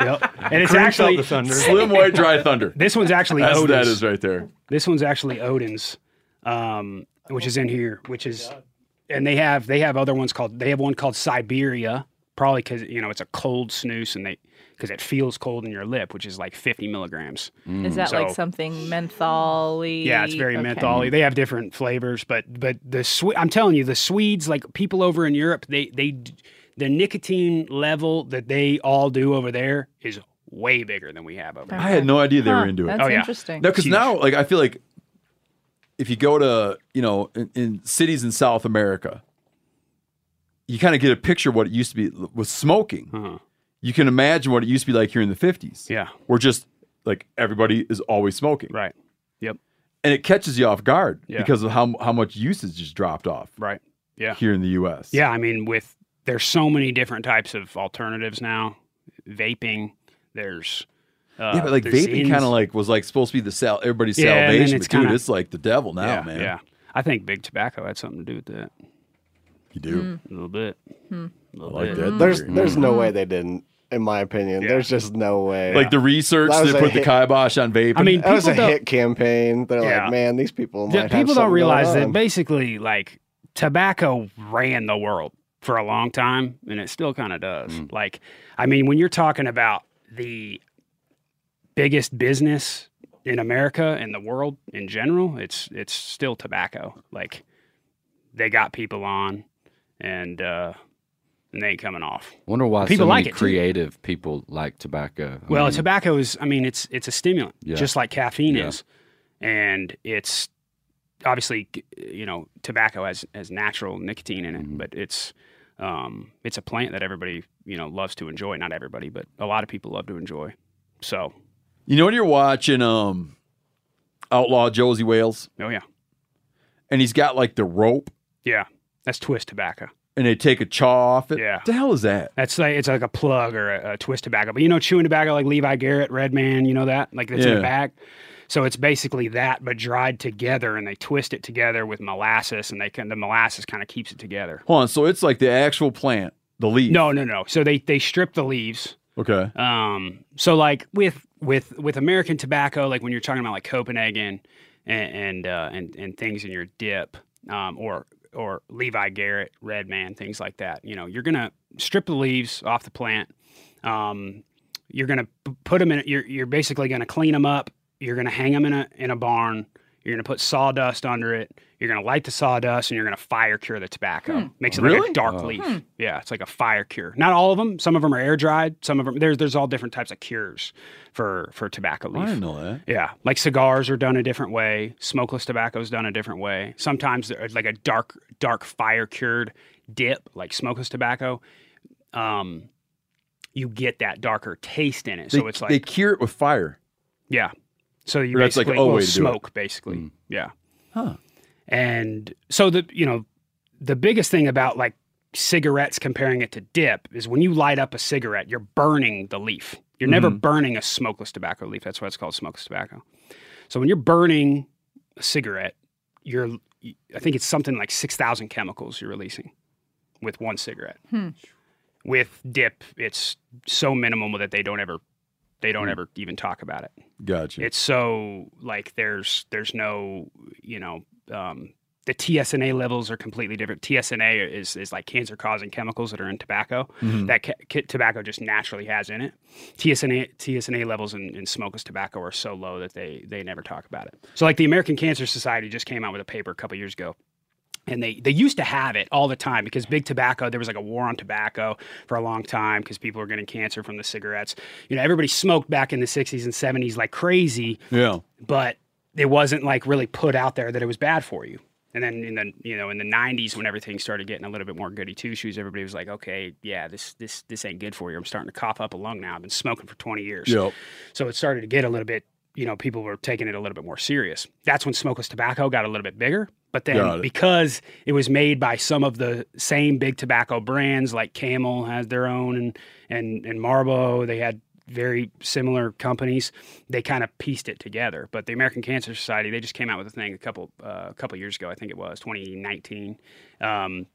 Speaker 9: Yep. And it's
Speaker 5: Cranks out
Speaker 9: actually
Speaker 5: the thunder. Slim, white, dry thunder.
Speaker 9: This one's actually
Speaker 5: That's- that
Speaker 9: Odin's.
Speaker 5: is right there.
Speaker 9: This one's actually Odin's, um, which is in here, which is, and they have they have other ones called they have one called Siberia, probably because you know it's a cold snooze and they because it feels cold in your lip, which is like 50 milligrams.
Speaker 5: Mm.
Speaker 6: is
Speaker 5: Hmm.
Speaker 6: that like
Speaker 9: So-
Speaker 6: something mentholy?
Speaker 9: yeah, it's very
Speaker 6: Okay.
Speaker 9: mentholy. They have different flavors, but but the Swe- I'm telling you, the Swedes, like people over in Europe, they they d- the nicotine level that they all do over there is way bigger than we have over.
Speaker 5: I had no idea they were into it.
Speaker 9: That's Oh, yeah. interesting.
Speaker 5: No, because
Speaker 9: Huge.
Speaker 5: now, like, I feel like if you go to you know in, in cities in South America, you kind of get a picture of what it used to be l- with smoking. You can imagine what it used to be like here in the fifties.
Speaker 9: Uh-huh. Yeah.
Speaker 5: where just like everybody is always smoking.
Speaker 9: Right. Yep.
Speaker 5: And it catches you off guard
Speaker 9: Yeah.
Speaker 5: because of how how much usage just dropped off
Speaker 9: Right. Yeah.
Speaker 5: here in the U.S.
Speaker 9: Yeah, I mean, with there's so many different types of alternatives now. Vaping, there's uh,
Speaker 5: yeah, but like
Speaker 9: there's
Speaker 5: vaping
Speaker 9: Zins.
Speaker 5: kind of like was like supposed to be the sal everybody's
Speaker 9: Yeah, and then
Speaker 5: salvation.
Speaker 9: it's
Speaker 5: but dude,
Speaker 9: kinda-
Speaker 5: it's like the devil now,
Speaker 9: yeah,
Speaker 5: man.
Speaker 9: Yeah, I think big tobacco had something to do with that.
Speaker 5: You do Hmm.
Speaker 9: a little bit. A little bit.
Speaker 11: There's there's no way they didn't. In my opinion, there's just no way.
Speaker 5: Mm-hmm. Like the research
Speaker 11: That was
Speaker 5: that
Speaker 11: a
Speaker 5: put the
Speaker 11: hit-
Speaker 5: kibosh on vaping.
Speaker 11: I mean, that was a
Speaker 9: people don't-
Speaker 11: hit campaign. They're
Speaker 9: Yeah.
Speaker 11: like, man, these people. Might
Speaker 9: Yeah,
Speaker 11: have
Speaker 9: people
Speaker 11: something
Speaker 9: don't realize
Speaker 11: going
Speaker 9: that
Speaker 11: on."
Speaker 9: basically, like, tobacco ran the world for a long time, and it still kind of does.
Speaker 11: Hmm.
Speaker 9: Like, I mean, when you're talking about the biggest business in America and the world in general, it's it's still tobacco. Like, they got people on, and uh, and they ain't coming off.
Speaker 8: Wonder why
Speaker 9: people
Speaker 8: so
Speaker 9: like
Speaker 8: many
Speaker 9: it too.
Speaker 8: creative people like tobacco. I
Speaker 9: Well,
Speaker 8: mean,
Speaker 9: tobacco is. I mean, it's it's a stimulant,
Speaker 8: Yeah.
Speaker 9: just like caffeine is, and it's obviously you know tobacco has has natural nicotine in it,
Speaker 8: Mm-hmm.
Speaker 9: but it's um, it's a plant that everybody you know loves to enjoy. Not everybody, but a lot of people love to enjoy. So
Speaker 5: you know when you're watching um Outlaw Josie Wales
Speaker 9: oh yeah,
Speaker 5: and he's got like the rope
Speaker 9: yeah, that's twist tobacco.
Speaker 5: and they take a chaw off it.
Speaker 9: Yeah. What
Speaker 5: the hell is that?
Speaker 9: That's like it's like a plug or a, a twist tobacco, but you know chewing tobacco like Levi Garrett, Redman, you know that like that's in
Speaker 5: Yeah.
Speaker 9: the bag. So it's basically that, but dried together, and they twist it together with molasses, and they can the molasses kind of keeps it together.
Speaker 5: Hold on, so it's like the actual plant, the leaf.
Speaker 9: No, no, no. So they they strip the leaves.
Speaker 5: Okay.
Speaker 9: Um. So like with with with American tobacco, like when you're talking about like Copenhagen and and uh, and, and things in your dip, um, or or Levi Garrett, Redman, things like that. You know, you're gonna strip the leaves off the plant. Um, you're gonna p- put them in. You're you're basically gonna clean them up. You're gonna hang them in a in a barn. You're gonna put sawdust under it. You're gonna light the sawdust, and you're gonna fire cure the tobacco.
Speaker 5: Hmm.
Speaker 9: Makes it like
Speaker 5: Really?
Speaker 9: a dark
Speaker 5: Oh.
Speaker 9: leaf.
Speaker 5: Hmm.
Speaker 9: Yeah, it's like a fire cure. Not all of them. Some of them are air dried. Some of them there's there's all different types of cures for for tobacco leaf.
Speaker 5: I didn't know that.
Speaker 9: Yeah, like cigars are done a different way. Smokeless tobacco is done a different way. Sometimes they're uh, like a dark dark fire cured dip, like smokeless tobacco. Um, you get that darker taste in it.
Speaker 5: They,
Speaker 9: so it's like
Speaker 5: they cure it with fire.
Speaker 9: yeah. So you
Speaker 5: Or that's, like,
Speaker 9: basically
Speaker 5: a
Speaker 9: will
Speaker 5: way to do it. Mm.
Speaker 9: smoke, basically. Yeah.
Speaker 5: Huh.
Speaker 9: And so the you know the biggest thing about like cigarettes comparing it to dip is when you light up a cigarette, you're burning the leaf. You're never
Speaker 5: Mm-hmm.
Speaker 13: Mhm.
Speaker 9: burning a smokeless tobacco leaf. That's why it's called smokeless tobacco. So when you're burning a cigarette, you're I think it's something like six thousand chemicals you're releasing with one cigarette.
Speaker 6: Hmm.
Speaker 9: With dip, it's so minimal that they don't ever they
Speaker 5: Hmm.
Speaker 9: don't ever even talk about it.
Speaker 5: Gotcha.
Speaker 9: It's so like there's there's no you know um, the TSNA levels are completely different. TSNA is is like cancer causing chemicals that are in tobacco
Speaker 13: Mhm.
Speaker 9: that ca- ca- tobacco just naturally has in it. TSNA TSNA levels in, in smokeless tobacco are so low that they they never talk about it. So like the American Cancer Society just came out with a paper a couple years ago and they they used to have it all the time because big tobacco there was like a war on tobacco for a long time because people were getting cancer from the cigarettes you know everybody smoked back in the 60s and 70s like crazy
Speaker 5: Yeah.
Speaker 9: but it wasn't like really put out there that it was bad for you and then in the you know in the 90s when everything started getting a little bit more goody two shoes everybody was like okay yeah this this this ain't good for you i'm starting to cough up a lung now i've been smoking for 20 years
Speaker 13: Yep.
Speaker 9: so it started to get a little bit you know people were taking it a little bit more serious that's when smokeless tobacco got a little bit bigger but then
Speaker 13: Got it.
Speaker 9: because it was made by some of the same big tobacco brands like Camel has their own and and and Marlboro they had very similar companies they kind of pieced it together but the American Cancer Society they just came out with a thing a couple uh, a couple years ago I think it was 2019 um,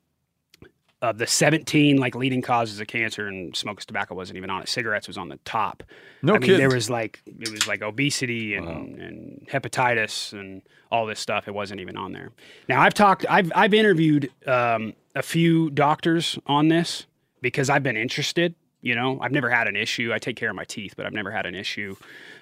Speaker 9: of the 17 like leading causes of cancer and smokeless tobacco wasn't even on it cigarettes was on the top
Speaker 13: No
Speaker 9: I mean, there
Speaker 13: kidding.
Speaker 9: was like it was like obesity and, and hepatitis and all this stuff it wasn't even on there now i've talked i've i've interviewed um, a few doctors on this because i've been interested you know i've never had an issue i take care of my teeth but i've never had an issue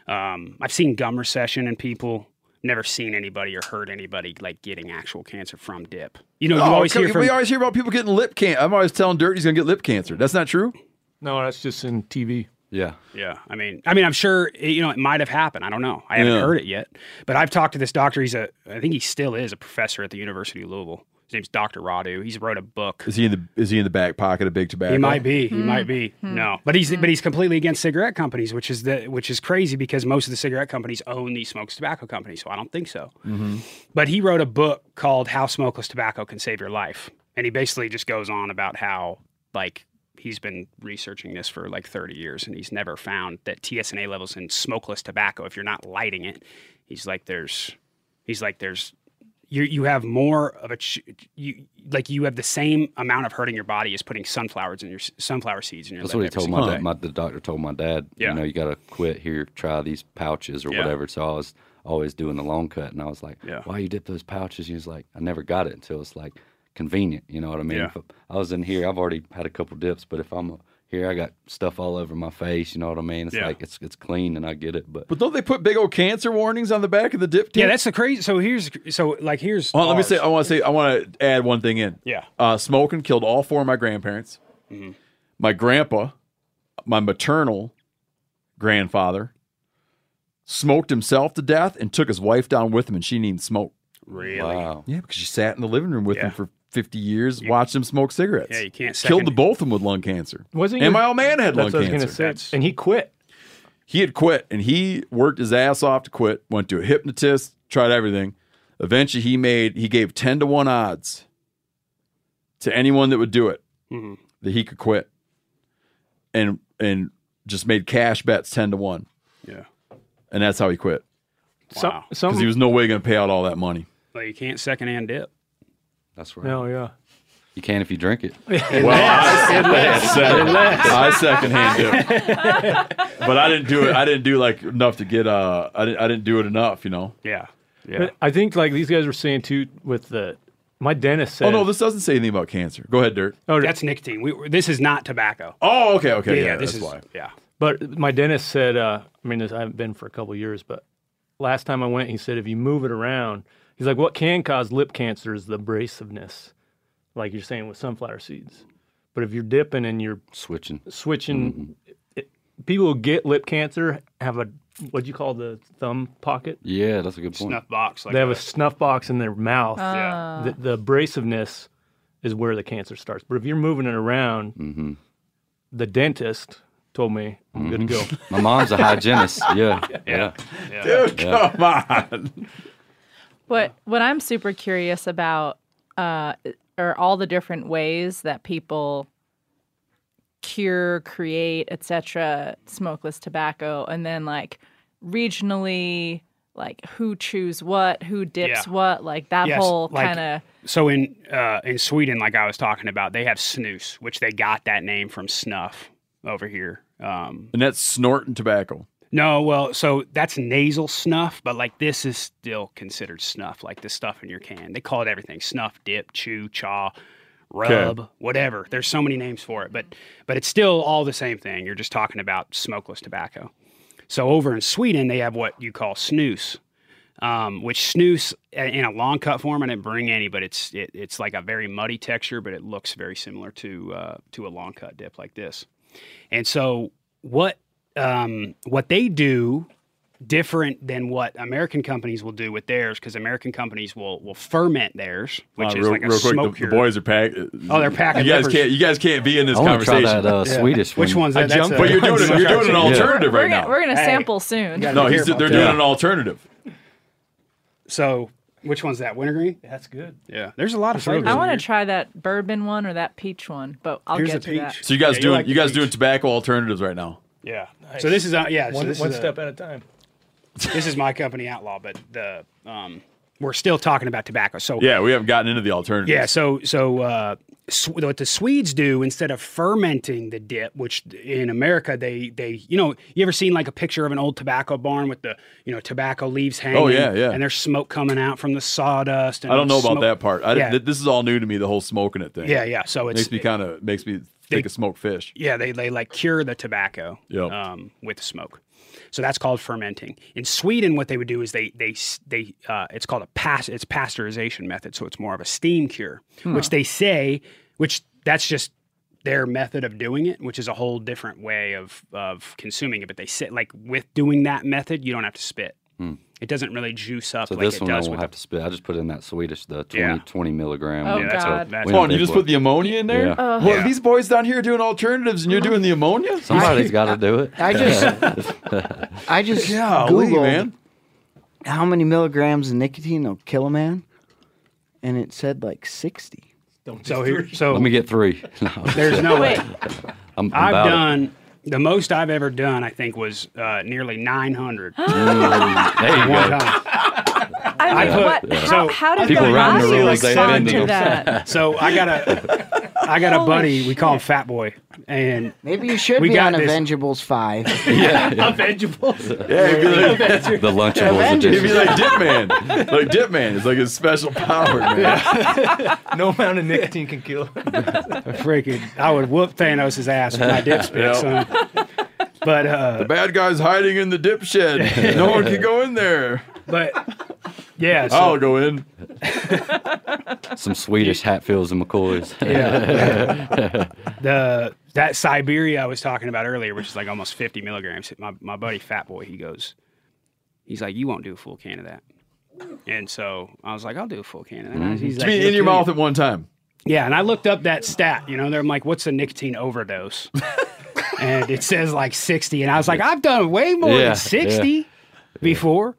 Speaker 9: um, i've seen gum recession in people never seen anybody or heard anybody like getting actual cancer from dip you know you
Speaker 5: Oh,
Speaker 9: always hear
Speaker 5: we
Speaker 9: from
Speaker 5: always hear about people getting lip cancer. I'm always telling Dirt he's gonna get lip cancer. That's not true.
Speaker 9: no that's just in tv
Speaker 5: Yeah.
Speaker 9: yeah, I mean, I mean, I'm sure eh, you know it might have happened. I don't know. I haven't
Speaker 5: Yeah.
Speaker 9: heard it yet, but I've talked to this doctor. He's a, I think he still is a professor at the University of Louisville. His name's Dr. Radu. He's wrote a book.
Speaker 5: Is he in the is he in the back pocket of Big Tobacco?
Speaker 9: He might be. He might be. No, but he's but he's completely against cigarette companies, which is the which is crazy because most of the cigarette companies own these smokes tobacco companies. So I don't think so.
Speaker 13: Mm-hmm.
Speaker 9: But he wrote a book called How Smokeless Tobacco Can Save Your Life. And he basically just goes on about how, like, he's been researching this for like 30 years and he's never found that TSNA levels in smokeless tobacco, if you're not lighting it, he's like, there's, he's like, there's, you, you have more of a ch- you like you have the same amount of hurting your body as putting sunflowers in your s- sunflower seeds in your
Speaker 8: That's
Speaker 9: lip
Speaker 8: what he
Speaker 9: every
Speaker 8: told
Speaker 9: single
Speaker 8: my
Speaker 9: day.
Speaker 8: dad. My, the doctor told my dad,
Speaker 9: Yeah.
Speaker 8: you know, you got to quit here, try these pouches or
Speaker 9: Yeah.
Speaker 8: whatever. So I was always doing the long cut, and I was like, why you dip those pouches? He was like, I never got it until it's like convenient. You know what I mean?
Speaker 13: Yeah.
Speaker 8: If I was in here, I've already had a couple dips, but if I'm here, I got stuff all over my face. You know what I mean? It's
Speaker 5: Yeah.
Speaker 8: like it's it's clean, and I get it. But
Speaker 5: But don't they put big old cancer warnings on the back of the dip?
Speaker 9: yeah
Speaker 5: tip?
Speaker 9: that's the crazy so here's so like here's
Speaker 5: Hold on, let me
Speaker 9: ours.
Speaker 5: say. I want to say. I want to add one thing in.
Speaker 9: Yeah.
Speaker 5: Uh, smoking killed all four of my grandparents.
Speaker 9: Mhm.
Speaker 5: My grandpa, my maternal grandfather, smoked himself to death and took his wife down with him, and she didn't even smoke.
Speaker 9: really
Speaker 5: Yeah, because she sat in the living room with him for fifty years, watched him smoke cigarettes.
Speaker 9: Yeah, you
Speaker 5: Killed
Speaker 9: can't second-
Speaker 5: the both of them with lung cancer.
Speaker 4: Wasn't
Speaker 5: and
Speaker 4: your-
Speaker 5: my old man had
Speaker 4: That's
Speaker 5: lung
Speaker 4: what I was
Speaker 5: cancer.
Speaker 4: gonna say. And he quit.
Speaker 5: He had quit and he worked his ass off to quit, went to a hypnotist, tried everything. Eventually he made he gave 10 to 1 odds to anyone that would do it
Speaker 9: Mhm.
Speaker 5: that he could quit. And and just made cash bets 10 to 1.
Speaker 9: Yeah.
Speaker 5: And that's how he quit.
Speaker 9: Wow.
Speaker 5: Cuz he was no way going to pay out all that money.
Speaker 9: like you can't second hand dip
Speaker 8: that's right.
Speaker 4: No, Oh, yeah.
Speaker 8: You can if you drink it.
Speaker 5: Well, I,
Speaker 4: Unless- unless-
Speaker 5: I second hand dip. But I didn't do it. I didn't do like enough to get uh I didn't I didn't do it enough, you know.
Speaker 9: Yeah.
Speaker 4: But I think like these guys were saying too with the my dentist said
Speaker 5: Oh no, this doesn't say anything about cancer. Go ahead, Dirt.
Speaker 4: Oh,
Speaker 9: that's nicotine. We, this is not tobacco.
Speaker 5: Oh, okay, okay,
Speaker 9: Yeah,
Speaker 5: yeah,
Speaker 9: this
Speaker 5: that's
Speaker 9: is
Speaker 5: why.
Speaker 9: yeah.
Speaker 4: But my dentist said, uh, I mean, this, I haven't been for a couple years, but last time I went, he said, if you move it around, he's like, what can cause lip cancer is the abrasiveness, like you're saying with sunflower seeds. But if you're dipping and you're
Speaker 8: switching,
Speaker 4: switching,
Speaker 5: Mm-hmm.
Speaker 4: it, people who get lip cancer have a what do you call the thumb pocket?
Speaker 8: Yeah, that's a good point.
Speaker 9: Snuff box. Like
Speaker 4: they have a,
Speaker 9: a-
Speaker 4: snuff box in their mouth.
Speaker 9: Yeah.
Speaker 4: The, the abrasiveness is where the cancer starts. But if you're moving it around, the dentist told me I'm good to go.
Speaker 8: My mom's a hygienist. Yeah. Yeah.
Speaker 5: Dude,
Speaker 8: Yeah.
Speaker 5: come on.
Speaker 6: What what I'm super curious about uh, are all the different ways that people cure, create, etc. smokeless tobacco, and then like regionally, like who chews what, who dips
Speaker 9: Yeah.
Speaker 6: what, like that
Speaker 9: Yes,
Speaker 6: whole
Speaker 9: like-
Speaker 6: kind of.
Speaker 9: So in uh, in Sweden, like I was talking about, they have snus, which they got that name from snuff over here. Um,
Speaker 5: and that's snorting tobacco.
Speaker 9: No, well, so that's nasal snuff, but like this is still considered snuff, like the stuff in your can. They call it everything: snuff, dip, chew, chaw, rub,
Speaker 5: Okay.
Speaker 9: whatever. There's so many names for it, but but it's still all the same thing. You're just talking about smokeless tobacco. So over in Sweden, they have what you call snus, um, which snus i- in a long cut form. I didn't bring any, but it's it, it's like a very muddy texture, but it looks very similar to uh, to a long cut dip like this. And so what um, what they do different than what American companies will do with theirs because American companies will will ferment theirs, which
Speaker 5: Uh,
Speaker 9: is
Speaker 5: real,
Speaker 9: like a
Speaker 5: real quick,
Speaker 9: smoke
Speaker 5: the,
Speaker 9: cure.
Speaker 5: the boys are packed.
Speaker 9: Oh, they're packing
Speaker 5: You guys
Speaker 9: peppers.
Speaker 5: can't. You guys can't be in this
Speaker 8: I wanna try
Speaker 5: conversation.
Speaker 8: that, uh, Yeah. Swedish
Speaker 9: Which one. one's that?
Speaker 5: I
Speaker 9: That's
Speaker 5: jumped-
Speaker 9: a-
Speaker 5: But you're doing,
Speaker 9: that's a
Speaker 5: you're doing an
Speaker 9: Yeah.
Speaker 5: alternative
Speaker 6: we're
Speaker 5: right
Speaker 6: gonna,
Speaker 5: now.
Speaker 6: we're gonna
Speaker 9: Hey.
Speaker 6: sample soon.
Speaker 5: No, he's, they're doing an alternative.
Speaker 9: So which one's that? Wintergreen. That's good. Yeah, there's a lot of flavors.
Speaker 6: I want to try that bourbon one or that peach one, but I'll
Speaker 9: Here's
Speaker 6: get
Speaker 9: the
Speaker 6: to that.
Speaker 9: peach.
Speaker 5: So you guys
Speaker 9: Yeah, you
Speaker 5: doing
Speaker 9: like
Speaker 5: you
Speaker 9: the
Speaker 5: guys doing tobacco alternatives right now?
Speaker 9: Yeah. So this is uh, yeah.
Speaker 4: One-
Speaker 9: so this
Speaker 4: one
Speaker 9: is
Speaker 4: step
Speaker 9: at a time. this is my company, Outlaw, but the um, we're still talking about tobacco. So
Speaker 5: Yeah, we haven't gotten into the alternatives.
Speaker 9: Yeah, so so uh, sw- what the Swedes do instead of fermenting the dip, which in America they they you know you ever seen like a picture of an old tobacco barn with the you know tobacco leaves hanging?
Speaker 5: Oh, yeah, yeah.
Speaker 9: And there's smoke coming out from the sawdust. And
Speaker 5: I don't know about
Speaker 9: smoke-
Speaker 5: that part. I,
Speaker 9: yeah,
Speaker 5: didn't this is all new to me. The whole smoking it thing.
Speaker 9: Yeah, yeah, so it's-
Speaker 5: makes me kind of makes me think of smoked fish.
Speaker 9: yeah, they they like cure the tobacco
Speaker 5: Yep.
Speaker 9: um, with the smoke. So that's called fermenting. In Sweden, what they would do is they they s- they uh, it's called a pass it's pasteurization method. So it's more of a steam cure,
Speaker 13: Hmm.
Speaker 9: which they say, which that's just their method of doing it, which is a whole different way of of consuming it. But they sit like with doing that method, you don't have to spit.
Speaker 8: Hmm.
Speaker 9: It doesn't really juice up
Speaker 8: So
Speaker 9: like
Speaker 8: this
Speaker 9: it
Speaker 8: one I
Speaker 9: does
Speaker 8: won't
Speaker 9: with
Speaker 8: have to spit. I just put in that Swedish, the 20,
Speaker 9: Yeah.
Speaker 8: 20 milligram.
Speaker 9: Oh,
Speaker 8: one.
Speaker 9: God.
Speaker 8: So
Speaker 9: That's-
Speaker 8: we need
Speaker 5: Oh,
Speaker 8: a
Speaker 5: and you
Speaker 8: big
Speaker 5: just
Speaker 8: one.
Speaker 5: put the ammonia in there.
Speaker 8: Yeah.
Speaker 6: Oh.
Speaker 8: Uh,
Speaker 5: well,
Speaker 8: Yeah.
Speaker 5: these boys down here doing alternatives, and you're doing the ammonia.
Speaker 8: Somebody's got to do it.
Speaker 7: I just- I just
Speaker 5: Golly,
Speaker 7: googled
Speaker 5: man.
Speaker 7: how many milligrams of nicotine will kill a man, and it said like sixty.
Speaker 9: Don't so here, so
Speaker 8: Let me get three. No,
Speaker 9: There's no way.
Speaker 8: I'm, I'm
Speaker 9: i
Speaker 8: about
Speaker 9: have
Speaker 8: it.
Speaker 9: done the most I've ever done. I think was uh, nearly 900.
Speaker 8: Mm, there you
Speaker 9: One
Speaker 8: go.
Speaker 9: time.
Speaker 6: I mean,
Speaker 9: put-
Speaker 6: what?
Speaker 9: so-
Speaker 6: How, how did
Speaker 9: People
Speaker 6: the
Speaker 9: around the
Speaker 6: body
Speaker 9: room, like, they've
Speaker 6: respond
Speaker 9: been
Speaker 6: to
Speaker 9: to
Speaker 6: that?
Speaker 9: So I got a, I got a
Speaker 7: Holy
Speaker 9: buddy. We call him Fat Boy, and
Speaker 7: maybe you should
Speaker 9: We
Speaker 7: be
Speaker 9: got
Speaker 7: on
Speaker 9: this-
Speaker 7: Avengeables Five.
Speaker 8: Yeah, yeah.
Speaker 7: Avengeables.
Speaker 8: the Lunchables
Speaker 7: Avengers.
Speaker 8: edition.
Speaker 5: It'd be like Dip Man. Like Dip Man is like his special power, man.
Speaker 4: no amount of nicotine can kill.
Speaker 9: freaking, I would whoop Thanos' ass with my dip spit.
Speaker 5: Yep.
Speaker 9: son. But uh,
Speaker 5: The bad guy's hiding in the dip shed. No one can go in there.
Speaker 9: But yeah, so-
Speaker 5: I'll go in.
Speaker 8: Some Swedish Hatfields and McCoys.
Speaker 9: Yeah. the that Siberia I was talking about earlier, which is like almost 50 milligrams. My my buddy Fat Boy, he goes, he's like, you won't do a full can of that. And so I was like, I'll do a full can of that. He's
Speaker 5: Just
Speaker 9: like,
Speaker 5: be
Speaker 9: "You'll
Speaker 5: Mm-hmm. in your
Speaker 9: kill
Speaker 5: mouth at one time.
Speaker 9: Yeah, and I looked up that stat. You know, they're I'm like, what's a nicotine overdose? and it says like 60, and I was like, I've done way more
Speaker 5: Yeah,
Speaker 9: than 60
Speaker 5: yeah.
Speaker 9: before.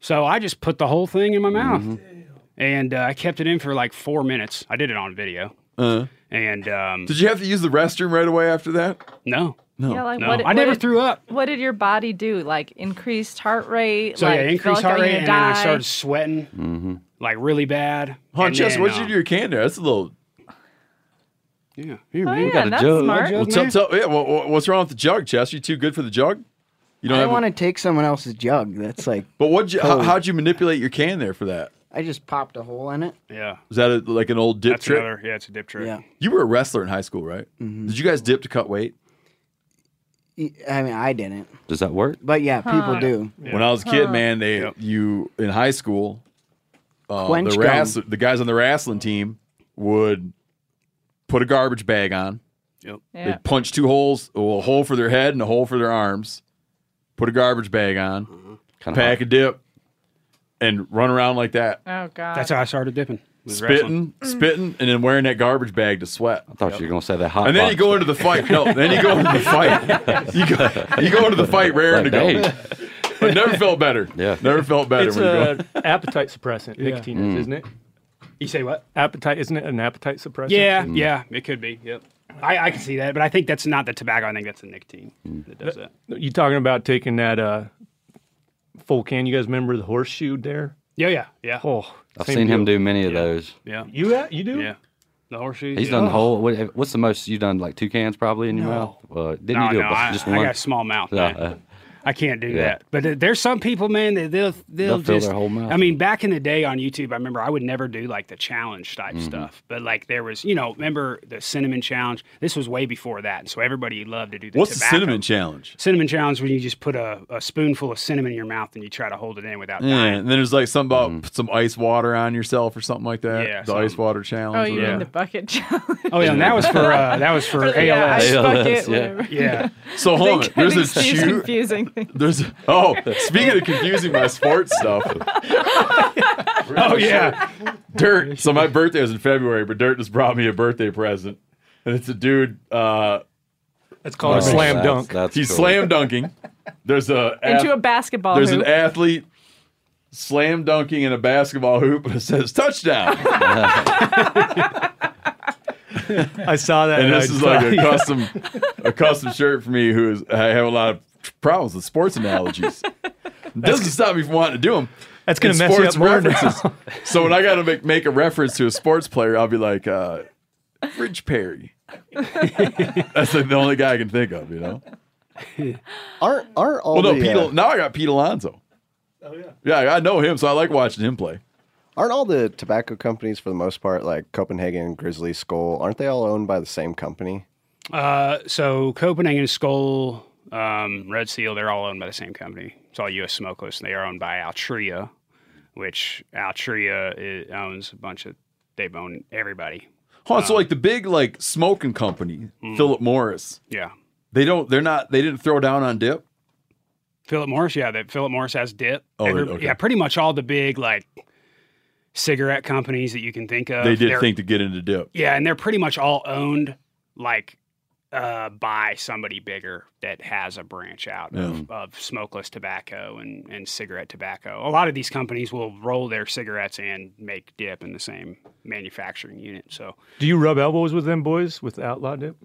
Speaker 9: So I just put the whole thing in my mouth,
Speaker 5: Mm-hmm.
Speaker 9: and uh, I kept it in for like four minutes. I did it on video.
Speaker 5: Uh,
Speaker 9: And um,
Speaker 5: did you have to use the restroom right away after that?
Speaker 9: No.
Speaker 5: No.
Speaker 6: Yeah, like
Speaker 9: No.
Speaker 6: what?
Speaker 9: I never threw up.
Speaker 6: What did your body do? Like increased heart rate?
Speaker 9: So
Speaker 6: like,
Speaker 9: yeah,
Speaker 6: felt
Speaker 9: increased
Speaker 6: like
Speaker 9: heart
Speaker 6: were
Speaker 9: rate,
Speaker 6: gonna
Speaker 9: and then I
Speaker 6: die?
Speaker 9: started sweating
Speaker 8: Mm-hmm.
Speaker 9: like really bad.
Speaker 5: Huh,
Speaker 9: And
Speaker 5: Chess,
Speaker 9: then,
Speaker 5: what'd
Speaker 9: uh,
Speaker 5: you do to your can there? That's a little.
Speaker 9: Yeah.
Speaker 5: Here,
Speaker 6: man. yeah, got a that's jug. smart.
Speaker 5: Well, tell, tell, yeah, well, well, what's wrong with the jug, Chess? You too good for the jug? You don't
Speaker 7: I
Speaker 5: have.
Speaker 7: don't
Speaker 5: a-
Speaker 7: want to take someone else's jug. That's like
Speaker 5: but what? How,
Speaker 7: Cold.
Speaker 5: how'd you manipulate your can there for that?
Speaker 7: I just popped a hole in it.
Speaker 9: Yeah.
Speaker 5: Was that a, like an old dip
Speaker 9: That's
Speaker 5: trick?
Speaker 9: another. Yeah, it's a dip trick.
Speaker 7: Yeah. Mm-hmm.
Speaker 5: You were a wrestler in high school, right? Did you guys dip to cut weight?
Speaker 7: E, I mean, I didn't,
Speaker 8: Does that work?
Speaker 7: but yeah, people
Speaker 8: Huh.
Speaker 7: do.
Speaker 5: When I was a kid,
Speaker 7: Huh.
Speaker 5: man, they you in high school, uh,
Speaker 7: Quench
Speaker 5: the
Speaker 7: gum.
Speaker 5: wrestler, the guys on the wrestling team would put a garbage bag on.
Speaker 9: Yep.
Speaker 5: They'd punch two holes, well, a hole for their head and a hole for their arms. Put a garbage bag on,
Speaker 8: Mm-hmm.
Speaker 5: pack a dip, and run around like that.
Speaker 6: Oh Mm. god.
Speaker 9: That's how I started dipping. was
Speaker 5: spitting, spitting, and then wearing that garbage bag to sweat. I
Speaker 8: thought you were gonna say that hot.
Speaker 5: and then you
Speaker 8: box.
Speaker 5: go into the fight. No, then you go into the fight. You go, you go into the fight raring to go.
Speaker 8: Like,
Speaker 5: But never felt better.
Speaker 8: Yeah.
Speaker 5: Never felt better
Speaker 4: It's
Speaker 5: when you
Speaker 4: an
Speaker 5: go.
Speaker 4: appetite suppressant.
Speaker 9: Yeah.
Speaker 4: Nicotine
Speaker 9: Mm.
Speaker 4: is, isn't it?
Speaker 9: You say what?
Speaker 4: Appetite isn't it an appetite suppressant?
Speaker 9: Yeah,
Speaker 8: Mm.
Speaker 9: yeah, it could be. Yep. I, I can see that, but I think that's not the tobacco. I think that's the nicotine
Speaker 8: Mm.
Speaker 9: that does that.
Speaker 4: You talking about taking that uh, full can? You guys remember the horseshoe there?
Speaker 9: Yeah, yeah, yeah.
Speaker 4: Oh,
Speaker 8: I've
Speaker 4: same
Speaker 8: seen him
Speaker 4: deal.
Speaker 8: do many of those.
Speaker 9: Yeah.
Speaker 4: You ha- you do?
Speaker 9: Yeah. The horseshoes.
Speaker 8: He's
Speaker 9: yeah.
Speaker 8: done the whole. What, what's the most you've done? Like two cans probably in your
Speaker 9: No.
Speaker 8: mouth. Well, didn't
Speaker 9: No,
Speaker 8: you do
Speaker 9: no,
Speaker 8: a, bu-
Speaker 9: I-
Speaker 8: just
Speaker 9: I
Speaker 8: one?
Speaker 9: got a small mouth,
Speaker 8: Yeah,
Speaker 9: man.
Speaker 8: uh,
Speaker 9: I can't do
Speaker 8: Yeah.
Speaker 9: that. But th- there's some people, man, that they'll they'll,
Speaker 8: They'll fill
Speaker 9: just.
Speaker 8: their whole mouth
Speaker 9: I mean, back in the day on YouTube, I remember I would never do like the challenge type
Speaker 8: Mm-hmm.
Speaker 9: stuff. But like there was, you know, remember the cinnamon challenge? This was way before that, and so everybody loved to do the.
Speaker 5: What's the
Speaker 9: tobacco.
Speaker 5: cinnamon challenge?
Speaker 9: Cinnamon challenge when you just put a, a spoonful of cinnamon in your mouth and you try to hold it in
Speaker 8: Mm.
Speaker 9: without
Speaker 5: Yeah,
Speaker 9: dying.
Speaker 5: and then there's like something about
Speaker 8: Mm-hmm.
Speaker 5: put some ice water on yourself or something like that.
Speaker 9: Yeah,
Speaker 5: the ice water challenge.
Speaker 6: Oh, you
Speaker 5: whatever.
Speaker 6: mean the bucket challenge?
Speaker 9: Oh yeah, and that was for uh, that was for
Speaker 6: Yeah,
Speaker 9: ALS.
Speaker 6: ice bucket, whatever.
Speaker 9: Yeah.
Speaker 5: So
Speaker 6: They
Speaker 5: hold on,
Speaker 6: kept
Speaker 5: there's a
Speaker 6: these
Speaker 5: chew.
Speaker 6: confusing things.
Speaker 5: There's a, oh, speaking of confusing my sports stuff. oh yeah, Dirt. So my birthday was in February, but Dirt just brought me a birthday present, and it's a dude. Uh, Oh,
Speaker 4: That's called a slam dunk.
Speaker 5: he's slam dunking. There's a
Speaker 6: Into a
Speaker 5: ath-
Speaker 6: basketball
Speaker 5: There's
Speaker 6: hoop.
Speaker 5: an athlete slam dunking in a basketball hoop, and it says touchdown.
Speaker 4: I saw that.
Speaker 5: and
Speaker 4: I
Speaker 5: this is like a
Speaker 4: thought-
Speaker 5: custom, a custom shirt for me. Who is I have a lot of problems with sports analogies. Doesn't stop me from wanting to do them.
Speaker 4: That's gonna
Speaker 5: And
Speaker 4: mess you up more now.
Speaker 5: so when I got to make, make a reference to a sports player, I'll be like, uh, Fridge Perry. That's like the only guy I can think of, you know.
Speaker 11: Aren't aren't all
Speaker 5: well, no,
Speaker 11: the
Speaker 5: Pete.
Speaker 11: uh,
Speaker 5: Al- now I got Pete Alonso. Oh yeah. Yeah, I know him, so I like watching him play.
Speaker 11: Aren't all the tobacco companies, for the most part, like Copenhagen, Grizzly, Skull, aren't they all owned by the same company?
Speaker 9: Uh, so Copenhagen Skull, um, Red Seal, they're all owned by the same company. It's all U.S. smokeless, and they are owned by Altria, which Altria i owns a bunch of. They've owned everybody.
Speaker 5: Huh, so like the big like smoking company, Philip Morris.
Speaker 9: Yeah,
Speaker 5: They don't. They're not. They didn't throw down on dip.
Speaker 9: Philip Morris. Yeah, that Philip Morris has dip.
Speaker 5: Oh,
Speaker 9: Every-
Speaker 5: okay.
Speaker 9: yeah, pretty much all the big like cigarette companies that you can think of.
Speaker 5: they did
Speaker 9: they're-
Speaker 5: think to get into dip.
Speaker 9: Yeah, and they're pretty much all owned like uh, by somebody bigger that has a branch out of, of smokeless tobacco and, and cigarette tobacco. A lot of these companies will roll their cigarettes and make dip in the same manufacturing unit. So
Speaker 4: Do you rub elbows with them boys with Outlaw Dip?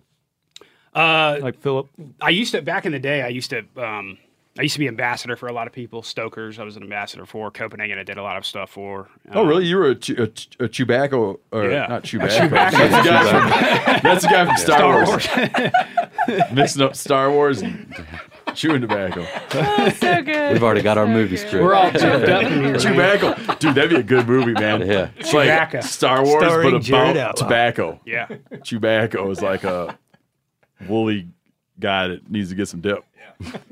Speaker 9: uh,
Speaker 4: Like Philip?
Speaker 9: I used to back in the day. I used to um, I used to be ambassador for a lot of people. Stokers, I was an ambassador for Copenhagen. I did a lot of stuff for.
Speaker 5: Oh, really? You were a, Chew- a, Ch- a Chewbacca, or
Speaker 9: Yeah.
Speaker 5: not
Speaker 9: A
Speaker 5: Chewbacca?
Speaker 9: Chewbacca.
Speaker 5: That's, the guy from, that's the guy from Star,
Speaker 9: Star
Speaker 5: Wars. Mixing up Star Wars and chewing tobacco.
Speaker 6: so good.
Speaker 8: We've already got our movie strip.
Speaker 9: We're all jumped up in here.
Speaker 5: Chewbacca, dude, that'd be a good movie, man.
Speaker 8: Yeah.
Speaker 5: It's like
Speaker 9: Chewbacca.
Speaker 5: Star Wars,
Speaker 4: Starring
Speaker 5: but
Speaker 4: Jared
Speaker 5: about
Speaker 4: Outlaw.
Speaker 5: tobacco.
Speaker 9: Yeah.
Speaker 5: Chewbacca is like a woolly guy that needs to get some dip.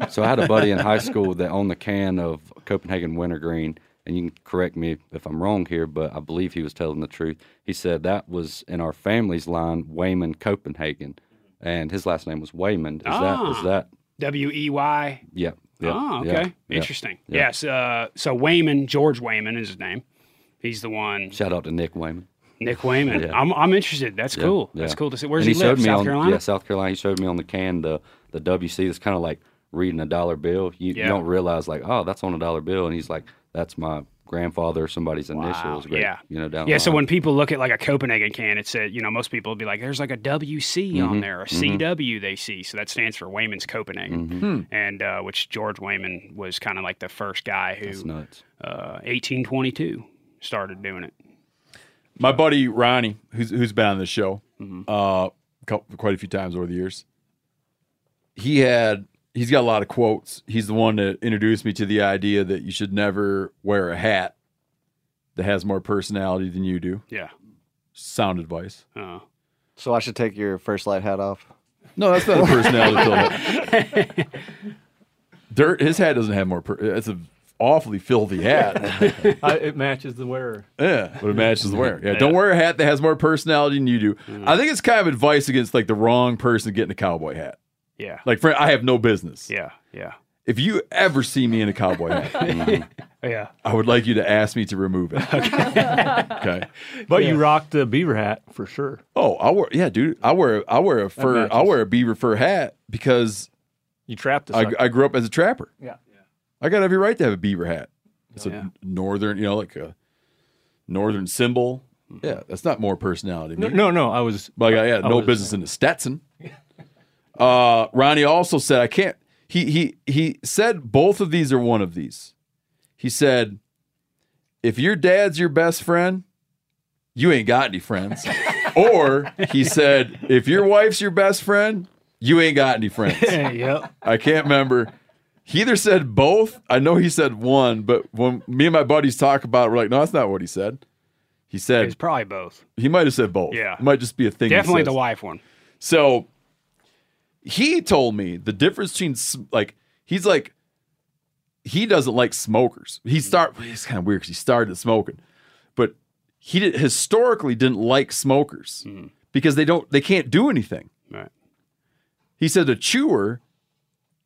Speaker 8: So I had a buddy in high school that owned the can of Copenhagen Wintergreen, and you can correct me if I'm wrong here, but I believe he was telling the truth. He said that was in our family's line, Wayman Copenhagen, and his last name was Wayman. Is that
Speaker 9: Ah.
Speaker 8: is that?
Speaker 9: W E Y.
Speaker 8: Yeah. yeah
Speaker 9: oh,
Speaker 8: yeah,
Speaker 9: okay.
Speaker 8: yeah.
Speaker 9: Interesting. Yes. Uh, so Wayman, George Wayman is his name. He's the one,
Speaker 8: Shout out to Nick Wayman.
Speaker 9: Nick Wayman.
Speaker 8: Yeah.
Speaker 9: I'm, I'm interested. That's
Speaker 8: Yeah,
Speaker 9: cool.
Speaker 8: yeah.
Speaker 9: That's cool to see. Where's
Speaker 8: And
Speaker 9: he,
Speaker 8: showed
Speaker 9: live?
Speaker 8: me
Speaker 9: South
Speaker 8: on-
Speaker 9: Carolina?
Speaker 8: Yeah, South Carolina. He showed me on the can the the WC. That's kind of like reading a dollar bill. You, you
Speaker 9: Yeah.
Speaker 8: don't realize like, oh, that's on a dollar bill, and he's like, that's my grandfather or somebody's initials. great,
Speaker 9: yeah.
Speaker 8: you know down.
Speaker 9: Yeah.
Speaker 8: the
Speaker 9: So
Speaker 8: line.
Speaker 9: when people look at like a Copenhagen can, it said, you know, most people would be like, there's like a WC on
Speaker 8: Mhm,
Speaker 9: there, a
Speaker 8: mhm.
Speaker 9: CW they see. So that stands for Wayman's Copenhagen.
Speaker 8: Mm-hmm.
Speaker 5: Hmm.
Speaker 9: And uh, which George Wayman was kind of like the first guy who,
Speaker 8: That's nuts.
Speaker 9: uh, 1822, started doing it.
Speaker 5: My buddy Ronnie, who's who's been on this show uh, cou- quite a few times over the years, he had he's got a lot of quotes. He's the one that introduced me to the idea that you should never wear a hat that has more personality than you do.
Speaker 9: Yeah.
Speaker 5: Sound advice.
Speaker 9: Uh,
Speaker 11: So I should take your first light hat off.
Speaker 5: No, that's not a personality filter. Dirt, his hat doesn't have more. Per- it's an awfully filthy hat.
Speaker 4: I, it matches the wearer.
Speaker 5: Yeah, but it matches the wear. Yeah, don't wear a hat that has more personality than you do.
Speaker 4: Mm.
Speaker 5: I think it's kind of advice against like the wrong person getting a cowboy hat.
Speaker 9: yeah.
Speaker 5: Like, friend, I have no business.
Speaker 9: Yeah. Yeah.
Speaker 5: If you ever see me in a cowboy hat,
Speaker 4: yeah.
Speaker 5: I would like you to ask me to remove it. okay.
Speaker 4: But you rocked the beaver hat for sure.
Speaker 5: Oh, I wear yeah, dude. I wear I wear a fur I
Speaker 4: matches.
Speaker 5: wear a beaver fur hat because
Speaker 4: You trapped us.
Speaker 5: I, I grew up as a trapper.
Speaker 4: Yeah.
Speaker 5: I got every right to have a beaver hat. It's a northern, you know, like a northern symbol. Yeah, that's not more personality.
Speaker 4: No- no, no, I was
Speaker 5: like, yeah,
Speaker 4: I
Speaker 5: no
Speaker 4: was-
Speaker 5: business in the Stetson. uh, Ronnie also said, I can't. He he he said both of these are one of these. He said, if your dad's your best friend, you ain't got any friends. or he said, if your wife's your best friend, you ain't got any friends.
Speaker 4: yep.
Speaker 5: I can't remember. He either said both. I know he said one, but when me and my buddies talk about it, we're like, no, that's not what he said. He
Speaker 9: It's
Speaker 5: said
Speaker 9: probably both.
Speaker 5: he might have said both.
Speaker 9: Yeah.
Speaker 5: It might just be a thing. he
Speaker 9: Definitely the
Speaker 5: says.
Speaker 9: wife one.
Speaker 5: So he told me the difference between s- like he's like he doesn't like smokers.
Speaker 9: Hmm.
Speaker 5: He start it's kind of weird because he started smoking, but he did, historically didn't like smokers because they don't they can't do anything.
Speaker 9: Hmm. Right.
Speaker 5: He said a chewer,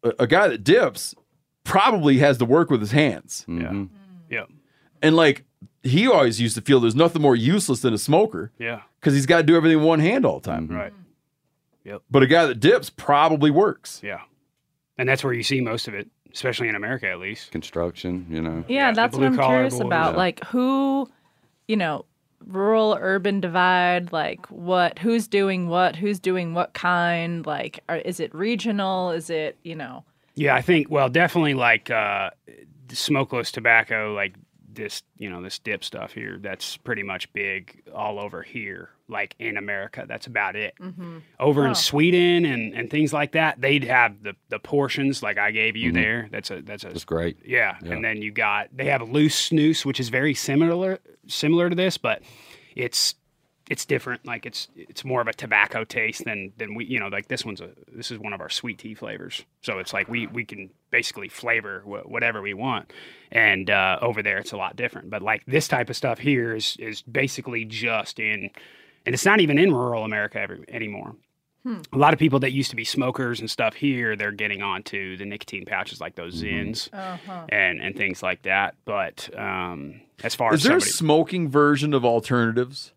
Speaker 5: a, a guy that dips, probably has to work with his hands.
Speaker 9: Yeah.
Speaker 5: And like he always used to feel there's nothing more useless than a smoker
Speaker 9: Yeah.
Speaker 5: because he's got to do everything in one hand all the time.
Speaker 9: Right. Yep.
Speaker 5: But a guy that dips probably works.
Speaker 9: Yeah. And that's where you see most of it, especially in America at least.
Speaker 8: Construction, you know.
Speaker 6: Yeah,
Speaker 9: the
Speaker 6: that's what I'm
Speaker 9: blue-collar
Speaker 6: curious
Speaker 9: boys.
Speaker 6: about.
Speaker 8: Yeah.
Speaker 6: Like who, you know, rural urban divide, like what who's doing what, who's doing what kind, like are, is it regional, is it, you know,
Speaker 9: Yeah, I think well, definitely like uh, smokeless tobacco, like this, you know, this dip stuff here. That's pretty much big all over here, like in America. That's about it.
Speaker 8: Mm.
Speaker 9: Over
Speaker 13: Oh.
Speaker 9: in Sweden and, and things like that, they'd have the, the portions like I gave you
Speaker 8: Mhm.
Speaker 9: there. That's a that's a
Speaker 8: That's great.
Speaker 9: yeah.
Speaker 8: Yeah.
Speaker 9: and then you got they have a loose snus, which is very similar similar to this, but it's it's different. Like it's it's more of a tobacco taste than than we you know like this one's a this is one of our sweet tea flavors. So it's like we we can basically flavor wh- whatever we want, and uh, over there it's a lot different. But like this type of stuff here is is basically just in, and it's not even in rural America every, anymore a lot of people that used to be smokers and stuff here, they're getting onto the nicotine pouches like those
Speaker 5: Mm-hmm.
Speaker 9: Zins and and things like that. But um, as far
Speaker 5: Is
Speaker 9: as
Speaker 5: there a
Speaker 9: somebody-
Speaker 5: smoking version of alternatives?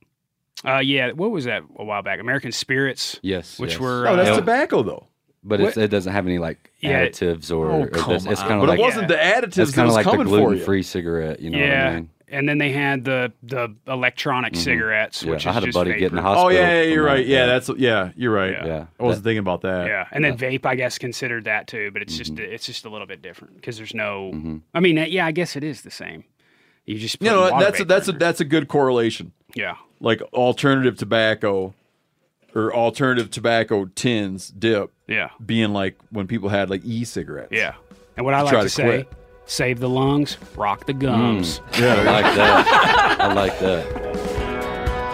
Speaker 9: uh, yeah, what was that a while back? American Spirits.
Speaker 8: Yes,
Speaker 9: which
Speaker 8: yes.
Speaker 9: were
Speaker 5: No, Oh, that's
Speaker 9: uh,
Speaker 5: tobacco though.
Speaker 8: But it's, it doesn't have any like
Speaker 9: Yeah.
Speaker 8: additives or,
Speaker 5: Oh,
Speaker 8: or this-
Speaker 5: come
Speaker 8: it's
Speaker 5: on.
Speaker 8: kind of
Speaker 5: But
Speaker 8: like
Speaker 5: it wasn't the additives
Speaker 8: It's
Speaker 5: that
Speaker 8: kind
Speaker 5: was
Speaker 8: of like the
Speaker 5: coming for you.
Speaker 8: gluten-free cigarette. You know
Speaker 9: yeah.
Speaker 8: what I mean? Mm-hmm.
Speaker 9: And then they had the the electronic cigarettes,
Speaker 8: Yeah,
Speaker 9: which
Speaker 8: I
Speaker 9: is
Speaker 8: had a
Speaker 9: just
Speaker 8: buddy get in
Speaker 9: vapor.
Speaker 8: the hospital.
Speaker 5: oh yeah, yeah,
Speaker 8: from
Speaker 5: you're
Speaker 8: that.
Speaker 5: right. Yeah, that's yeah, you're right.
Speaker 9: Yeah.
Speaker 8: Yeah.
Speaker 5: I wasn't thinking about that.
Speaker 9: Yeah, and then vape, I guess, considered that too, but it's just
Speaker 8: Mm-hmm.
Speaker 9: it's just a little bit different because there's no. I mean, uh, yeah, I guess it is the same. You just
Speaker 5: You
Speaker 9: put
Speaker 5: know,
Speaker 9: water
Speaker 5: that's a,
Speaker 9: vapor
Speaker 5: that's a
Speaker 9: in
Speaker 5: that's a good correlation.
Speaker 9: there. yeah.
Speaker 5: Like alternative tobacco or alternative tobacco tins dip.
Speaker 9: Yeah.
Speaker 5: Being like when people had like e-cigarettes.
Speaker 9: Yeah. And what I
Speaker 5: To
Speaker 9: like
Speaker 5: try
Speaker 9: to,
Speaker 5: to
Speaker 9: say,
Speaker 5: quit.
Speaker 9: save the lungs, rock the gums.
Speaker 8: Mm, I like that. I like that.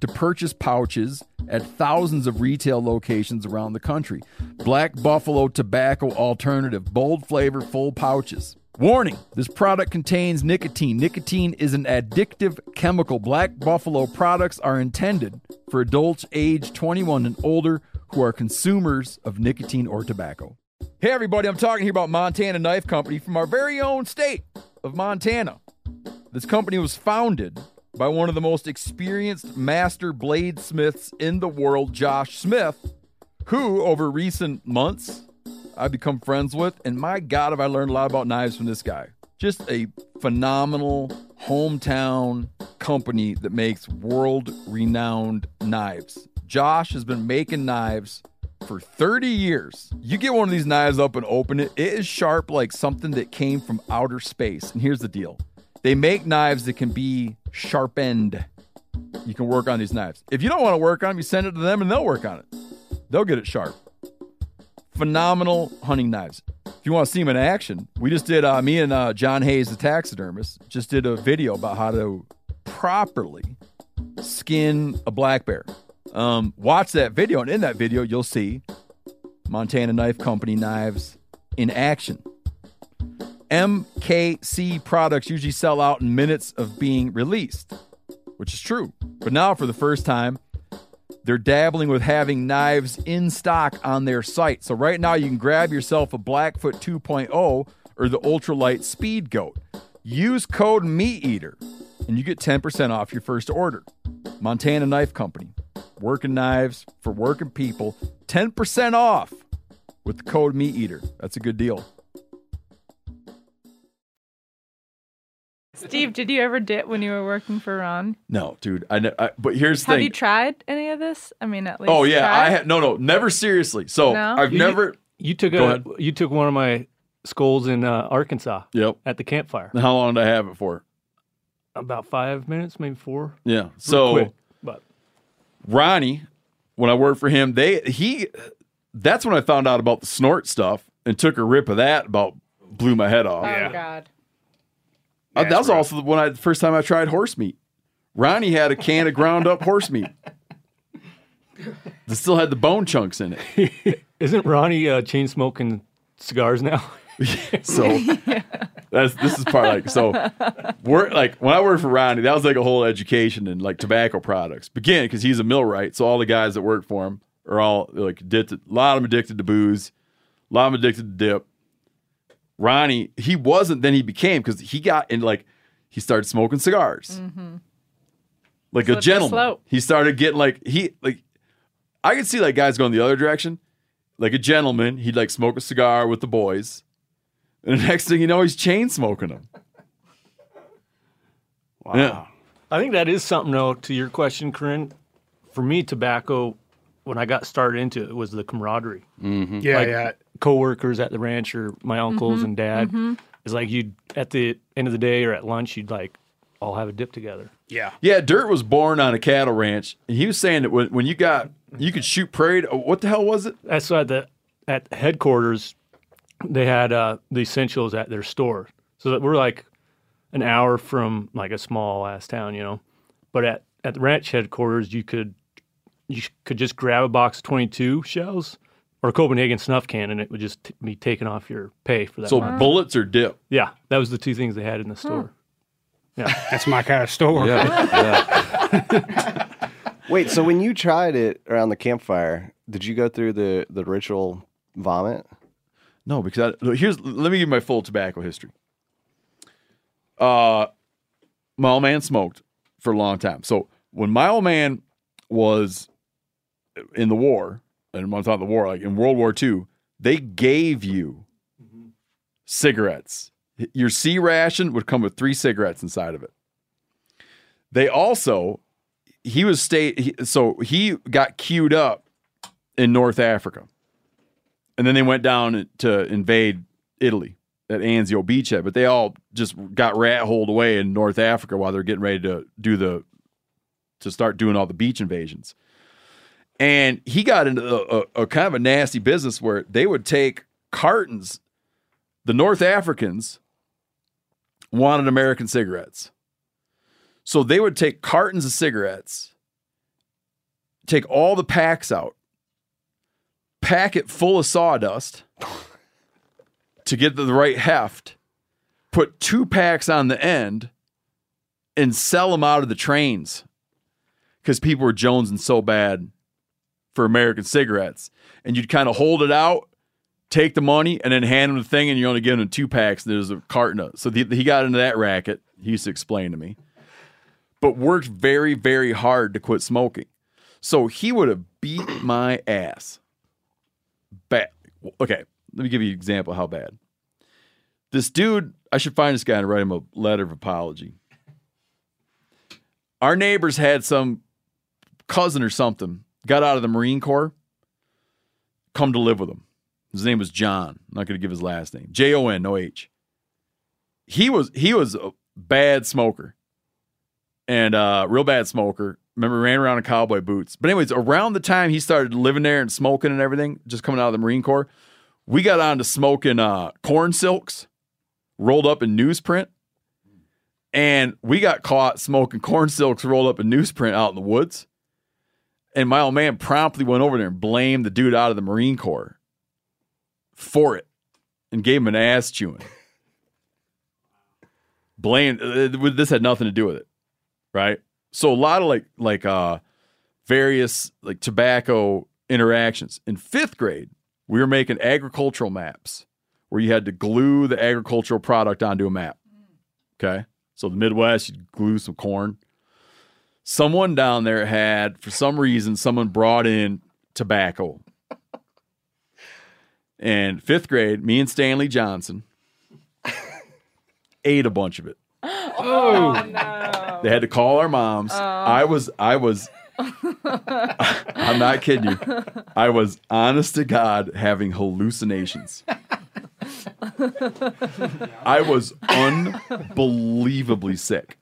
Speaker 5: to purchase pouches at thousands of retail locations around the country. Black Buffalo Tobacco Alternative, bold flavor, full pouches. Warning this product contains nicotine. Nicotine is an addictive chemical. Black Buffalo products are intended for adults age 21 and older who are consumers of nicotine or tobacco. Hey, everybody, I'm talking here about Montana Knife Company from our very own state of Montana. This company was founded by one of the most experienced master bladesmiths in the world, Josh Smith, who over recent months I've become friends with. And my God, have I learned a lot about knives from this guy. Just a phenomenal hometown company that makes world renowned knives. Josh has been making knives for 30 years. You get one of these knives up and open it, it is sharp like something that came from outer space. And here's the deal they make knives that can be sharpened. You can work on these knives. If you don't want to work on them, you send it to them and they'll work on it. They'll get it sharp. Phenomenal hunting knives. If you want to see them in action, we just did, uh, me and uh, John Hayes, the taxidermist, just did a video about how to properly skin a black bear. Um, watch that video, and in that video, you'll see Montana Knife Company knives in action. MKC products usually sell out in minutes of being released, which is true. But now, for the first time, they're dabbling with having knives in stock on their site. So, right now, you can grab yourself a Blackfoot 2.0 or the Ultralight Speed Goat. Use code MeatEater and you get 10% off your first order. Montana Knife Company, working knives for working people, 10% off with the code MeatEater. That's a good deal.
Speaker 6: Steve, did you ever dip when you were working for Ron?
Speaker 14: No, dude. I, ne- I but here's the
Speaker 6: Have
Speaker 14: thing.
Speaker 6: you tried any of this? I mean, at least.
Speaker 14: oh yeah,
Speaker 6: tried?
Speaker 14: I had no, no, never seriously. So
Speaker 6: No?
Speaker 14: I've
Speaker 6: You-
Speaker 14: never.
Speaker 4: You took
Speaker 14: Go
Speaker 4: a,
Speaker 14: ahead.
Speaker 4: you took one of my skulls in uh, Arkansas.
Speaker 14: Yep.
Speaker 4: At the campfire.
Speaker 14: How long did I have it for?
Speaker 4: About five minutes, maybe four.
Speaker 14: Yeah.
Speaker 4: Real
Speaker 14: So
Speaker 4: quick, but
Speaker 14: Ronnie, when I worked for him, they he that's when I found out about the snort stuff and took a rip of that about blew my head off.
Speaker 6: Oh God.
Speaker 14: Uh, that was also the when I the first time I tried horse meat. Ronnie had a can of ground up horse meat. That still had the bone chunks in it.
Speaker 4: isn't Ronnie uh, chain smoking cigars now?
Speaker 14: So that's this is part like so we're like when I worked for Ronnie, that was like a whole education in like tobacco products. But Again, because he's a millwright, so all the guys that work for him are all like addicted. A lot of them addicted to booze, a lot of them addicted to dip. Ronnie, he wasn't. Then he became because he got in like he started smoking cigars. like
Speaker 6: Slippery
Speaker 14: a gentleman.
Speaker 6: slope.
Speaker 14: He started getting like he like I could see like guys going the other direction. Like a gentleman, he'd like smoke a cigar with the boys. And the next thing you know, he's chain smoking them. Wow. Yeah.
Speaker 4: I think that is something though to your question, Corinne. For me, tobacco, when I got started into it, was the camaraderie.
Speaker 1: Mm-hmm.
Speaker 9: Yeah,
Speaker 4: like
Speaker 9: yeah.
Speaker 4: coworkers at the ranch or my uncles
Speaker 9: Mhm,
Speaker 4: and dad.
Speaker 9: mhm.
Speaker 4: It's like you'd at the end of the day or at lunch, you'd like all have a dip together.
Speaker 9: Yeah.
Speaker 14: Yeah, Dirt was born on a cattle ranch. And he was saying that when, when you got you could shoot prairie oh, what the hell was it?
Speaker 4: That's why the at headquarters they had uh, the essentials at their store, so that we're like an hour from like a small ass town, you know. But at at the ranch headquarters, you could you sh- could just grab a box of twenty two shells or a Copenhagen snuff can, and it would just t- be taken off your pay for that.
Speaker 14: So
Speaker 4: month.
Speaker 14: bullets or dip.
Speaker 4: yeah, that was the two things they had in the store. Yeah,
Speaker 9: that's my kind of store.
Speaker 11: Wait, so when you tried it around the campfire, did you go through the the ritual vomit?
Speaker 14: No, because I, here's let me give you my full tobacco history. Uh, my old man smoked for a long time. So when my old man was in the war, and when I was out of the war, like in World War II, they gave you
Speaker 5: cigarettes. Your C ration would come with three cigarettes inside of it. They also, he was state, he- so he got queued up in North Africa. And then they went down to invade Italy at Anzio Beachhead, but they all just got rat holed away in North Africa while they're getting ready to do the, to start doing all the beach invasions and he got into a, a, a kind of a nasty business where they would take cartons. The North Africans wanted American cigarettes, so they would take cartons of cigarettes, take all the packs out, pack it full of sawdust to get the right heft, put two packs on the end, and sell them out of the trains because people were jonesing so bad for American cigarettes. And you'd kind of hold it out, take the money, and then hand them the thing, and you're only giving them two packs, and there's a carton of. So the, he got into that racket. He used to explain to me, but worked very, very hard to quit smoking. So he would have beat my ass. Bad. Okay, let me give you an example of how bad. This dude, I should find this guy and write him a letter of apology. Our neighbors had some cousin or something got out of the Marine Corps, come to live with him. His name was John. I'm not going to give his last name. J O N, no H. He was he was a bad smoker, and uh, real bad smoker. Remember, ran around in cowboy boots. But anyways, around the time he started living there and smoking and everything, just coming out of the Marine Corps, we got on to smoking uh, corn silks, rolled up in newsprint, and we got caught smoking corn silks rolled up in newsprint out in the woods. And my old man promptly went over there and blamed the dude out of the Marine Corps for it and gave him an ass chewing. Blamed uh, this had nothing to do with it, right? So a lot of like like uh various like tobacco interactions. In 5th grade, we were making agricultural maps where you had to glue the agricultural product onto a map. Okay? So the Midwest, you'd glue some corn someone down there had, for some reason, someone brought in tobacco. And fifth grade, me and Stanley Johnson ate a bunch of it.
Speaker 13: Oh,
Speaker 5: They had to call our moms.
Speaker 13: Oh.
Speaker 5: I was, I was,
Speaker 7: Oh.
Speaker 5: I'm not kidding you. I was honest to God having hallucinations. I was unbelievably sick.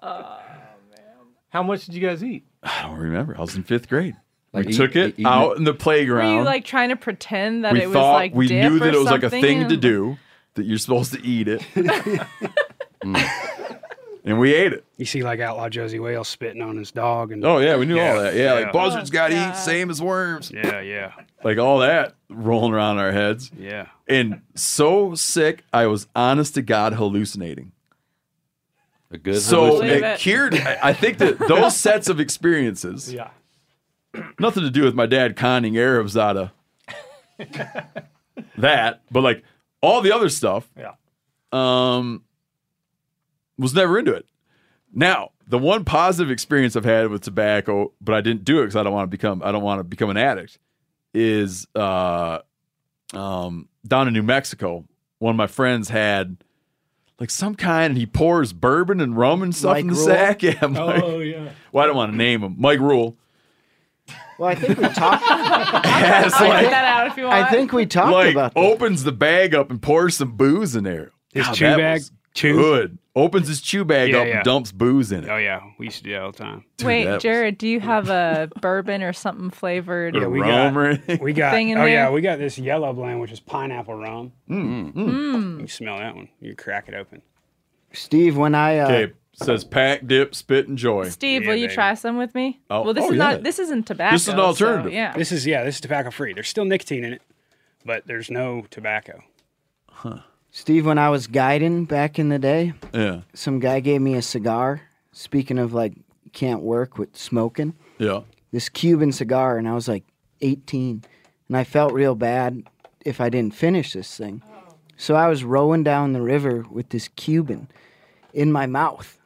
Speaker 4: How much did you guys eat?
Speaker 5: I don't remember. I was in fifth grade.
Speaker 8: Like
Speaker 5: we
Speaker 8: eat-
Speaker 5: took it
Speaker 8: eat- eat-
Speaker 5: out in the playground.
Speaker 6: Were you like trying to pretend that
Speaker 5: we
Speaker 6: it was
Speaker 5: thought
Speaker 6: like
Speaker 5: we
Speaker 6: dip
Speaker 5: knew that
Speaker 6: or
Speaker 5: it was like a
Speaker 6: something?
Speaker 5: thing to do that you're supposed to eat it, and we ate it.
Speaker 9: You see, like Outlaw Josie Wales spitting on his dog, and
Speaker 5: Oh yeah, we knew all that. Yeah, like buzzards
Speaker 6: Oh,
Speaker 5: got to eat, same as worms.
Speaker 9: Yeah, yeah,
Speaker 5: like all that rolling around our heads.
Speaker 9: yeah.
Speaker 5: And so sick, I was honest to God hallucinating.
Speaker 8: A good
Speaker 5: so
Speaker 8: hallucinate.
Speaker 5: it, cured. I I think that those sets of experiences,
Speaker 4: Yeah.
Speaker 5: nothing to do with my dad conning Arabs out of that, but like all the other stuff,
Speaker 4: Yeah.
Speaker 5: um, was never into it. Now, the one positive experience I've had with tobacco, but I didn't do it because I don't want to become I don't want to become an addict, is uh, um, down in New Mexico. One of my friends had like some kind, and he pours bourbon and rum and stuff
Speaker 7: Mike
Speaker 5: in the
Speaker 7: Rule?
Speaker 5: sack. Yeah, Mike.
Speaker 4: Oh yeah.
Speaker 5: Well, I don't want to name him. Mike Rule.
Speaker 7: Well, I think we talked.
Speaker 5: Has,
Speaker 7: I'll
Speaker 5: like-
Speaker 7: get that out if you I want. think we talked
Speaker 5: like,
Speaker 7: about
Speaker 5: Opens the bag up and pours some booze in there.
Speaker 9: His
Speaker 5: God,
Speaker 9: chew
Speaker 5: that
Speaker 9: bag?
Speaker 5: was Good. Opens his chew bag
Speaker 9: Yeah,
Speaker 5: up
Speaker 9: yeah.
Speaker 5: and dumps booze in it.
Speaker 9: Oh yeah, we used to do that all the time.
Speaker 6: Wait,
Speaker 5: that was-
Speaker 6: Jared, do you have a bourbon or something flavored?
Speaker 9: Yeah, we got, we got.
Speaker 6: Thing in
Speaker 9: oh yeah,
Speaker 6: there?
Speaker 9: we got this yellow blend, which is pineapple rum.
Speaker 5: Mm,
Speaker 9: You can smell that one? You can crack it open.
Speaker 7: Steve, when I uh,
Speaker 5: Okay, says pack, dip, spit, and joy.
Speaker 6: Steve, will you try some with me?
Speaker 5: Oh,
Speaker 6: well, this
Speaker 5: oh,
Speaker 6: is
Speaker 5: yeah.
Speaker 6: not. This isn't tobacco. so, yeah.
Speaker 9: This is yeah. This is tobacco free. There's still nicotine in it, but there's no tobacco.
Speaker 7: Steve, when I was guiding back in the day,
Speaker 5: Yeah.
Speaker 7: some guy gave me a cigar. Speaking of like can't work with smoking,
Speaker 5: Yeah.
Speaker 7: this Cuban cigar, and I was like 18, and I felt real bad if I didn't finish this thing. So I was rowing down the river with this Cuban in my mouth,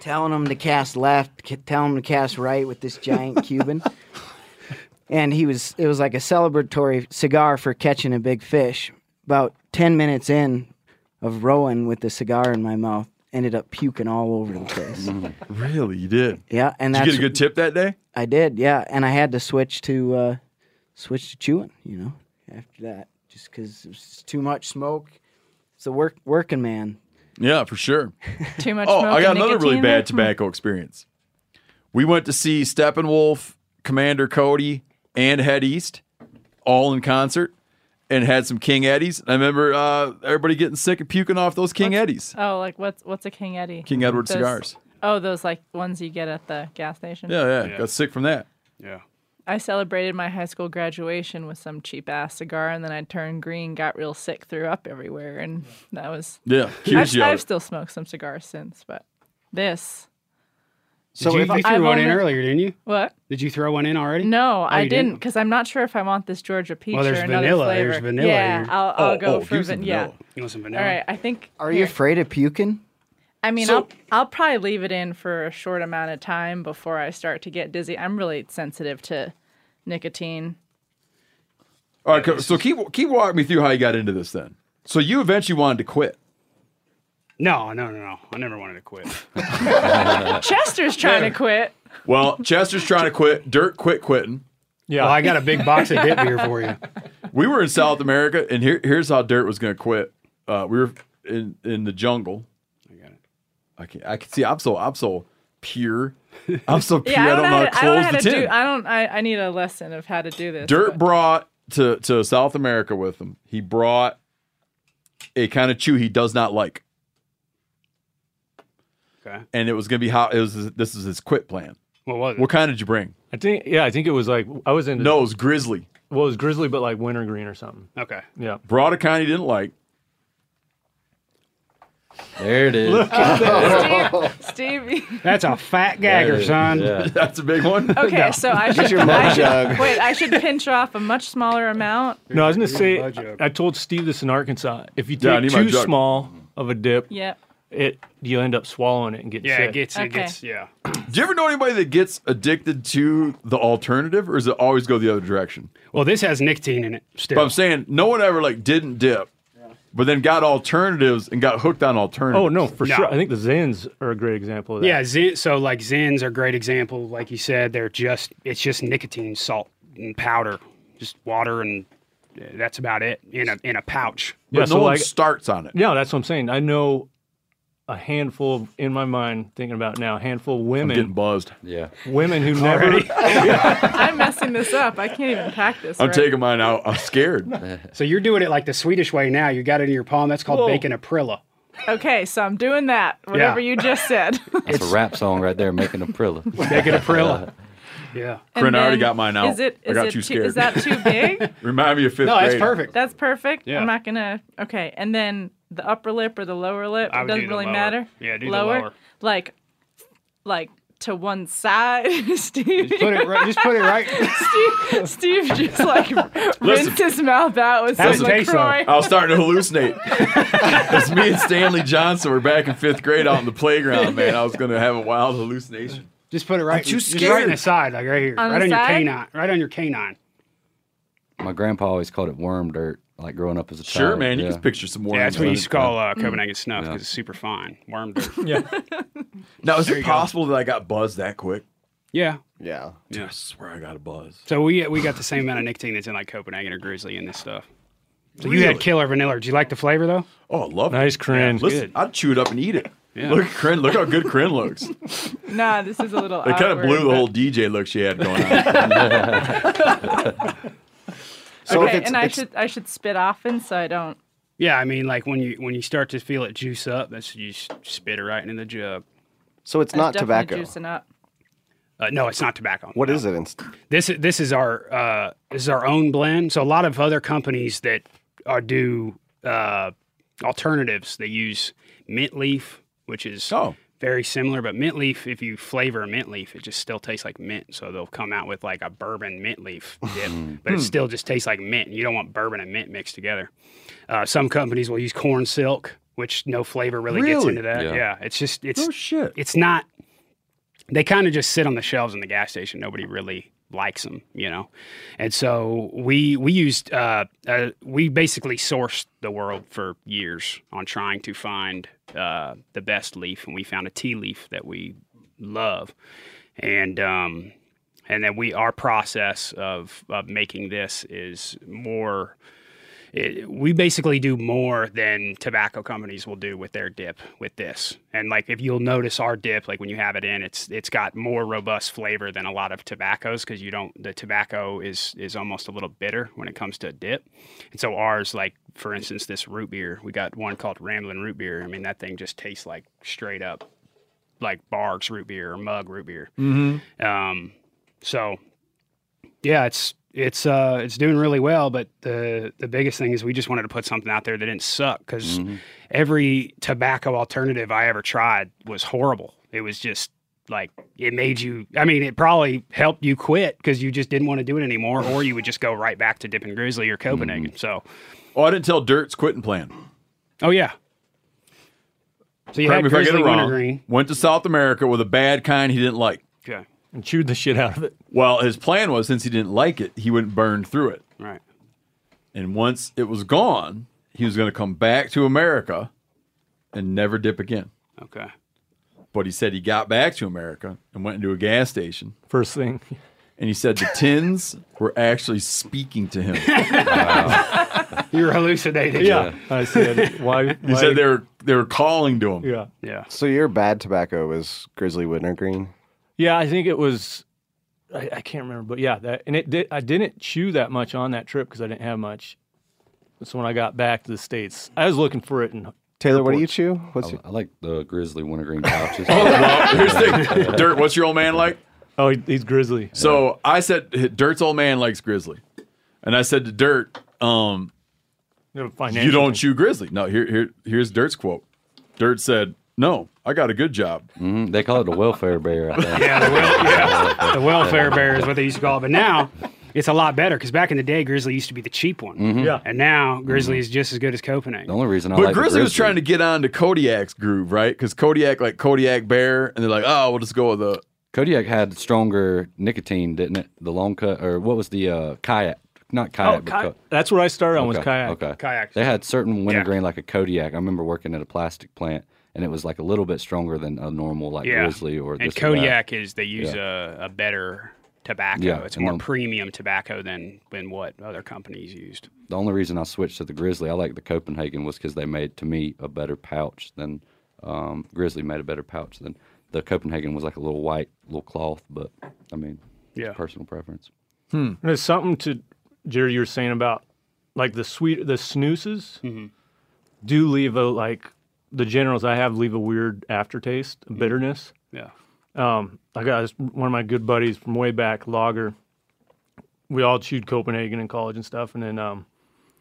Speaker 7: telling him to cast left, c- telling him to cast right with this giant Cuban. And he was, it was like a celebratory cigar for catching a big fish. About 10 minutes in of rowing with the cigar in my mouth, ended up puking all over the place.
Speaker 5: Mm. really, you did?
Speaker 7: Yeah, and
Speaker 5: did you
Speaker 7: that's
Speaker 5: get a good tip that day?
Speaker 7: I did, yeah, and I had to switch to uh, switch to chewing, you know, after that, just because it was just too much smoke. It's the work working man.
Speaker 5: Yeah, for sure.
Speaker 6: Too much.
Speaker 5: Oh,
Speaker 6: smoke
Speaker 5: I got
Speaker 6: and
Speaker 5: another really
Speaker 6: nicotine there?
Speaker 5: bad tobacco experience. We went to see Steppenwolf, Commander Cody, and Head East all in concert and had some King Eddies. I remember uh, everybody getting sick and puking off those King Eddies.
Speaker 6: Oh, like what's what's a King Eddie?
Speaker 5: King Edward
Speaker 6: Those-
Speaker 5: cigars.
Speaker 6: Oh, those like ones you get at the gas station.
Speaker 5: Yeah, yeah, Got sick from that.
Speaker 9: Yeah.
Speaker 6: I celebrated my high school graduation with some cheap ass cigar, and then I turned green, got real sick, threw up everywhere, and that was
Speaker 5: Yeah, cures
Speaker 6: I've,
Speaker 5: you of
Speaker 6: I've
Speaker 5: it.
Speaker 6: still smoked some cigars since, but this.
Speaker 9: So you, you threw one in
Speaker 6: only-
Speaker 9: earlier, didn't you?
Speaker 6: What?
Speaker 9: Did you throw one in already? Oh,
Speaker 6: No, I
Speaker 9: you
Speaker 6: didn't because I'm not sure if I want this Georgia peach
Speaker 9: Well,
Speaker 6: or
Speaker 9: there's
Speaker 6: another
Speaker 9: vanilla.
Speaker 6: flavor.
Speaker 9: There's vanilla.
Speaker 6: Yeah,
Speaker 9: You're-
Speaker 6: I'll, I'll
Speaker 9: Oh,
Speaker 6: go
Speaker 9: oh,
Speaker 6: for
Speaker 9: use some
Speaker 6: van- yeah.
Speaker 9: vanilla. You want some vanilla?
Speaker 6: All right, I think.
Speaker 7: Are you
Speaker 6: here.
Speaker 7: afraid of puking?
Speaker 6: I mean,
Speaker 7: So-
Speaker 6: I'll I'll probably leave it in for a short amount of time before I start to get dizzy. I'm really sensitive to nicotine.
Speaker 5: All right, co- so keep keep walking me through how you got into this then. So you eventually wanted to quit.
Speaker 9: No, no, no, no. I never wanted to quit.
Speaker 6: Chester's trying to quit.
Speaker 5: Well, Chester's trying to quit. Dirk quit quitting.
Speaker 4: Yeah. Well, I got a big box of dip beer
Speaker 9: for you.
Speaker 5: We were in South America, and here, here's how Dirt was going to quit. Uh, we were in in the jungle. I got it. I can, I can see. I'm so I'm so pure. I'm so pure. I don't, know how to
Speaker 6: I don't
Speaker 5: close
Speaker 6: how
Speaker 5: the
Speaker 6: to
Speaker 5: tin.
Speaker 6: do. I don't. I, I need a lesson of how to do this.
Speaker 5: Dirt brought to to South America with him. He brought a kind of chew he does not like,
Speaker 9: Okay.
Speaker 5: and it was going to be how it was. This is his quit plan.
Speaker 9: What was it?
Speaker 5: What kind did you bring?
Speaker 4: I think yeah, I think it was like I was in
Speaker 5: No, it was grizzly.
Speaker 4: Well, it was grizzly, but like wintergreen or something.
Speaker 9: Okay.
Speaker 4: Yeah.
Speaker 5: Brought a kind he didn't like.
Speaker 8: There it is.
Speaker 4: Look
Speaker 5: at
Speaker 6: Oh, Stevie.
Speaker 9: That's a fat gagger, son.
Speaker 5: That's a big one.
Speaker 6: Okay,
Speaker 9: No.
Speaker 6: so I
Speaker 4: Get
Speaker 6: should,
Speaker 4: your mug
Speaker 6: I should-
Speaker 4: jug.
Speaker 6: wait. I should pinch off a much smaller amount.
Speaker 4: No, I was gonna
Speaker 9: Here's
Speaker 4: say
Speaker 9: my
Speaker 4: I, I told Steve this in Arkansas. If you
Speaker 5: Yeah, I
Speaker 4: take
Speaker 5: need my
Speaker 4: too
Speaker 5: jug.
Speaker 4: small of a dip,
Speaker 6: Yep.
Speaker 4: it you end up swallowing it and getting
Speaker 9: Yeah,
Speaker 4: sick.
Speaker 9: it gets,
Speaker 6: Okay.
Speaker 9: it gets, yeah.
Speaker 5: Do you ever know anybody that gets addicted to the alternative, or does it always go the other direction?
Speaker 9: Well, this has nicotine in it still.
Speaker 5: But I'm saying no one ever like didn't dip, but then got alternatives and got hooked on alternatives.
Speaker 4: Oh no, for
Speaker 9: No.
Speaker 4: sure. I think the Zans are a great example of that.
Speaker 9: yeah, Zen, so like Zins are a great example. Like you said, they're just, it's just nicotine, salt, and powder. Just water and uh, that's about it in a in a pouch.
Speaker 5: But no
Speaker 4: so,
Speaker 5: one
Speaker 4: like-
Speaker 5: starts on it.
Speaker 4: Yeah, that's what I'm saying. I know a handful of, in my mind thinking about it now, a handful of
Speaker 5: I'm getting
Speaker 4: women,
Speaker 5: buzzed.
Speaker 8: Yeah.
Speaker 4: women who never.
Speaker 6: I'm messing this up. I can't even pack this.
Speaker 5: I'm
Speaker 6: right.
Speaker 5: taking mine out. uh, I'm scared.
Speaker 9: So you're doing it like the Swedish way now. You got it in your palm. That's called
Speaker 6: Whoa.
Speaker 9: bacon aprilla.
Speaker 6: Okay, so I'm doing that. Whatever you just said.
Speaker 8: That's a rap song right there, making a Prilla.
Speaker 9: making a Prilla. Yeah.
Speaker 5: Corinne, I already
Speaker 6: then
Speaker 5: got mine out.
Speaker 6: Is it?
Speaker 5: I
Speaker 6: is
Speaker 5: got
Speaker 6: it
Speaker 5: too
Speaker 6: Is
Speaker 5: scared.
Speaker 6: that too big?
Speaker 5: Remind me of fifth
Speaker 9: No,
Speaker 5: grade.
Speaker 9: that's perfect.
Speaker 6: That's perfect.
Speaker 9: Yeah.
Speaker 6: I'm not gonna. Okay, and then the upper lip or the lower lip.
Speaker 9: I
Speaker 6: It
Speaker 9: would do
Speaker 6: doesn't
Speaker 9: the
Speaker 6: really
Speaker 9: lower.
Speaker 6: matter.
Speaker 9: Yeah, do the
Speaker 6: lower.
Speaker 9: lower.
Speaker 6: Like, like to one side, Steve.
Speaker 9: Put it right. Just put it right.
Speaker 6: Steve, Steve just like rinsed his mouth out with some
Speaker 5: Listen,
Speaker 6: Lacroix.
Speaker 5: I was starting to hallucinate. it's me and Stanley Johnson. We're back in fifth grade out in the playground, man. I was going to have a wild hallucination.
Speaker 9: Just put it right.
Speaker 5: I'm too
Speaker 9: Just right in the
Speaker 5: scared.
Speaker 9: side, like right here,
Speaker 6: On
Speaker 9: right
Speaker 6: the
Speaker 9: on your
Speaker 6: side?
Speaker 9: canine, right on your canine.
Speaker 8: My grandpa always called it worm dirt, like growing up as a child.
Speaker 5: Sure, man. You
Speaker 8: Oh, yeah.
Speaker 5: can picture some more.
Speaker 9: yeah, that's what you used to call
Speaker 8: Mm.
Speaker 9: uh,
Speaker 11: Hmm.
Speaker 9: Copenhagen snuff because
Speaker 8: Yeah.
Speaker 9: it's super fine, worm dirt.
Speaker 5: Now, is
Speaker 9: There
Speaker 5: it
Speaker 9: you go.
Speaker 5: possible that I got buzzed that quick?
Speaker 9: yeah.
Speaker 11: Yeah.
Speaker 5: Dude, I swear I got a buzz.
Speaker 9: So we we got the same amount of nicotine that's in like Copenhagen or Grizzly in this stuff. So you had
Speaker 5: Really?
Speaker 9: killer vanilla. Did you like the flavor though?
Speaker 5: Oh, I love
Speaker 4: nice,
Speaker 5: it.
Speaker 4: Corinne.
Speaker 5: Listen, I'd chew it up and eat it.
Speaker 9: Yeah.
Speaker 5: Look at Corinne. Look how good Corinne looks. It
Speaker 6: Nah, this is a little.
Speaker 5: kind of
Speaker 6: awkward,
Speaker 5: blew the
Speaker 6: but-
Speaker 5: whole DJ look she had going on.
Speaker 11: So if
Speaker 6: okay,
Speaker 11: it's-
Speaker 6: and I
Speaker 11: it's-
Speaker 6: should I should spit often so I don't.
Speaker 9: Yeah, I mean like when you when you start to feel it juice up, that's you s- spit it right into the jug.
Speaker 11: So it's
Speaker 6: that's
Speaker 11: not
Speaker 6: definitely
Speaker 11: tobacco.
Speaker 6: Juicing up.
Speaker 9: Uh, no, it's not tobacco.
Speaker 11: What is it? Inst-
Speaker 9: This is- this is our uh, this is our own blend. So a lot of other companies that are do uh, alternatives. They use mint leaf, which is
Speaker 5: Oh.
Speaker 9: very similar. But mint leaf, if you flavor mint leaf, it just still tastes like mint. So they'll come out with like a bourbon mint leaf dip, but
Speaker 10: Hmm.
Speaker 5: Hmm.
Speaker 9: it still just tastes like mint. You don't want bourbon and mint mixed together. Uh, some companies will use corn silk, which no flavor really, gets
Speaker 5: Really?
Speaker 9: into that.
Speaker 8: Yeah.
Speaker 9: Yeah. it's just it's
Speaker 5: oh shit.
Speaker 9: it's not. They kind of just sit on the shelves in the gas station. Nobody really likes them, you know. And so we we used uh, uh, we basically sourced the world for years on trying to find uh, the best leaf, and we found a tea leaf that we love, and um, and then we our process of of making this is more it, we basically do more than tobacco companies will do with their dip with this. And like if you'll notice our dip, like when you have it in, it's it's got more robust flavor than a lot of tobaccos because you don't the tobacco is is almost a little bitter when it comes to a dip. And so ours, like for instance, this root beer, we got one called Ramblin' Root Beer. I mean that thing just tastes like straight up like Barks root beer or mug root beer.
Speaker 13: Mm-hmm.
Speaker 9: Um, so yeah, it's it's uh it's doing really well, but the the biggest thing is we just wanted to put something out there that didn't suck because
Speaker 5: Mm-hmm.
Speaker 9: every tobacco alternative I ever tried was horrible. It was just like it made you. I mean, it probably helped you quit because you just didn't want to do it anymore, or you would just go right back to Dippin' Grizzly or Copenhagen. So,
Speaker 5: Oh, I didn't tell Dirt's quitting plan.
Speaker 9: oh yeah. So you
Speaker 5: Correct
Speaker 9: had
Speaker 5: me if I get it
Speaker 9: Grizzly
Speaker 5: wrong.
Speaker 9: Wintergreen.
Speaker 5: Went to South America with a bad kind he didn't like.
Speaker 9: Okay.
Speaker 5: And chewed the shit out of it. Well, his plan was since he didn't like it, he wouldn't burn through it.
Speaker 9: Right.
Speaker 5: And once it was gone, he was going to come back to America and never dip again.
Speaker 9: Okay.
Speaker 5: But he said he got back to America and went into a gas station. First thing. And he said the tins were actually speaking to him.
Speaker 9: You're hallucinated.
Speaker 5: Yeah.
Speaker 4: I said,
Speaker 5: He
Speaker 4: why? why-
Speaker 5: said they were they were calling to him.
Speaker 4: Yeah.
Speaker 9: Yeah.
Speaker 11: So your bad tobacco was Grizzly Wintergreen.
Speaker 4: Yeah, I think it was. I, I can't remember, but yeah, that and it did. I didn't chew that much on that trip because I didn't have much. So when I got back to the states, I was looking for it in
Speaker 11: Taylor, what do you chew? What's
Speaker 8: I, I like the grizzly wintergreen pouches.
Speaker 5: Oh, well, here's the thing. Dirt, what's your old man like?
Speaker 4: Oh, he's grizzly.
Speaker 5: So I said, Dirt's old man likes grizzly. And I said to Dirt, um, you don't chew grizzly. No, here, here, here's Dirt's quote. Dirt said, no, I got a good job.
Speaker 8: Mm, they call it a welfare bear, I think.
Speaker 9: yeah, the, wel- yeah, the welfare bear is what they used to call it. But now it's a lot better because back in the day, Grizzly used to be the cheap one.
Speaker 4: Mm-hmm.
Speaker 8: Mhm. Yeah.
Speaker 9: And now Grizzly is just as good as Copenhagen.
Speaker 8: The only reason I
Speaker 5: But
Speaker 8: like the
Speaker 5: grizzly, was trying to get on to Kodiak's groove, right? Because Kodiak, like Kodiak bear, and they're like, oh, we'll just go with the.
Speaker 8: Uh, Kodiak had stronger nicotine, didn't it? The long cut, or what was the uh, kayak?
Speaker 9: Oh,
Speaker 8: Not kayak, but
Speaker 4: ki-
Speaker 8: co-
Speaker 4: Oh, that's where I started on was
Speaker 8: Okay,
Speaker 4: kayak.
Speaker 8: Okay.
Speaker 9: Kayak.
Speaker 8: They had certain wintergreen, like a Kodiak. I remember working at a plastic plant, and it was like a little bit stronger than a normal, like grizzly or
Speaker 9: and
Speaker 8: this or that.
Speaker 9: Kodiak is they use
Speaker 8: Yeah.
Speaker 9: a, a better tobacco.
Speaker 8: Yeah,
Speaker 9: It's
Speaker 8: and
Speaker 9: more
Speaker 8: then-
Speaker 9: premium tobacco than than what other companies used.
Speaker 8: The only reason I switched to the grizzly, I like the Copenhagen, was because they made to me a better pouch than um, grizzly made a better pouch than the Copenhagen was like a little white, little cloth. But I mean,
Speaker 4: Yeah.
Speaker 8: personal preference.
Speaker 4: Hmm. And it's something to Jerry. You were saying about like the sweet the snoozes do leave a like the generals I have leave a weird aftertaste, a bitterness.
Speaker 9: Yeah.
Speaker 4: Um, I got this, one of my good buddies from way back, Lager. We all chewed Copenhagen in college and stuff, and then um,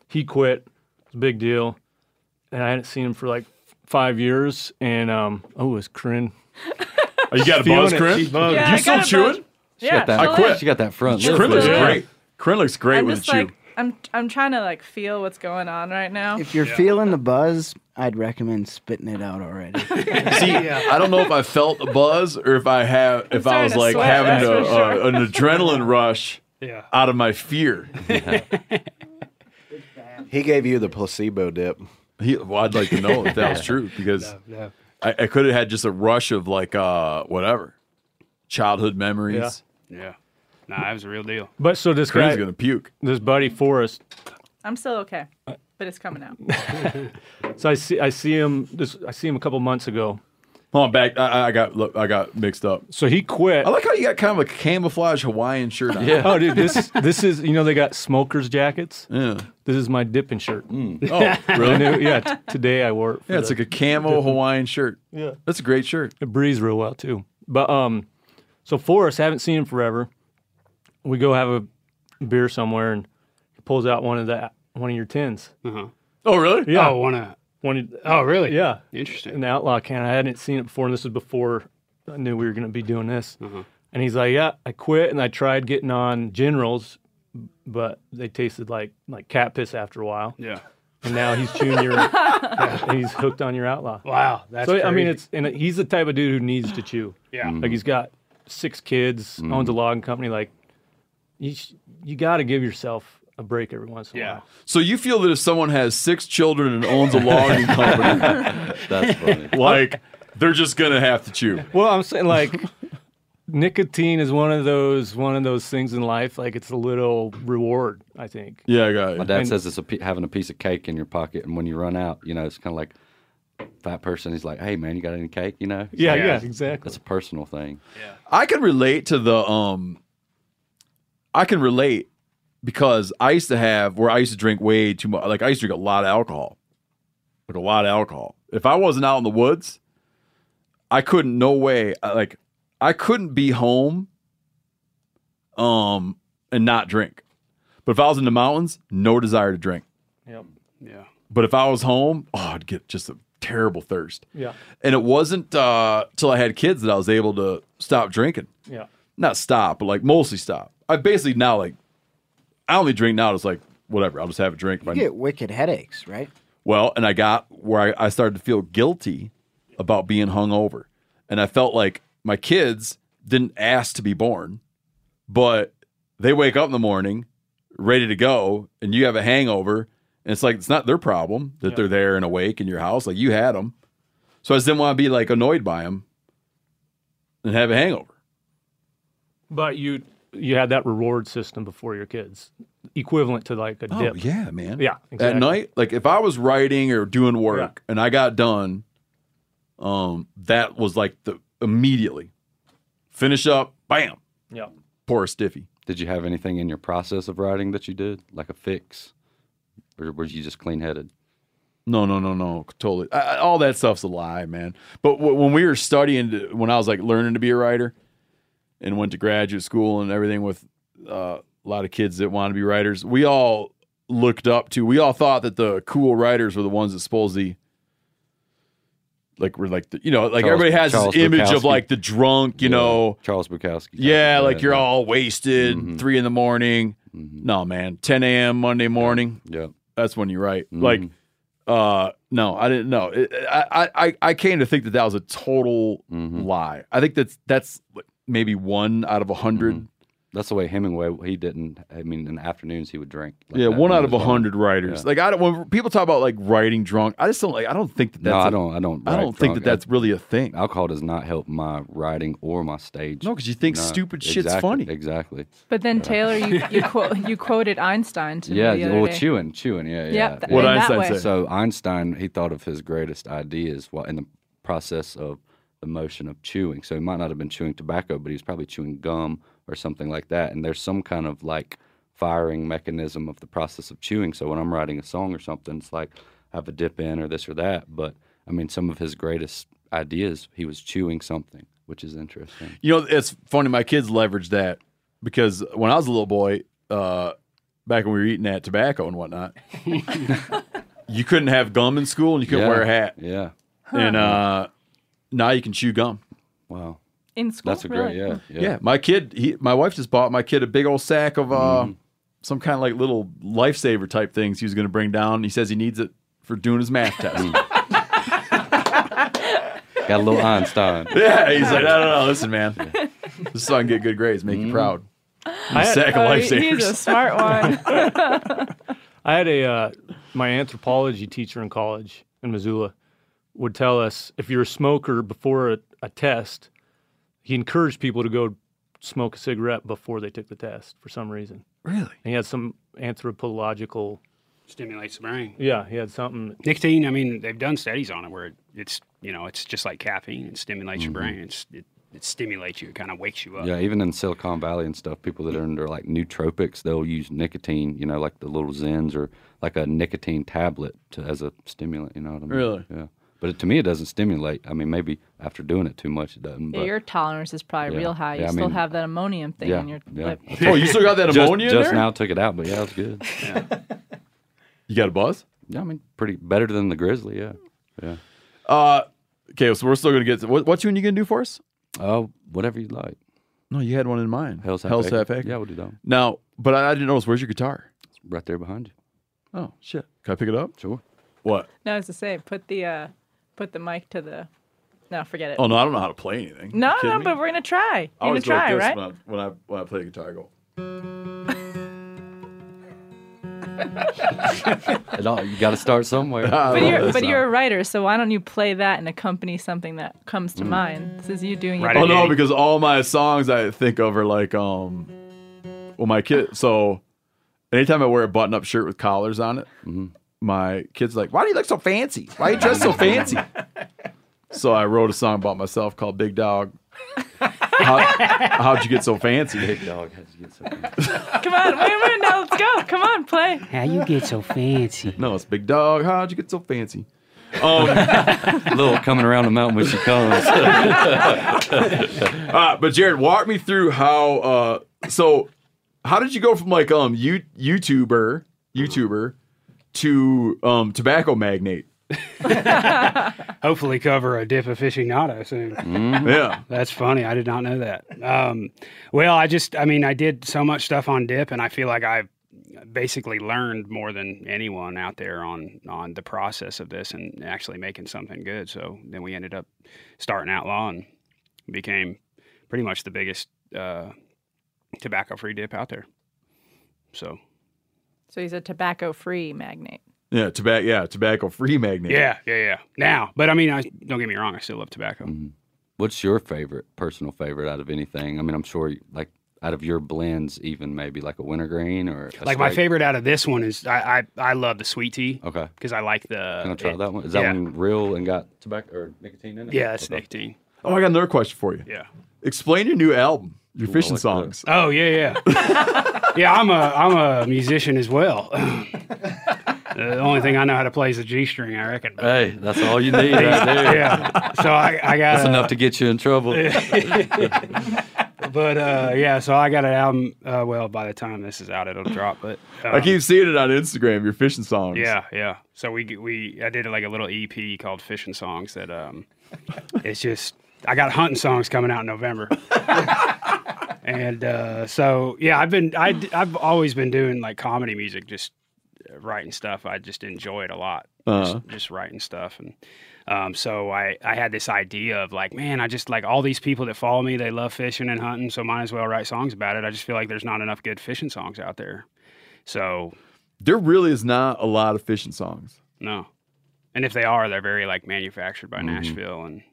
Speaker 4: he quit. It was a big deal, and I hadn't seen him for like five years. And um, oh, it's Corinne.
Speaker 5: Oh, you got a buzz, Corinne? Yeah, You I still got a chewing? buzz.
Speaker 8: She got that.
Speaker 4: I quit.
Speaker 8: She got that front.
Speaker 4: Just
Speaker 8: lip
Speaker 4: quit.
Speaker 8: there.
Speaker 4: Yeah.
Speaker 5: Great. Corinne looks great
Speaker 6: I'm
Speaker 5: with a
Speaker 6: just
Speaker 5: chew.
Speaker 6: like I'm I'm trying to like feel what's going on right now.
Speaker 7: If you're feeling the buzz, I'd recommend spitting it out already.
Speaker 5: See, I don't know if I felt a buzz or if I have, if I
Speaker 7: starting
Speaker 5: was
Speaker 7: to
Speaker 5: like
Speaker 7: sweat, that's
Speaker 5: having a,
Speaker 7: for sure.
Speaker 5: uh, an adrenaline rush
Speaker 9: Yeah.
Speaker 5: out of my fear.
Speaker 11: He gave you the placebo dip.
Speaker 5: He, well, I'd like to know if that was true because
Speaker 9: no.
Speaker 5: I, I could have had just a rush of like uh, whatever childhood memories.
Speaker 9: Yeah. Nah, that was a real deal.
Speaker 4: But so this
Speaker 5: Corinne's
Speaker 4: guy-
Speaker 5: gonna puke.
Speaker 4: This buddy Forrest,
Speaker 6: I'm still okay, but it's coming out.
Speaker 4: So I see, I see him. This, I see him a couple months ago.
Speaker 5: Hold on, back. I, I got look, I got mixed up.
Speaker 4: So he quit.
Speaker 5: I like how you got kind of a camouflage Hawaiian shirt on.
Speaker 4: Oh, dude, this this is you know they got smokers jackets.
Speaker 5: Yeah.
Speaker 4: This is my dipping shirt.
Speaker 5: Oh, really?
Speaker 4: I knew- yeah. t- today I wore it. for
Speaker 5: Yeah, it's
Speaker 4: the
Speaker 5: like a camo
Speaker 4: dipping.
Speaker 5: Hawaiian shirt.
Speaker 4: Yeah.
Speaker 5: That's a great shirt.
Speaker 4: It breathes real well too. But um, so Forrest, haven't seen him forever. We go have a beer somewhere, and he pulls out one of that one of your tins.
Speaker 9: Uh-huh.
Speaker 5: Oh, really?
Speaker 4: Yeah.
Speaker 9: Oh, one of
Speaker 4: One. of-
Speaker 9: Oh, really?
Speaker 4: Yeah.
Speaker 9: Interesting.
Speaker 4: An outlaw can. I hadn't seen it before, and this was before I knew we were going to be doing this.
Speaker 9: Uh-huh.
Speaker 4: And he's like, "Yeah, I quit, and I tried getting on Generals, but they tasted like like cat piss after a while.
Speaker 9: Yeah.
Speaker 4: And now he's chewing your, and he's hooked on your outlaw.
Speaker 9: Wow, that's
Speaker 4: so. I mean,
Speaker 9: crazy.
Speaker 4: it's and he's the type of dude who needs to chew.
Speaker 9: Yeah.
Speaker 4: Like he's got six kids, owns a logging company. Like you sh- you got to give yourself a break every once in a while.
Speaker 5: So you feel that if someone has six children and owns a logging company,
Speaker 4: That's funny.
Speaker 5: Like they're just gonna have to chew.
Speaker 4: Well, I'm saying like nicotine is one of those one of those things in life. Like it's a little reward, I think.
Speaker 5: Yeah, I got
Speaker 8: My dad
Speaker 4: And-
Speaker 8: says it's a, pe- having a piece of cake in your pocket, and when you run out, you know, it's kind of like that person. He's like, "Hey, man, you got any cake?" You know? It's
Speaker 5: Yeah,
Speaker 8: like-
Speaker 5: yeah, exactly.
Speaker 8: It's a personal thing. Yeah.
Speaker 5: I can relate to the um I can relate because I used to have where I used to drink way too much like I used to drink a lot of alcohol. Like a lot of alcohol. If I wasn't out in the woods, I couldn't no way I- like I couldn't be home um and not drink. But if I was in the mountains, no desire to drink.
Speaker 4: Yep.
Speaker 9: Yeah.
Speaker 5: But if I was home, oh, I'd get just a terrible thirst.
Speaker 4: Yeah.
Speaker 5: And it wasn't uh, till I had kids that I was able to stop drinking.
Speaker 4: Yeah.
Speaker 5: Not stop, but like mostly stop. I basically now like I only drink now. It's like whatever. I'll just have a drink.
Speaker 7: You get wicked headaches, right?
Speaker 5: Well, and I got where I, I started to feel guilty about being hungover. And I felt like my kids didn't ask to be born, but they wake up in the morning ready to go, and you have a hangover. And it's like, it's not their problem that they're there and awake in your house. Like you had them. So I just didn't want to be like annoyed by them and have a hangover.
Speaker 4: But you you had that reward system before your kids, equivalent to like a
Speaker 5: Oh,
Speaker 4: dip.
Speaker 5: yeah, man.
Speaker 4: Yeah, exactly.
Speaker 5: At night, like if I was writing or doing work and I got done, um, that was like the immediately finish up, bam,
Speaker 4: Yeah.
Speaker 5: pour a stiffy.
Speaker 8: Did you have anything in your process of writing that you did, like a fix, or were you just clean headed?
Speaker 5: No, no, no, no, totally. I, I- all that stuff's a lie, man. But w- when we were studying, to- when I was like learning to be a writer, and went to graduate school and everything with uh, a lot of kids that want to be writers, we all looked up to. We all thought that the cool writers were the ones that supposedly. Like we're like the, you know like
Speaker 8: Charles-
Speaker 5: everybody has
Speaker 8: Charles
Speaker 5: this image
Speaker 8: Bukowski.
Speaker 5: of like the drunk you know
Speaker 8: Charles Bukowski
Speaker 5: yeah like
Speaker 8: that,
Speaker 5: you're
Speaker 8: yeah.
Speaker 5: all wasted three in the morning no man 10 a.m Monday morning
Speaker 8: yeah Mm-hmm.
Speaker 5: that's when you write like uh no I didn't know It- I I I- I came to think that that was a total
Speaker 8: Mm-hmm.
Speaker 5: lie I think that's that's maybe one out of a 100
Speaker 8: Mm-hmm. That's the way Hemingway. He didn't. I mean, in the afternoons he would drink. like
Speaker 5: yeah,
Speaker 8: that
Speaker 5: one
Speaker 8: when he
Speaker 5: out of a
Speaker 8: was young.
Speaker 5: hundred writers.
Speaker 8: Yeah.
Speaker 5: Like I don't. When people talk about like writing drunk, I just don't like. I don't think that that's.
Speaker 8: no,
Speaker 5: I
Speaker 8: I don't. I don't.
Speaker 5: I
Speaker 8: write
Speaker 5: don't think
Speaker 8: drunk.
Speaker 5: that that's really a thing.
Speaker 8: Alcohol does not help my writing or my stage.
Speaker 5: No, 'cause you think stupid shit's
Speaker 8: exactly,
Speaker 5: funny.
Speaker 8: Exactly.
Speaker 6: But then Taylor, you you, quote, you quoted Einstein to
Speaker 8: Yeah,
Speaker 6: me the other
Speaker 8: well,
Speaker 6: day.
Speaker 8: chewing, chewing, yeah,
Speaker 6: Yeah,
Speaker 8: yeah.
Speaker 6: th- What'd in that Einstein way. say?
Speaker 8: So Einstein, he thought of his greatest ideas while in the process of the motion of chewing. So he might not have been chewing tobacco, but he was probably chewing gum or something like that. And there's some kind of like firing mechanism of the process of chewing. So when I'm writing a song or something, it's like I have a dip in or this or that. But I mean, some of his greatest ideas, he was chewing something, which is interesting.
Speaker 5: You know, it's funny. My kids leverage that because when I was a little boy, uh, back when we were eating that tobacco and whatnot, you couldn't have gum in school and you couldn't
Speaker 8: Yeah,
Speaker 5: wear a hat.
Speaker 8: Yeah.
Speaker 5: And uh, now you can chew gum.
Speaker 8: Wow.
Speaker 6: In school,
Speaker 8: That's a great-
Speaker 6: really?
Speaker 8: yeah,
Speaker 5: Yeah. my kid, he, my wife just bought my kid a big old sack of uh,
Speaker 8: Mm-hmm.
Speaker 5: some kind of like little lifesaver type things he was going to bring down. He says he needs it for doing his math test.
Speaker 8: Mm. Got a little Einstein.
Speaker 5: yeah, he's like, no, no, no, listen, man, this is how I can get good grades, make
Speaker 8: Mm-hmm.
Speaker 5: you proud.
Speaker 4: I had-
Speaker 5: sack of
Speaker 6: uh,
Speaker 4: Oh,
Speaker 5: lifesavers.
Speaker 4: he- he's a
Speaker 6: Smart one.
Speaker 4: I had a uh, my anthropology teacher in college in Missoula would tell us if you're a smoker before a, a test, he encouraged people to go smoke a cigarette before they took the test for some reason.
Speaker 5: Really?
Speaker 4: he had some anthropological.
Speaker 9: Stimulates the brain.
Speaker 4: Yeah, he had something.
Speaker 9: Nicotine. I mean, they've done studies on it where it- it's you know it's just like caffeine. It stimulates your brain. It's it, it stimulates you. It kind of wakes you up.
Speaker 8: Mm-hmm. Yeah, even in Silicon Valley and stuff, people that are under like nootropics, they'll use nicotine, you know, like the little Zens or like a nicotine tablet to, as a stimulant, you know what I mean?
Speaker 5: Really?
Speaker 8: Yeah. But it, to me, it doesn't stimulate. I mean, maybe after doing it too much, it doesn't.
Speaker 6: Yeah,
Speaker 8: But
Speaker 6: your tolerance is probably
Speaker 8: Yeah.
Speaker 6: real high. You
Speaker 8: Yeah, I
Speaker 6: still
Speaker 8: mean-
Speaker 6: have that ammonium thing
Speaker 8: yeah,
Speaker 6: in your
Speaker 8: yeah.
Speaker 6: lip.
Speaker 8: That's
Speaker 5: Oh,
Speaker 8: what-
Speaker 5: you still got that
Speaker 8: just,
Speaker 5: ammonia in
Speaker 8: Just
Speaker 5: there?
Speaker 8: now took it out, but yeah, it was good.
Speaker 5: You got a buzz?
Speaker 8: Yeah, I mean, pretty better than the Grizzly, yeah. Yeah.
Speaker 5: Uh, okay, so we're still gonna get. To, what, what tune you gonna do for us?
Speaker 8: Oh, whatever you like.
Speaker 5: No, you had one in mind.
Speaker 8: Hell's Half
Speaker 5: Hell's
Speaker 8: Acre.
Speaker 5: half acre.
Speaker 8: Yeah, we'll do that one.
Speaker 5: Now, but I, I didn't notice. Where's your guitar?
Speaker 8: It's right there behind you.
Speaker 5: Oh shit! Can I pick it up?
Speaker 8: Sure.
Speaker 5: What?
Speaker 6: No, it's the same. Put the uh, put the mic to the. No, forget it.
Speaker 5: Oh no, I don't know how to play anything.
Speaker 6: No,
Speaker 5: You kidding
Speaker 6: no,
Speaker 5: me?
Speaker 6: but we're gonna try.
Speaker 5: I
Speaker 6: You're gonna
Speaker 5: always go like
Speaker 6: try,
Speaker 5: this
Speaker 6: right?
Speaker 5: When I, when I when I play guitar, I go.
Speaker 8: It all- you got to start somewhere.
Speaker 6: But you're, but you're a writer, so why don't you play that and accompany something that comes to mind? This is you doing it.
Speaker 5: Oh no, because all my songs I think of are like um, well my kid. So anytime I wear a button-up shirt with collars on it, my kid's like, "Why do you look so fancy? Why you dress so fancy?" so I wrote a song about myself called "Big Dog." How, how'd you get so fancy? Big dog, how'd you get so
Speaker 6: Come on, wait a minute, now let's go. Come on, play.
Speaker 5: How you get so fancy? No, it's big dog. How'd you get so fancy? Um,
Speaker 8: Little coming around the mountain when she comes.
Speaker 5: Uh, but Jared, walk me through how. Uh, so, how did you go from like um you YouTuber YouTuber to um tobacco magnate?
Speaker 9: Hopefully, cover a dip of aficionado soon.
Speaker 5: Yeah.
Speaker 9: that's funny. I did not know that. Um, well, I just, I mean, I did so much stuff on dip, and I feel like I've basically learned more than anyone out there on on the process of this and actually making something good. So then we ended up starting outlaw and became pretty much the biggest uh, tobacco free dip out there. So
Speaker 6: So he's a tobacco-free magnate.
Speaker 5: Yeah, tobacco. Yeah, tobacco free magnate.
Speaker 9: yeah, yeah, yeah. Now, but I mean, I don't get me wrong. I still love tobacco.
Speaker 8: What's your favorite, personal favorite out of anything? I mean, I'm sure, you- like, out of your blends, even maybe like a wintergreen or a
Speaker 9: like my
Speaker 8: straight-
Speaker 9: favorite out of this one is I I, I love the sweet tea.
Speaker 8: Okay.
Speaker 9: Because I like the.
Speaker 8: Can I try
Speaker 9: it-
Speaker 8: that one? Is that
Speaker 9: yeah.
Speaker 8: one real and got tobacco or nicotine in it?
Speaker 9: Yeah, it's nicotine.
Speaker 5: Oh, I got another question for you.
Speaker 9: Yeah.
Speaker 5: Explain your new album, your fishing songs.
Speaker 9: Oh yeah, yeah, yeah. I'm a I'm a musician as well. the only thing I know how to play is the G string, I reckon.
Speaker 8: Hey, that's all you need right there.
Speaker 9: yeah. So I I got
Speaker 8: That's enough to get you in trouble.
Speaker 9: but uh, yeah, so I got an album. Uh, well, by the time this is out, it'll drop. But
Speaker 5: I
Speaker 9: um,
Speaker 5: keep seeing it on Instagram. Your fishing songs.
Speaker 9: Yeah, yeah. So we we I did like a little EP called Fishing Songs that um, it's just I got hunting songs coming out in November, and uh, so yeah, I've been I have always been doing like comedy music, just uh, writing stuff. I just enjoy it a lot,
Speaker 5: Uh-huh.
Speaker 9: just, just writing stuff and. Um, so I, I had this idea of like, man, I just like all these people that follow me, they love fishing and hunting, so might as well write songs about it. I just feel like there's not enough good fishing songs out there. So
Speaker 5: There really is not a lot of fishing songs.
Speaker 9: no. And if they are, they're very like manufactured by Nashville and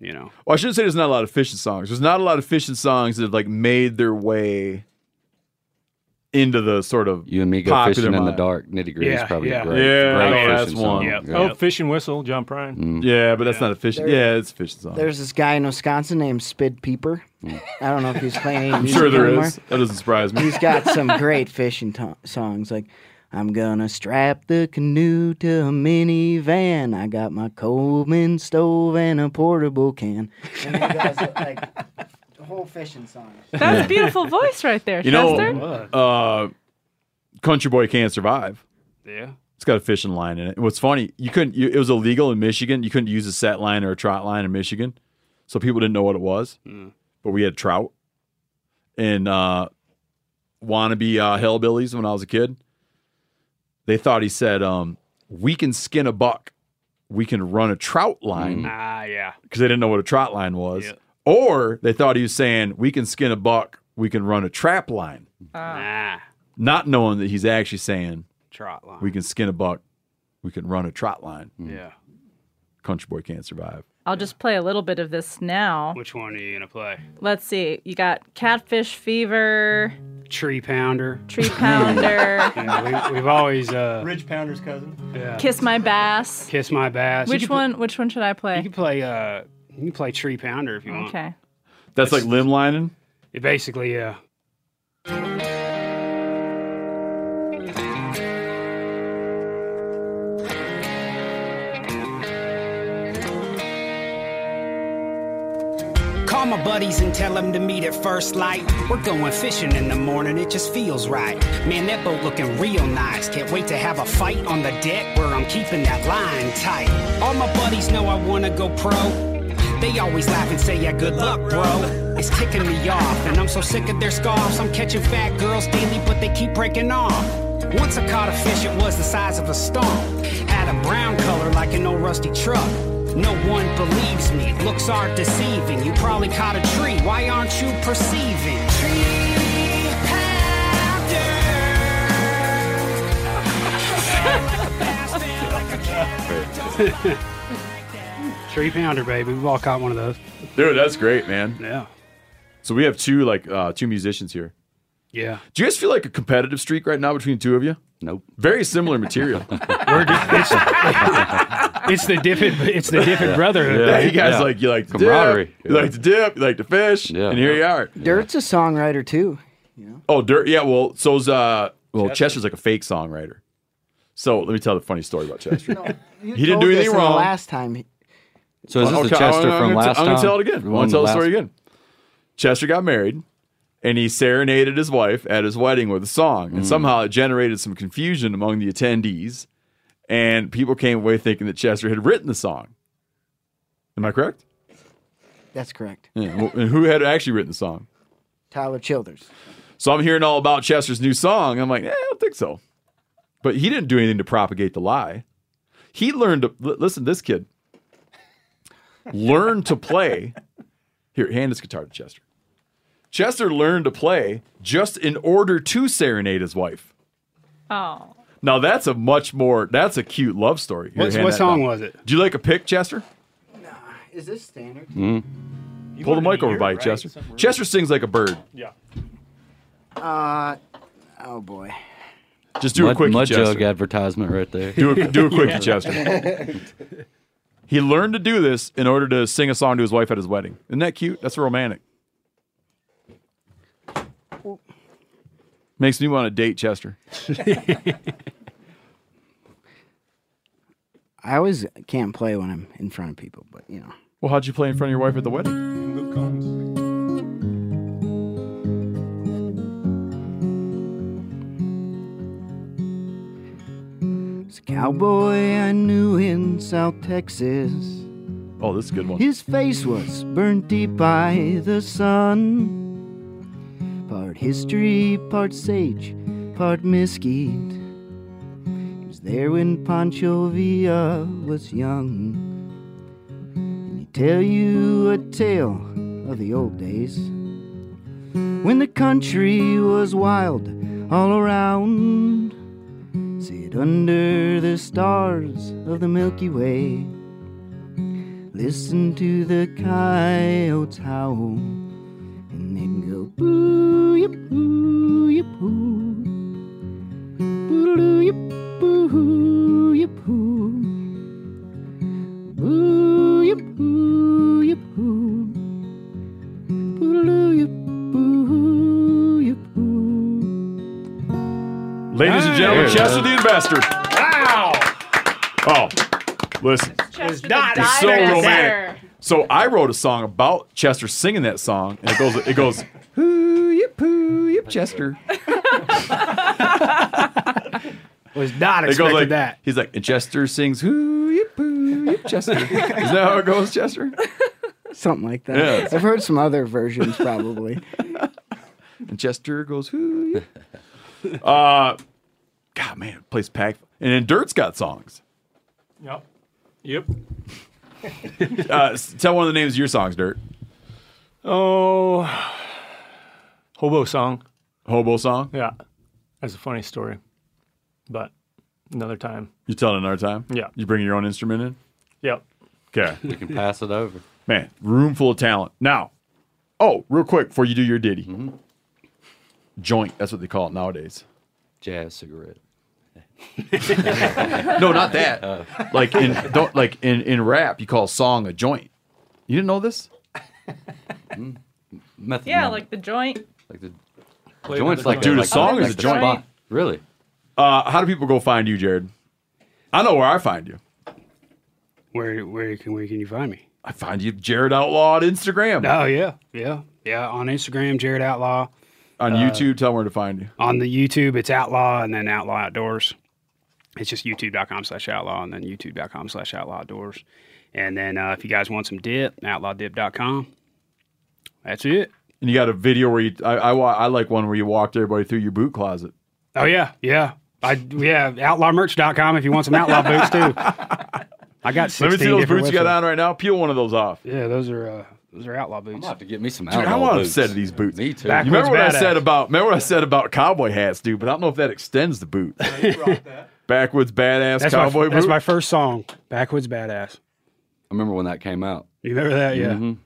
Speaker 9: you know.
Speaker 5: Well, I shouldn't say there's not a lot of fishing songs. There's not a lot of fishing songs that have like made their way into the sort of
Speaker 8: You and me go
Speaker 5: popular
Speaker 8: fishing in the
Speaker 5: mind.
Speaker 8: dark. Nitty gritty is
Speaker 5: Yeah,
Speaker 8: probably
Speaker 5: yeah.
Speaker 8: a great.
Speaker 5: Yeah,
Speaker 8: great
Speaker 5: oh, that's
Speaker 8: fishing song.
Speaker 5: one. Yep.
Speaker 8: Yeah. Mm.
Speaker 4: Oh, fish and whistle, John Prine.
Speaker 5: Yeah, but that's not a fishing.
Speaker 7: There-
Speaker 5: Yeah, it's a fishing song.
Speaker 7: There's this guy in Wisconsin named Spid Peeper. I don't know if he's playing any
Speaker 5: Mm. I'm
Speaker 7: music
Speaker 5: sure there
Speaker 7: anymore.
Speaker 5: is. That doesn't surprise me.
Speaker 7: He's got some great fishing to- songs like I'm gonna strap the canoe to a minivan. I got my Coleman stove and a portable can. And he does like the whole fishing song.
Speaker 6: That was a beautiful voice right there,
Speaker 5: You
Speaker 6: Chester.
Speaker 5: know, uh, Country Boy Can't Survive.
Speaker 9: Yeah.
Speaker 5: It's got a fishing line in it. And What's funny, you couldn't. You, it was illegal in Michigan. You couldn't use a set line or a trot line in Michigan, so people didn't know what it was. But we had trout and uh, wannabe uh, hillbillies when I was a kid. They thought he said, um, "We can skin a buck, we can run a trout line," because
Speaker 9: Ah, yeah.
Speaker 5: they didn't know what a trot line was. Or they thought he was saying, "We can skin a buck, we can run a trap line,"
Speaker 9: Ah,
Speaker 5: not knowing that he's actually saying,
Speaker 9: trot line.
Speaker 5: we can skin a buck. We can run a trot line.
Speaker 9: Yeah.
Speaker 5: Country boy can't survive.
Speaker 6: I'll just play a little bit of this now.
Speaker 9: Which one are you going to play?
Speaker 6: Let's see. You got Catfish Fever,
Speaker 9: Tree pounder.
Speaker 6: Tree Pounder,
Speaker 9: yeah, we, we've always uh
Speaker 13: Ridge Pounder's cousin.
Speaker 9: yeah.
Speaker 6: Kiss My Bass.
Speaker 9: Kiss my bass. You
Speaker 6: Which
Speaker 9: can pl-
Speaker 6: one? Which one should I play?
Speaker 9: you can play uh you can play tree pounder if you want.
Speaker 6: Okay.
Speaker 5: That's like limb lining.
Speaker 9: It basically uh, yeah.
Speaker 10: Call my buddies and tell them to meet at first light. We're going fishing in the morning, it just feels right. Man, that boat looking real nice. Can't wait to have a fight on the deck where I'm keeping that line tight. All my buddies know I wanna go pro. They always laugh and say, yeah, good luck, bro. It's kicking me off, and I'm so sick of their scarves. I'm catching fat girls daily, but they keep breaking off. Once I caught a fish, it was the size of a stump. Had a brown color like an old rusty truck. No one believes me, looks are deceiving. You probably caught a tree, why aren't you perceiving? Tree pounder.
Speaker 9: Three pounder, baby. We've all caught one of those.
Speaker 5: Dude, that's great, man.
Speaker 9: Yeah.
Speaker 5: So we have two like uh, two musicians here.
Speaker 9: Yeah.
Speaker 5: Do you guys feel like a competitive streak right now between the two of you?
Speaker 8: Nope.
Speaker 5: Very similar material.
Speaker 9: It's the Diffin. It's the Diffin brotherhood.
Speaker 5: Yeah,
Speaker 9: right?
Speaker 5: you guys like you like to
Speaker 8: Camaraderie.
Speaker 5: Dip, you like to dip. You like to fish. And here you are.
Speaker 7: Dirt's a songwriter too.
Speaker 5: Oh, dirt. Yeah. Well, so's uh. Well, Chester's like a fake songwriter. So let me tell the funny story about Chester.
Speaker 7: You
Speaker 5: He didn't
Speaker 7: told
Speaker 5: do
Speaker 7: this
Speaker 5: anything
Speaker 7: in the
Speaker 5: wrong.
Speaker 7: Last time,
Speaker 8: So is this the Chester
Speaker 5: I'm, I'm
Speaker 8: from
Speaker 5: gonna
Speaker 8: last
Speaker 5: i I'm gonna
Speaker 8: time?
Speaker 5: tell it again.
Speaker 8: The
Speaker 5: I'm
Speaker 8: one
Speaker 5: gonna tell the
Speaker 8: last-
Speaker 5: story again. Chester got married, and he serenaded his wife at his wedding with a song,
Speaker 8: Mm.
Speaker 5: and somehow it generated some confusion among the attendees, and people came away thinking that Chester had written the song. Am I correct?
Speaker 7: that's correct.
Speaker 5: Yeah. Well, and who had actually written the song?
Speaker 7: Tyler Childers.
Speaker 5: So I'm hearing all about Chester's new song. I'm like, eh, I don't think so. But he didn't do anything to propagate the lie. He learned to li- listen. This kid learned to play. Here, hand this guitar to Chester. Chester learned to play just in order to serenade his wife.
Speaker 6: Oh.
Speaker 5: Now that's a much more that's a cute love story. Here,
Speaker 9: What's-
Speaker 5: hand
Speaker 9: what
Speaker 5: that
Speaker 9: song
Speaker 5: down.
Speaker 9: was it?
Speaker 5: Do you like a pick, Chester?
Speaker 7: Is this standard?
Speaker 8: Mm-hmm.
Speaker 5: Pull the mic over by you, Chester. Chester sings like a bird.
Speaker 7: Uh, oh boy.
Speaker 5: Just do
Speaker 8: mud,
Speaker 5: a quickie,
Speaker 8: mud
Speaker 5: Chester.
Speaker 8: jug advertisement right there.
Speaker 5: Do a, do a quickie, Chester.
Speaker 7: Chester.
Speaker 5: He learned to do this in order to sing a song to his wife at his wedding. Isn't that cute? That's romantic. Makes me want to date Chester.
Speaker 7: I always can't play when I'm in front of people, but you know.
Speaker 5: Well, how'd you play in front of your wife at the wedding?
Speaker 7: It's a cowboy I knew in South Texas.
Speaker 5: Oh, this is a good one.
Speaker 7: His face was burnt deep by the sun. Part history, part sage, part mesquite. He was there when Pancho Villa was young. And he tell you a tale of the old days. When the country was wild all around. Sit under the stars of the Milky Way. Listen to the coyotes howl. And then go boo yip boo yip boo. Boo yip boo yip boo. Boo yip boo yip boo. Boo yip boo yip boo.
Speaker 5: Ladies and gentlemen, Chester the Investor. Wow. Oh, listen.
Speaker 9: It's not
Speaker 5: It's so romantic. So I wrote a song about Chester singing that song, and it goes, it goes, hoo yip hoo yip Chester.
Speaker 9: Was not
Speaker 5: It goes
Speaker 9: expecting
Speaker 5: like
Speaker 9: that.
Speaker 5: He's like, and Chester sings hoo yip hoo yip Chester. Is that how it goes, Chester?
Speaker 7: Something like that.
Speaker 5: Yeah.
Speaker 7: I've heard some other versions probably.
Speaker 5: And Chester goes, hoo. uh, God, man, plays pack. And then Dirt's got songs.
Speaker 4: Yep. Yep.
Speaker 5: Uh, s- tell one of the names of your songs, Dirt.
Speaker 4: Oh, hobo song.
Speaker 5: Hobo song.
Speaker 4: Yeah, that's a funny story, but another time.
Speaker 5: You tell it another time.
Speaker 4: Yeah.
Speaker 5: You bring your own instrument in.
Speaker 4: Yep.
Speaker 5: Okay.
Speaker 8: We can pass it over.
Speaker 5: Man, room full of talent. Now, oh, real quick before you do your ditty,
Speaker 8: Mm-hmm.
Speaker 5: joint. That's what they call it nowadays.
Speaker 8: Jazz cigarette.
Speaker 5: No, not that.
Speaker 8: Uh.
Speaker 5: like in don't like in in rap, you call a song a joint. You didn't know this?
Speaker 8: Mm. Method
Speaker 6: Yeah,
Speaker 8: man.
Speaker 6: like the joint.
Speaker 8: like the
Speaker 4: Play
Speaker 8: joints,
Speaker 4: another
Speaker 8: like
Speaker 5: Dude,
Speaker 8: the,
Speaker 5: a song
Speaker 8: like
Speaker 5: is a
Speaker 8: the
Speaker 5: joint.
Speaker 8: spot. Really?
Speaker 5: Uh, how do people go find you, Jared? I know where I find you.
Speaker 9: Where where can where can you find me?
Speaker 5: I find you Jared Outlaw on Instagram.
Speaker 9: Oh yeah, yeah, yeah. On Instagram, Jared Outlaw.
Speaker 5: On
Speaker 9: Uh,
Speaker 5: YouTube, tell 'em where to find you.
Speaker 9: On the YouTube, it's Outlaw and then Outlaw Outdoors. It's just youtube.com slash outlaw and then youtube.com slash outlaw outdoors. And then uh, if you guys want some dip, outlawdip.com. That's it.
Speaker 5: And you got a video where you I, I wa- I like one where you walked everybody through your boot closet.
Speaker 9: Oh, yeah. Yeah. I Yeah. Outlawmerch.com if you want some outlaw boots too. I got 16
Speaker 5: Let me see those
Speaker 9: different
Speaker 5: boots you got
Speaker 9: websites.
Speaker 5: on right now. Peel one of those off.
Speaker 9: Yeah, those are uh, those are outlaw boots. I'm about
Speaker 8: to get me some
Speaker 5: Dude,
Speaker 8: outlaw
Speaker 5: I want
Speaker 8: boots.
Speaker 5: to set these boots.
Speaker 8: Me too.
Speaker 5: You remember what
Speaker 9: Backwards
Speaker 5: I
Speaker 9: badass.
Speaker 5: said about remember what I said about cowboy hats, dude. But I don't know if that extends the boot. Backwoods badass
Speaker 9: That's my-
Speaker 5: cowboy
Speaker 9: that's
Speaker 5: boot.
Speaker 9: my first song. Backwoods badass.
Speaker 8: I remember when that came out.
Speaker 9: You remember that? Yeah.
Speaker 5: Mm-hmm.
Speaker 8: Mhm.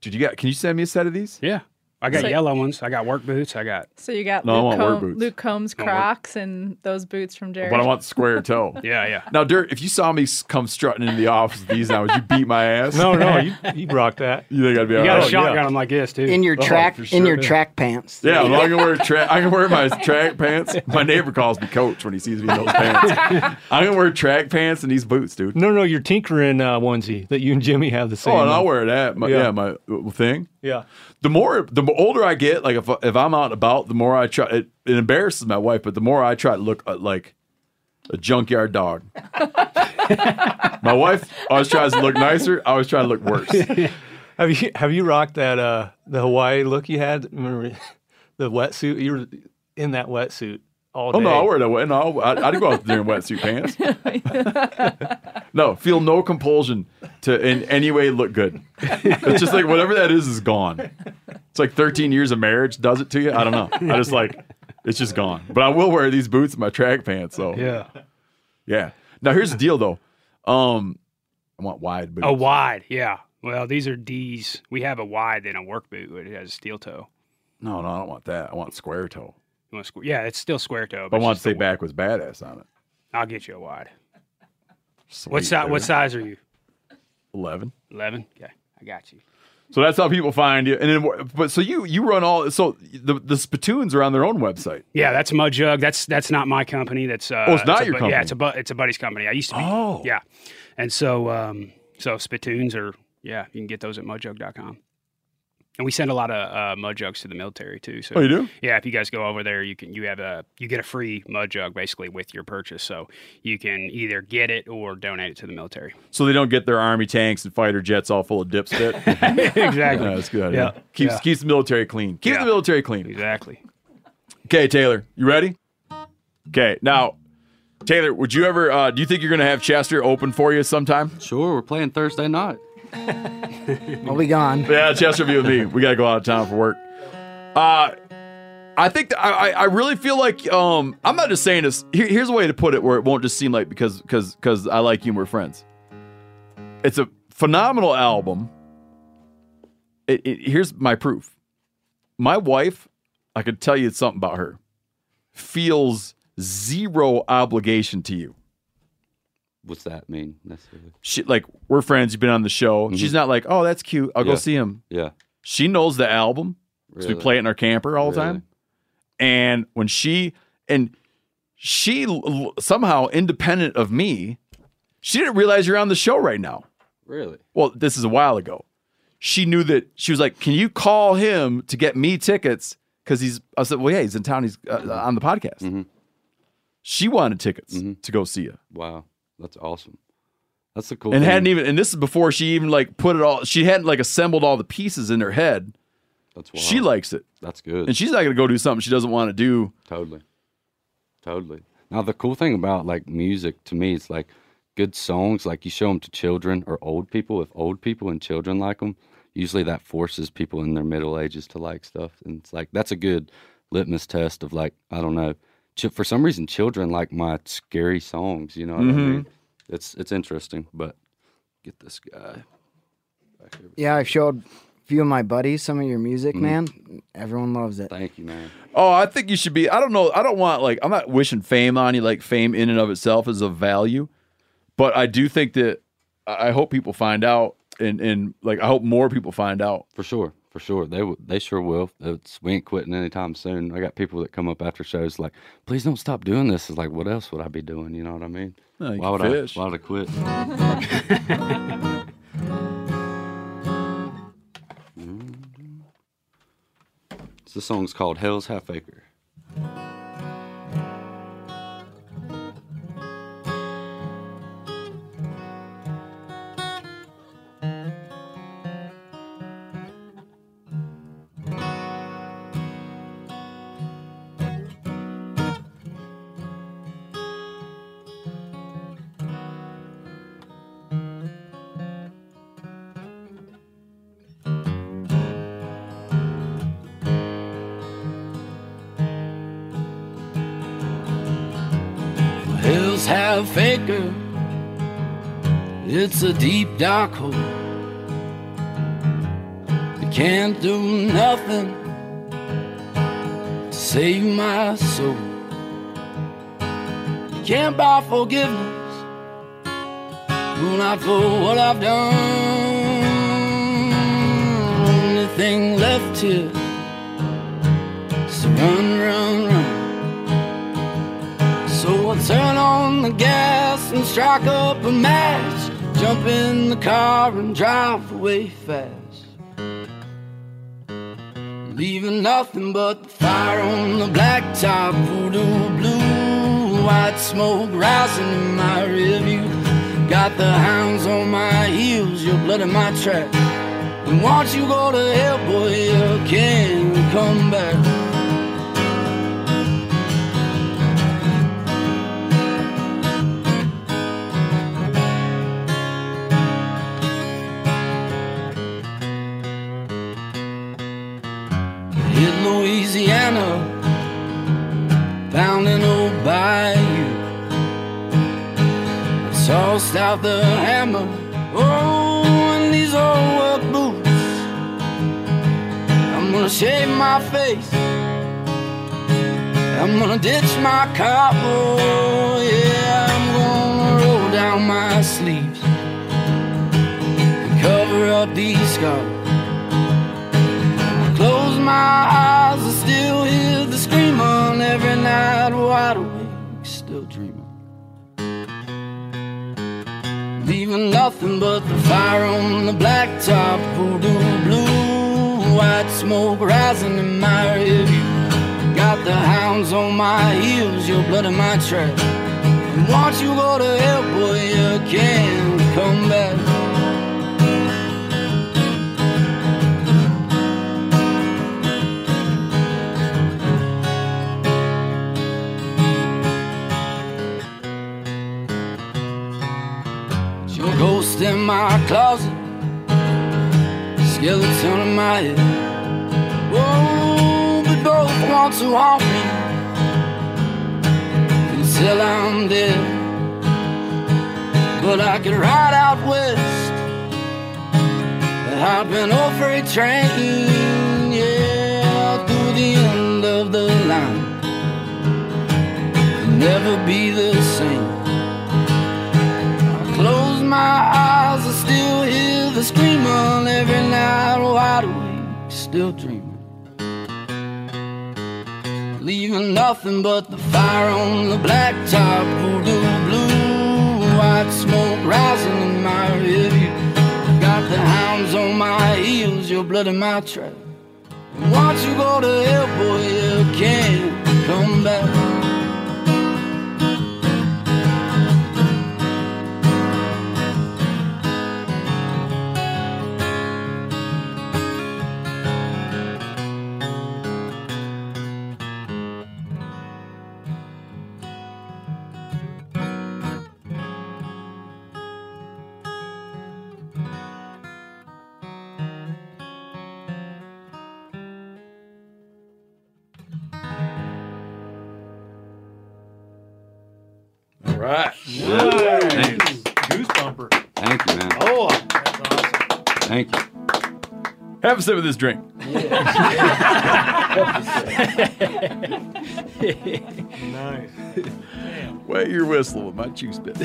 Speaker 5: Did you got? Can you send me a set of these?
Speaker 9: Yeah, I got
Speaker 6: So-
Speaker 9: yellow ones. I got work boots. I got.
Speaker 6: So you got
Speaker 5: No, I
Speaker 6: Luke,
Speaker 5: want work
Speaker 6: Com-
Speaker 5: boots.
Speaker 6: Luke Combs
Speaker 5: I want work-
Speaker 6: Crocs and those boots from Jerry.
Speaker 5: But I want square toe.
Speaker 9: yeah, yeah.
Speaker 5: Now, Dirt, if you saw me s- come strutting into the office with these now, would you beat my ass?
Speaker 4: No, no, you- you rocked that.
Speaker 5: You think I'd be
Speaker 9: You
Speaker 5: all
Speaker 9: got a
Speaker 5: right?
Speaker 9: shotgun
Speaker 5: Yeah.
Speaker 9: on like this too.
Speaker 7: In your
Speaker 5: Oh,
Speaker 7: track,
Speaker 5: for
Speaker 7: in
Speaker 5: sure.
Speaker 7: your track pants.
Speaker 5: Yeah, well, I can wear track. I can wear my track pants. My neighbor calls me coach when he sees me in those pants. I can wear track pants and these boots, dude.
Speaker 4: No, no, your tinkering uh, onesie that you and Jimmy have the same.
Speaker 5: Oh, and I'll
Speaker 4: one.
Speaker 5: wear that. My, yeah.
Speaker 4: Yeah.
Speaker 5: my uh, thing.
Speaker 4: Yeah.
Speaker 5: The more, the more older I get, like if if I'm out and about, the more I try. It, it embarrasses my wife, but the more I try to look uh, like a junkyard dog. my wife always tries to look nicer. I always try to look worse.
Speaker 4: Have you have you rocked that uh the Hawaii look you had? Remember the wetsuit? You were in that wetsuit all
Speaker 5: Oh
Speaker 4: day.
Speaker 5: no, I wear that. wet- No, I, I'd go out there in wetsuit pants. No, feel no compulsion to in any way look good. It's just like whatever that is is gone. It's like 13 years of marriage does it to you. I don't know. I just like it's just gone. But I will wear these boots and my track pants. So
Speaker 9: Yeah.
Speaker 5: yeah. Now here's the deal though. Um, I want wide boots.
Speaker 9: A wide, yeah. Well, these are D's. We have a wide and a work boot. but It has steel toe.
Speaker 5: No, no, I don't want that. I want square toe.
Speaker 9: You want squ- yeah, it's still square toe.
Speaker 5: But I
Speaker 9: Oh, But
Speaker 5: want to say back was badass on it.
Speaker 9: I'll get you a wide.
Speaker 5: Sweet,
Speaker 9: what size? What
Speaker 5: dude.
Speaker 9: size are you?
Speaker 5: Eleven.
Speaker 9: Eleven. Okay, I got you.
Speaker 5: So that's how people find you. And then, wh- but so you you run all. So the the spittoons are on their own website.
Speaker 9: Yeah, that's Mudjug. That's that's not my company. That's uh,
Speaker 5: Oh, it's not
Speaker 9: a
Speaker 5: your
Speaker 9: bu-
Speaker 5: company.
Speaker 9: Yeah, it's a bu- it's a buddy's company. I used to be.
Speaker 5: Oh,
Speaker 9: yeah. And so um, so spittoons are yeah, you can get those at mudjug.com. And we send a lot of uh, mud jugs to the military too. So
Speaker 5: Oh, you do?
Speaker 9: Yeah, if you guys go over there, you can you have a you get a free mud jug basically with your purchase. So you can either get it or donate it to the military.
Speaker 5: So they don't get their army tanks and fighter jets all full of dipspit.
Speaker 9: Exactly.
Speaker 5: Yeah, that's a good. idea.
Speaker 9: Yeah.
Speaker 5: Keeps
Speaker 9: Yeah.
Speaker 5: keeps the military clean. Keeps the military clean.
Speaker 9: Exactly.
Speaker 5: Okay, Taylor, you ready? Okay, now, Taylor, would you ever? Uh, do you think you're gonna have Chester open for you sometime?
Speaker 8: Sure, we're playing Thursday night.
Speaker 7: I'll be gone.
Speaker 5: Yeah, Chester be with me. We gotta go out of town for work. Uh I think th- I I I really feel like um I'm not just saying this. Here, here's a way to put it where it won't just seem like because because because I like you and we're friends. It's a phenomenal album. It, it, here's my proof. My wife, I could tell you something about her. Feels zero obligation to you
Speaker 8: What's that mean necessarily?
Speaker 5: she like we're friends. You've been on the show.
Speaker 8: Mhm.
Speaker 5: She's not like, oh, that's cute. I'll
Speaker 8: Yeah.
Speaker 5: go see him.
Speaker 8: Yeah.
Speaker 5: She knows the album. 'cause
Speaker 8: Really?
Speaker 5: we play it in our camper all the time. And when she and she l- l- somehow independent of me, she didn't realize you're on the show right now.
Speaker 8: Really?
Speaker 5: Well, this is a while ago. She knew that she was like, "Can you call him to get me tickets?" Because he's, I said, "Well, yeah, he's in town. He's uh, on the podcast."
Speaker 8: Mm-hmm.
Speaker 5: She wanted tickets to go see you.
Speaker 8: Wow, that's awesome. That's the cool.
Speaker 5: and
Speaker 8: thing.
Speaker 5: hadn't even and this is before she even like put it all she hadn't like assembled all the pieces in her head
Speaker 8: That's
Speaker 5: she
Speaker 8: wild.
Speaker 5: likes it
Speaker 8: That's good.
Speaker 5: and she's not gonna go do something she doesn't want to do
Speaker 8: Totally. Totally. Now the cool thing about like music to me is like good songs like you show them to children or old people if old people and children like them usually that forces people in their middle ages to like stuff and it's like that's a good litmus test of like I don't know ch- for some reason children like my scary songs you know what I
Speaker 5: Mm-hmm.
Speaker 7: Mhm.
Speaker 8: mean it's it's interesting but get this guy
Speaker 7: Yeah, I showed a few of my buddies some of your music,
Speaker 5: Mm.
Speaker 7: man. Everyone loves it.
Speaker 8: thank you man
Speaker 5: oh i think you should be i don't know i don't want like i'm not wishing fame on you like fame in and of itself is of value but i do think that i I hope people find out and and like i hope more people find out
Speaker 8: For sure, for sure. They w- they sure will. It's, we ain't quitting anytime soon. I got people that come up after shows like, please don't stop doing this. It's like, what else would I be doing? You know what I mean?
Speaker 5: No, you
Speaker 8: why
Speaker 5: can
Speaker 8: would
Speaker 5: fish.
Speaker 8: I? Why would I quit? So this song's called Hell's Half Acre.
Speaker 13: is half acre. It's a deep dark hole. You can't do nothing to save my soul. You can't buy forgiveness. Well, not for what I've done. Only thing left here is to run, run, run. So I turn on the gas and strike up a match. Jump in the car and drive away fast. Leaving nothing but the fire on the blacktop, voodoo blue, white smoke rising in my rearview. Got the hounds on my heels, your blood in my track. And once you go to hell, boy, you can't come back. hit Louisiana, down in old Bayou. I tossed out the hammer, oh, in these old work boots. I'm gonna shave my face, I'm gonna ditch my car, oh, yeah, I'm gonna roll down my sleeves and cover up these scars. Close my eyes, I still hear the screaming every night. Wide awake, still dreaming. Leaving nothing but the fire on the blacktop. Voodoo blue, white smoke rising in my rearview. Got the hounds on my heels, your blood in my track. And once you go to hell, boy, you can't come back. Your ghost in my closet, skeleton in my head. Oh, we both want to haunt me until I'm dead. But I could ride out west, I've been off freight train, yeah, through the end of the line. Never be the same. Close my eyes, I still hear the screaming every night. Wide awake, still dreaming. Leaving nothing but the fire on the blacktop. Voodoo blue, white smoke rising in my rearview. Got the hounds on my heels, your blood in my track. And once you go to hell, boy, you can't come back.
Speaker 5: All right.
Speaker 4: Goose bumper.
Speaker 8: Thank you, man.
Speaker 4: Oh,
Speaker 8: Thank you.
Speaker 5: Have a sip of this drink.
Speaker 4: nice.
Speaker 5: Wet your whistle with my juice bit.